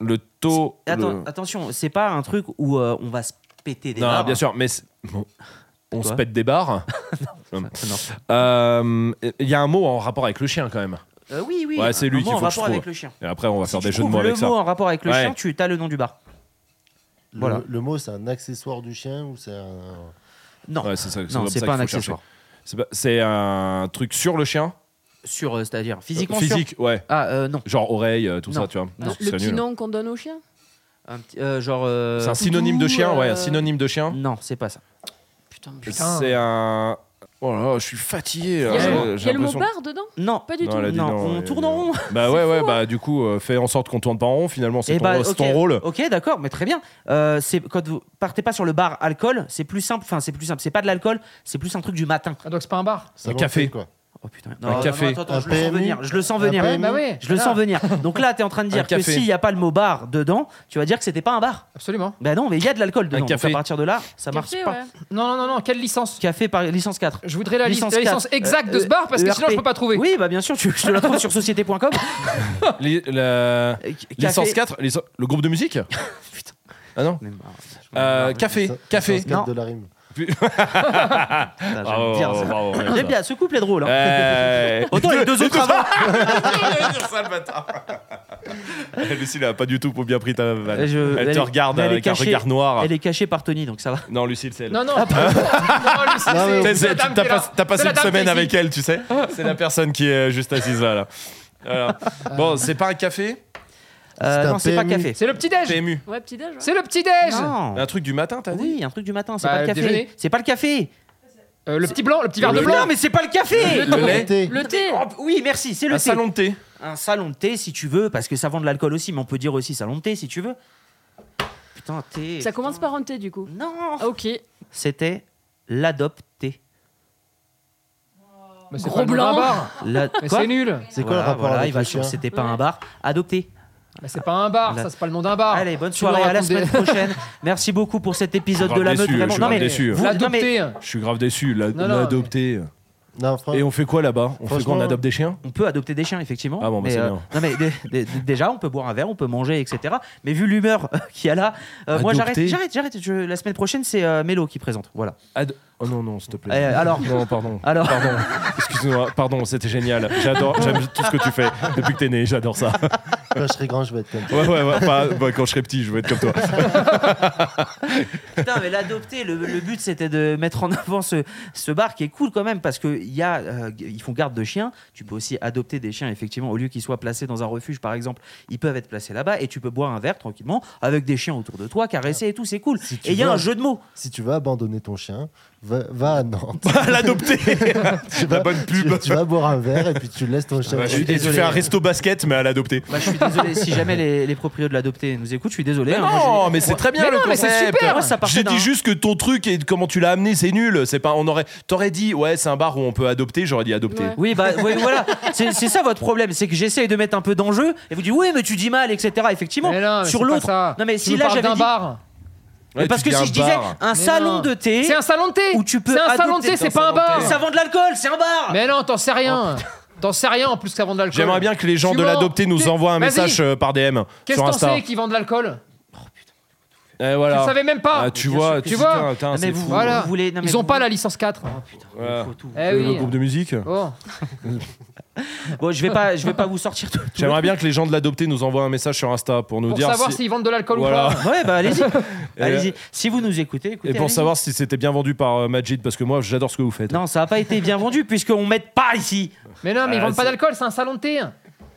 [SPEAKER 2] Le taux.
[SPEAKER 1] Attends,
[SPEAKER 2] le-
[SPEAKER 1] Attention, c'est pas un truc où euh, on va se péter des
[SPEAKER 2] non,
[SPEAKER 1] barres.
[SPEAKER 2] bien sûr, mais c'est- bon, on
[SPEAKER 1] Quoi
[SPEAKER 2] se pète
[SPEAKER 1] <laughs>
[SPEAKER 2] des barres.
[SPEAKER 1] Non.
[SPEAKER 2] Euh, Il y a un mot en rapport avec le chien quand même.
[SPEAKER 1] Euh, oui, oui.
[SPEAKER 2] Ouais, c'est
[SPEAKER 1] un
[SPEAKER 2] lui
[SPEAKER 1] mot
[SPEAKER 2] qu'il
[SPEAKER 1] en
[SPEAKER 2] faut que je
[SPEAKER 1] rapport avec
[SPEAKER 2] trouve.
[SPEAKER 1] le chien.
[SPEAKER 2] Et après, on va faire
[SPEAKER 1] si
[SPEAKER 2] des
[SPEAKER 1] tu
[SPEAKER 2] jeux de mots
[SPEAKER 1] trouves
[SPEAKER 2] avec
[SPEAKER 1] le
[SPEAKER 2] ça.
[SPEAKER 1] mot en rapport avec le
[SPEAKER 2] Ouais.
[SPEAKER 1] chien, tu as le nom du bar.
[SPEAKER 6] Le,
[SPEAKER 1] Voilà.
[SPEAKER 6] le mot, c'est un accessoire du chien ou c'est un.
[SPEAKER 1] Non,
[SPEAKER 2] Ouais, c'est ça-
[SPEAKER 1] non,
[SPEAKER 2] comme
[SPEAKER 1] c'est
[SPEAKER 2] ça
[SPEAKER 1] pas
[SPEAKER 2] qu'il
[SPEAKER 1] un
[SPEAKER 2] faut
[SPEAKER 1] accessoire.
[SPEAKER 2] chercher. C'est pas- C'est un truc sur le chien
[SPEAKER 1] Sur, euh, c'est-à-dire physiquement. sur-
[SPEAKER 2] Physique, ouais.
[SPEAKER 1] Ah euh, non.
[SPEAKER 2] Genre oreille, euh, tout
[SPEAKER 1] Non.
[SPEAKER 2] ça, tu vois.
[SPEAKER 1] Non.
[SPEAKER 2] C'est
[SPEAKER 9] Le petit
[SPEAKER 2] nul.
[SPEAKER 9] nom qu'on donne aux chiens.
[SPEAKER 1] Un petit- euh, genre. euh,
[SPEAKER 2] C'est un synonyme de chien, ouais, un
[SPEAKER 9] euh,
[SPEAKER 2] synonyme de chien.
[SPEAKER 1] Non, c'est pas ça.
[SPEAKER 9] Putain, putain.
[SPEAKER 3] Putain.
[SPEAKER 2] C'est un. Oh là là, je suis fatigué.
[SPEAKER 9] Il y a
[SPEAKER 2] euh,
[SPEAKER 9] le mot- il y
[SPEAKER 2] j'ai
[SPEAKER 9] a le mot
[SPEAKER 2] l'impression-
[SPEAKER 9] bar dedans
[SPEAKER 1] Non. Eh
[SPEAKER 9] Pas du
[SPEAKER 2] Non,
[SPEAKER 9] tout.
[SPEAKER 2] elle a dit
[SPEAKER 1] Non,
[SPEAKER 2] non,
[SPEAKER 1] on
[SPEAKER 2] ouais,
[SPEAKER 1] tourne
[SPEAKER 2] euh,
[SPEAKER 1] en <laughs> rond. hein.
[SPEAKER 2] Bah ouais, ouais,
[SPEAKER 9] fou,
[SPEAKER 2] bah du coup, euh, fais en sorte qu'on tourne pas en rond, finalement, c'est
[SPEAKER 1] Eh
[SPEAKER 2] ton,
[SPEAKER 1] bah,
[SPEAKER 2] c'est
[SPEAKER 1] ok.
[SPEAKER 2] ton rôle.
[SPEAKER 1] <laughs> Ok, d'accord, mais très bien. Euh, c'est quand vous partez pas sur le bar alcool, c'est plus simple. Enfin, c'est plus simple. C'est pas de l'alcool, c'est plus un truc du matin.
[SPEAKER 3] Ah, donc c'est pas un bar.
[SPEAKER 6] salon
[SPEAKER 2] café.
[SPEAKER 6] de thé, quoi.
[SPEAKER 1] Oh putain.
[SPEAKER 2] Un café.
[SPEAKER 1] attends, attends,
[SPEAKER 6] Un
[SPEAKER 1] je le sens
[SPEAKER 6] PMU.
[SPEAKER 1] venir. Je le sens venir.
[SPEAKER 6] Un
[SPEAKER 3] Ouais,
[SPEAKER 6] PMU.
[SPEAKER 3] bah ouais.
[SPEAKER 1] Je le
[SPEAKER 3] voilà.
[SPEAKER 1] sens venir. Donc là, t'es en train de dire que
[SPEAKER 2] Ah. café.
[SPEAKER 1] s'il n'y a pas le mot bar dedans, tu vas dire que c'était pas un bar.
[SPEAKER 3] Absolument.
[SPEAKER 1] Bah non, mais il y a de l'alcool dedans. Donc
[SPEAKER 2] café.
[SPEAKER 1] à partir de là, ça marche
[SPEAKER 9] Café,
[SPEAKER 1] pas.
[SPEAKER 9] ouais.
[SPEAKER 3] Non, non, non, non. Quelle licence
[SPEAKER 1] Café par licence 4.
[SPEAKER 3] Je voudrais la,
[SPEAKER 1] Licence
[SPEAKER 3] licence, la
[SPEAKER 1] 4.
[SPEAKER 3] licence exacte de ce bar parce que
[SPEAKER 1] Euh,
[SPEAKER 3] sinon je peux pas trouver.
[SPEAKER 1] Oui, bah bien sûr, tu, je te la trouve sur société.com.
[SPEAKER 2] Les- la-
[SPEAKER 1] Euh, c-
[SPEAKER 2] Licence
[SPEAKER 1] Euh, café-
[SPEAKER 2] 4, lic- le groupe de
[SPEAKER 3] <laughs>
[SPEAKER 2] musique
[SPEAKER 1] Putain.
[SPEAKER 2] Ah non
[SPEAKER 1] Mais bah, marre, je m'en
[SPEAKER 2] Euh,
[SPEAKER 1] marre,
[SPEAKER 2] Café,
[SPEAKER 6] Ça-
[SPEAKER 2] café.
[SPEAKER 6] ça se capte
[SPEAKER 1] Non.
[SPEAKER 6] de la rime.
[SPEAKER 3] Ah,
[SPEAKER 1] putain, j'aime
[SPEAKER 2] Bravo,
[SPEAKER 1] bien
[SPEAKER 2] bravo,
[SPEAKER 1] ça.
[SPEAKER 2] bravo, bravo,
[SPEAKER 1] J'aime bien, ce couple est drôle. hein.
[SPEAKER 2] Ah, bah.
[SPEAKER 3] <laughs>
[SPEAKER 2] Euh, <laughs>
[SPEAKER 1] Autant les deux autres avant.
[SPEAKER 2] J'allais dire ça, le bâtard. <laughs> Lucie n'a pas du tout bien pris ta vanne.
[SPEAKER 1] Je-
[SPEAKER 2] Elle te
[SPEAKER 1] est-
[SPEAKER 2] regarde
[SPEAKER 1] elle est
[SPEAKER 2] avec un
[SPEAKER 1] cachée-
[SPEAKER 2] regard noir.
[SPEAKER 1] Elle est cachée par Tony, donc ça va.
[SPEAKER 2] Non, Lucille, c'est elle.
[SPEAKER 3] Non, non, non, non, Lucie,
[SPEAKER 6] Non, mais-
[SPEAKER 2] T'as-
[SPEAKER 3] c'est- c'est
[SPEAKER 2] t'as-
[SPEAKER 3] la dame
[SPEAKER 2] T'as
[SPEAKER 3] qui est là.
[SPEAKER 2] pas- t'as
[SPEAKER 3] C'est
[SPEAKER 2] passé
[SPEAKER 3] la
[SPEAKER 2] une
[SPEAKER 3] dame qui est
[SPEAKER 2] semaine
[SPEAKER 3] ici. Ah.
[SPEAKER 2] avec elle, tu sais. C'est la personne qui est euh, juste assise là. là. Voilà.
[SPEAKER 1] Ah.
[SPEAKER 2] Bon, c'est pas un café
[SPEAKER 1] Euh,
[SPEAKER 6] C'est un
[SPEAKER 1] non, c'est pas
[SPEAKER 6] PMU.
[SPEAKER 1] café.
[SPEAKER 3] C'est le
[SPEAKER 2] T'es
[SPEAKER 3] petit-déj
[SPEAKER 2] ému.
[SPEAKER 9] Ouais, petit déj.
[SPEAKER 3] C'est le petit-déj
[SPEAKER 1] Non.
[SPEAKER 2] Un truc du matin, t'as dit
[SPEAKER 1] Ah, Oui, un truc du matin, c'est
[SPEAKER 3] Bah,
[SPEAKER 1] pas le
[SPEAKER 3] déjeuner.
[SPEAKER 1] café. C'est pas le café.
[SPEAKER 3] Euh, Le petit blanc, le petit verre de
[SPEAKER 1] Mais
[SPEAKER 3] blanc
[SPEAKER 1] non, mais c'est pas le café.
[SPEAKER 6] Le
[SPEAKER 2] lait.
[SPEAKER 6] thé.
[SPEAKER 9] Le thé.
[SPEAKER 1] Oh, oui, merci, c'est le
[SPEAKER 2] Un
[SPEAKER 1] thé.
[SPEAKER 2] salon de thé.
[SPEAKER 1] Un salon de thé si tu veux, parce que ça vend de l'alcool aussi, mais on peut dire aussi salon de thé si tu veux. Putain, thé.
[SPEAKER 9] Ça commence par un thé du coup.
[SPEAKER 1] Non.
[SPEAKER 9] Ah, ok.
[SPEAKER 1] C'était l'adopté.
[SPEAKER 3] Mais c'est
[SPEAKER 9] Gros
[SPEAKER 3] pas le nom d'un
[SPEAKER 9] blanc.
[SPEAKER 3] bar.
[SPEAKER 1] La...
[SPEAKER 3] Mais
[SPEAKER 1] Quoi
[SPEAKER 3] c'est nul
[SPEAKER 6] C'est quoi
[SPEAKER 1] Voilà,
[SPEAKER 6] le rapport
[SPEAKER 1] voilà,
[SPEAKER 6] avec
[SPEAKER 1] il va
[SPEAKER 6] le
[SPEAKER 1] sur-
[SPEAKER 6] chien
[SPEAKER 1] C'était pas un bar. Adopté.
[SPEAKER 3] Mais c'est pas un bar,
[SPEAKER 1] La-
[SPEAKER 3] ça c'est pas le nom d'un bar
[SPEAKER 1] Allez, bonne
[SPEAKER 3] Tu
[SPEAKER 1] soirée,
[SPEAKER 3] nous
[SPEAKER 1] à la
[SPEAKER 3] racontes
[SPEAKER 1] semaine
[SPEAKER 3] des-
[SPEAKER 1] prochaine. <laughs> Merci beaucoup pour cet épisode
[SPEAKER 2] Je suis
[SPEAKER 1] de la
[SPEAKER 2] grave
[SPEAKER 1] meute.
[SPEAKER 2] déçu,
[SPEAKER 1] vraiment.
[SPEAKER 2] je suis
[SPEAKER 1] Non,
[SPEAKER 2] grave
[SPEAKER 1] mais
[SPEAKER 2] déçu. hein.
[SPEAKER 1] vous- non, mais
[SPEAKER 3] L'adopté
[SPEAKER 2] Je suis grave déçu. la-
[SPEAKER 3] Non, non,
[SPEAKER 2] L'adopter.
[SPEAKER 6] Non, fran-
[SPEAKER 2] Et on fait quoi là-bas On fait
[SPEAKER 6] Franchement-
[SPEAKER 2] qu'on adopte des chiens
[SPEAKER 1] on peut adopter des chiens, effectivement.
[SPEAKER 2] Ah bon, bah,
[SPEAKER 1] mais, euh, non,
[SPEAKER 2] c'est bien.
[SPEAKER 1] mais dé- dé- dé- déjà, on peut boire un verre, on peut manger, etc. Mais vu l'humeur qu'il y a là, euh, moi j'arrête,
[SPEAKER 2] Adopter.
[SPEAKER 1] j'arrête, j'arrête. Je- la semaine prochaine, c'est euh, Mélo qui présente. Voilà.
[SPEAKER 2] Ad- Oh non, non, s'il te plaît.
[SPEAKER 1] Eh, alors
[SPEAKER 2] Non, pardon.
[SPEAKER 1] Alors,
[SPEAKER 2] Pardon, excuse-moi, pardon, c'était génial. J'adore, j'aime tout ce que tu fais depuis que t'es né, j'adore ça.
[SPEAKER 6] quand je serai grand, je vais être comme toi.
[SPEAKER 2] Ouais, ouais, ouais, pas- bah, quand je serai petit, je veux être comme <laughs> toi.
[SPEAKER 1] Putain, mais l'adopter, le, le but c'était de mettre en avant ce, ce bar qui est cool quand même parce qu'ils euh, ils font garde de chiens. Tu peux aussi adopter des chiens, effectivement, au lieu qu'ils soient placés dans un refuge par exemple. Ils peuvent être placés là-bas et tu peux boire un verre tranquillement avec des chiens autour de toi, caresser et tout, c'est cool.
[SPEAKER 6] Si tu
[SPEAKER 1] et il y a
[SPEAKER 6] veux.
[SPEAKER 1] un jeu de mots.
[SPEAKER 6] Si tu veux abandonner ton chien, va, va à Nantes.
[SPEAKER 2] L'adopter La
[SPEAKER 6] tu vas,
[SPEAKER 2] bonne
[SPEAKER 6] tu-
[SPEAKER 2] pub
[SPEAKER 6] tu vas boire un verre et puis tu laisses ton chien.
[SPEAKER 2] Bah, je suis
[SPEAKER 1] désolé.
[SPEAKER 2] Tu fais un resto basket, mais à l'adopter.
[SPEAKER 1] Bah, je suis désolé si jamais les, les propriétaires de l'adopter nous écoutent, je suis désolé. hein, moi,
[SPEAKER 2] non, mais c'est très bien
[SPEAKER 3] Mais
[SPEAKER 2] le
[SPEAKER 3] non, mais c'est
[SPEAKER 2] concept.
[SPEAKER 3] super.
[SPEAKER 1] Moi, ça partait
[SPEAKER 2] J'ai
[SPEAKER 1] d'un-
[SPEAKER 2] dit juste que ton truc et comment tu l'as amené, c'est nul. C'est pas, on aurait, t'aurais dit, ouais, c'est un bar où on peut adopter. J'aurais dit adopter.
[SPEAKER 9] Ouais.
[SPEAKER 1] Oui, bah oui, voilà, c'est c'est ça votre problème, c'est que j'essaye de mettre un peu d'enjeu et vous dites oui, mais tu dis mal, etc. Effectivement,
[SPEAKER 3] Mais non, mais c'est
[SPEAKER 1] sur
[SPEAKER 3] pas
[SPEAKER 1] l'autre.
[SPEAKER 3] ça.
[SPEAKER 1] Non, mais
[SPEAKER 3] Tu
[SPEAKER 1] si
[SPEAKER 3] nous
[SPEAKER 1] là
[SPEAKER 3] parles
[SPEAKER 1] j'avais
[SPEAKER 3] d'un
[SPEAKER 1] dit.
[SPEAKER 3] bar.
[SPEAKER 1] Mais
[SPEAKER 2] Ouais,
[SPEAKER 1] parce que
[SPEAKER 2] tu dis
[SPEAKER 1] si
[SPEAKER 2] un
[SPEAKER 1] je disais
[SPEAKER 2] bar.
[SPEAKER 1] un
[SPEAKER 3] Mais
[SPEAKER 1] salon
[SPEAKER 3] non.
[SPEAKER 1] de thé,
[SPEAKER 3] C'est un salon de thé
[SPEAKER 1] Où tu peux
[SPEAKER 3] C'est un salon de
[SPEAKER 1] adopter
[SPEAKER 3] thé,
[SPEAKER 1] ton
[SPEAKER 3] c'est pas un
[SPEAKER 2] salon de
[SPEAKER 3] bar
[SPEAKER 2] thé.
[SPEAKER 1] ça vend de l'alcool, c'est un bar.
[SPEAKER 3] Mais non, t'en sais rien T'en sais rien en plus que ça vend de l'alcool
[SPEAKER 2] J'aimerais bien que les gens
[SPEAKER 3] Tu
[SPEAKER 2] de
[SPEAKER 3] mens.
[SPEAKER 2] l'adopter nous
[SPEAKER 3] Qu'est-
[SPEAKER 2] envoient un
[SPEAKER 3] Vas-y.
[SPEAKER 2] message euh, par DM
[SPEAKER 3] Qu'est-ce
[SPEAKER 2] sur
[SPEAKER 3] que t'en
[SPEAKER 2] Insta.
[SPEAKER 3] sais qui vendent de l'alcool
[SPEAKER 2] Eh,
[SPEAKER 3] Tu
[SPEAKER 2] voilà.
[SPEAKER 3] le savais même pas
[SPEAKER 2] Ah, tu vois,
[SPEAKER 3] tu vois.
[SPEAKER 2] putain, putain,
[SPEAKER 1] Non, mais
[SPEAKER 2] c'est
[SPEAKER 1] vous,
[SPEAKER 2] fou.
[SPEAKER 3] Voilà.
[SPEAKER 1] vous voulez. non, mais
[SPEAKER 3] Ils ont
[SPEAKER 1] vous-
[SPEAKER 3] pas la licence 4
[SPEAKER 2] Ouais.
[SPEAKER 1] Faut tout.
[SPEAKER 3] Eh
[SPEAKER 2] Le
[SPEAKER 3] oui
[SPEAKER 2] groupe de musique.
[SPEAKER 3] Oh.
[SPEAKER 1] Bon, je vais pas, je vais pas vous sortir tout. tout
[SPEAKER 2] J'aimerais bien que les gens de l'adopter nous envoient un message sur Insta pour nous
[SPEAKER 3] Pour
[SPEAKER 2] dire
[SPEAKER 3] savoir
[SPEAKER 2] si-
[SPEAKER 3] s'ils vendent de l'alcool
[SPEAKER 2] Voilà.
[SPEAKER 3] ou
[SPEAKER 1] le- Ouais, bah allez-y,
[SPEAKER 2] Et,
[SPEAKER 1] allez-y. Si vous nous écoutez, écoutez.
[SPEAKER 2] Et pour
[SPEAKER 1] allez-y.
[SPEAKER 2] savoir si c'était bien vendu par euh, Majid, parce que moi j'adore ce que vous faites.
[SPEAKER 1] Non, ça n'a pas été bien vendu puisqu'on met pas ici.
[SPEAKER 3] pas Mais non, mais ils
[SPEAKER 2] Ah,
[SPEAKER 3] vendent pas
[SPEAKER 2] c'est-
[SPEAKER 3] d'alcool, c'est un salon de thé hein.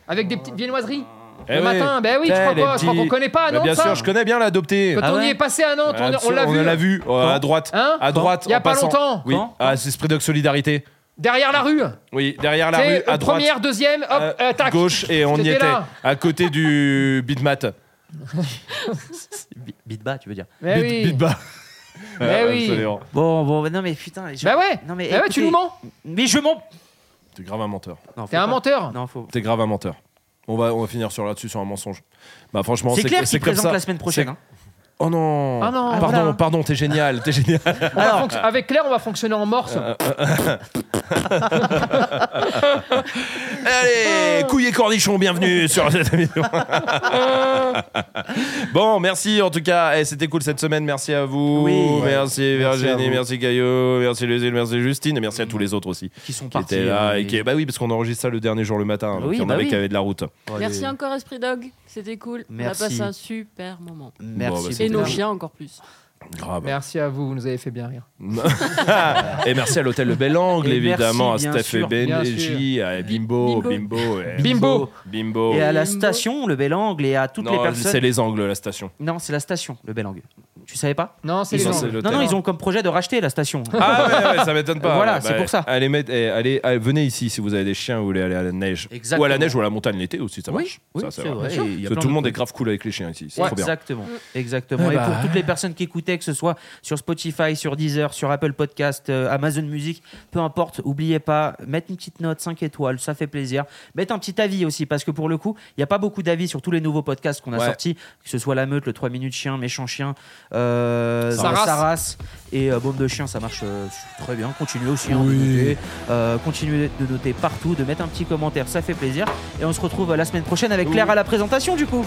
[SPEAKER 3] Avec des petites viennoiseries
[SPEAKER 2] Eh
[SPEAKER 3] Le
[SPEAKER 2] ouais.
[SPEAKER 3] matin, ben oui, tu
[SPEAKER 2] Eh,
[SPEAKER 3] crois
[SPEAKER 2] les
[SPEAKER 3] quoi Tu crois qu'on
[SPEAKER 2] petits-
[SPEAKER 3] connaît pas,
[SPEAKER 2] Bah,
[SPEAKER 3] non
[SPEAKER 2] bien
[SPEAKER 3] ça
[SPEAKER 2] sûr, je connais bien l'adopté.
[SPEAKER 3] Quand
[SPEAKER 1] Ah
[SPEAKER 3] on y
[SPEAKER 1] ouais
[SPEAKER 3] est passé à Nantes, on- on l'a
[SPEAKER 2] On
[SPEAKER 3] vu
[SPEAKER 2] l'a vu euh, à droite.
[SPEAKER 3] Hein
[SPEAKER 2] à droite,
[SPEAKER 3] Il y a
[SPEAKER 2] en
[SPEAKER 3] pas
[SPEAKER 2] passant.
[SPEAKER 3] longtemps.
[SPEAKER 2] Oui.
[SPEAKER 1] Quand
[SPEAKER 2] ah, c'est Esprit de Solidarité.
[SPEAKER 3] Derrière la rue
[SPEAKER 2] Oui, derrière la
[SPEAKER 3] Tu sais, euh,
[SPEAKER 2] rue, à droite,
[SPEAKER 3] Première, deuxième, hop,
[SPEAKER 2] euh,
[SPEAKER 3] euh, tac
[SPEAKER 2] gauche, et on y
[SPEAKER 3] J'étais
[SPEAKER 2] était.
[SPEAKER 3] là.
[SPEAKER 2] À côté du Bitmat.
[SPEAKER 1] Bi- Bitba, tu veux dire.
[SPEAKER 3] Mais Eh Ben oui.
[SPEAKER 2] Bitmat. <laughs>
[SPEAKER 3] Mais
[SPEAKER 2] Ah,
[SPEAKER 3] oui.
[SPEAKER 2] absolument.
[SPEAKER 1] Bon, bon, bah non mais putain. les gens-
[SPEAKER 3] Bah ouais
[SPEAKER 1] Non mais.
[SPEAKER 3] Bah ouais, tu
[SPEAKER 1] écoutez-
[SPEAKER 3] nous mens
[SPEAKER 1] Mais je mens.
[SPEAKER 2] T'es grave un menteur.
[SPEAKER 1] Non, faut
[SPEAKER 3] T'es un
[SPEAKER 1] pas.
[SPEAKER 3] menteur
[SPEAKER 1] Non, faut.
[SPEAKER 2] T'es grave un menteur. On va, on va finir sur là-dessus sur un mensonge. Bah franchement,
[SPEAKER 1] C'est clair
[SPEAKER 2] que-
[SPEAKER 1] qu'il
[SPEAKER 2] comme
[SPEAKER 1] présente
[SPEAKER 2] ça.
[SPEAKER 1] la semaine prochaine. hein.
[SPEAKER 2] Oh non.
[SPEAKER 3] Ah non.
[SPEAKER 2] Pardon,
[SPEAKER 1] Ah, voilà.
[SPEAKER 2] pardon, t'es génial, t'es génial.
[SPEAKER 1] <laughs>
[SPEAKER 3] On va
[SPEAKER 1] Alors,
[SPEAKER 3] fonc- Avec Claire, on va fonctionner en
[SPEAKER 2] Euh,
[SPEAKER 3] morse.
[SPEAKER 2] Allez, <laughs> couilles et cornichons,
[SPEAKER 1] <laughs>
[SPEAKER 2] bienvenue sur cette émission. <laughs> bon, merci en tout cas. Eh, C'était cool cette semaine. Merci à vous.
[SPEAKER 1] Oui.
[SPEAKER 2] Merci
[SPEAKER 6] à
[SPEAKER 2] Virginie,
[SPEAKER 6] vous.
[SPEAKER 2] merci Caillot, merci Lucille, merci Justine et merci
[SPEAKER 1] Mm.
[SPEAKER 2] à tous les autres aussi
[SPEAKER 1] qui sont
[SPEAKER 2] qui
[SPEAKER 1] partis.
[SPEAKER 2] étaient là.
[SPEAKER 1] hein,
[SPEAKER 2] Et qui... Bah oui, parce qu'on enregistre ça le dernier jour le matin. donc
[SPEAKER 1] Oui,
[SPEAKER 2] il y en
[SPEAKER 1] bah
[SPEAKER 2] avait
[SPEAKER 1] oui.
[SPEAKER 2] qui avaient de la route.
[SPEAKER 1] Allez.
[SPEAKER 9] Merci encore Esprit Dog, c'était cool.
[SPEAKER 1] Merci.
[SPEAKER 9] On a passé un super moment.
[SPEAKER 1] Merci.
[SPEAKER 2] Bon, bah,
[SPEAKER 9] Et
[SPEAKER 1] beaucoup.
[SPEAKER 9] nos chiens encore plus.
[SPEAKER 2] Grave.
[SPEAKER 3] Merci à vous, vous nous avez fait bien rire.
[SPEAKER 2] <laughs> et merci à l'hôtel Le Bel Angle,
[SPEAKER 1] Et
[SPEAKER 2] évidemment,
[SPEAKER 1] merci,
[SPEAKER 2] à
[SPEAKER 1] bien
[SPEAKER 2] Steph et
[SPEAKER 1] sûr,
[SPEAKER 3] bien
[SPEAKER 2] Benji, à Bimbo, Bimbo, et-
[SPEAKER 3] Bimbo
[SPEAKER 2] Bimbo.
[SPEAKER 1] Et à la
[SPEAKER 9] Bimbo.
[SPEAKER 1] station, le Bel Angle, et à toutes les
[SPEAKER 2] Non, c'est
[SPEAKER 1] personnes.
[SPEAKER 2] les angles, la station.
[SPEAKER 1] Non, c'est la station, le Bel Angle. Tu savais pas
[SPEAKER 3] Non, c'est
[SPEAKER 2] Ils
[SPEAKER 3] les
[SPEAKER 2] ont-
[SPEAKER 3] gens.
[SPEAKER 2] c'est
[SPEAKER 1] Non,
[SPEAKER 2] l'hôtel.
[SPEAKER 1] non, ils ont comme projet de racheter la station.
[SPEAKER 2] <laughs> Ah ouais, ouais, ça m'étonne pas.
[SPEAKER 1] Voilà,
[SPEAKER 2] Ouais,
[SPEAKER 1] c'est pour ça.
[SPEAKER 2] Allez, mettre- eh, allez, allez, venez ici si vous avez des chiens ou voulez aller à la neige.
[SPEAKER 1] Exactement.
[SPEAKER 2] Ou à la neige ou à la montagne l'été aussi, ça
[SPEAKER 1] Oui,
[SPEAKER 2] marche.
[SPEAKER 1] oui,
[SPEAKER 2] Ça,
[SPEAKER 1] c'est vrai.
[SPEAKER 2] Parce
[SPEAKER 1] Et il y a
[SPEAKER 2] que
[SPEAKER 1] plein de
[SPEAKER 2] tout le monde est
[SPEAKER 1] trucs.
[SPEAKER 2] grave cool avec les chiens ici. C'est
[SPEAKER 1] Ouais,
[SPEAKER 2] trop bien.
[SPEAKER 1] exactement, exactement. Et pour toutes les personnes qui écoutaient, que ce soit sur Spotify, sur Deezer, sur Apple Podcast, euh, Amazon Music, peu importe, oubliez pas, mettre une petite note, 5 étoiles, ça fait plaisir. Mettre un petit avis aussi, parce que pour le coup, il n'y a pas beaucoup d'avis sur tous les nouveaux podcasts qu'on a
[SPEAKER 2] Ouais.
[SPEAKER 1] sortis, que ce soit La Meute, le 3 minutes chien, Méchant chien, euh,
[SPEAKER 3] Saras.
[SPEAKER 1] Saras et euh, Baume de chien, ça marche euh, très bien. Continuez aussi hein, de noter, euh, continuez de noter partout, de mettre un petit commentaire, ça fait plaisir. Et on se retrouve euh, la semaine prochaine avec Claire à la présentation du coup.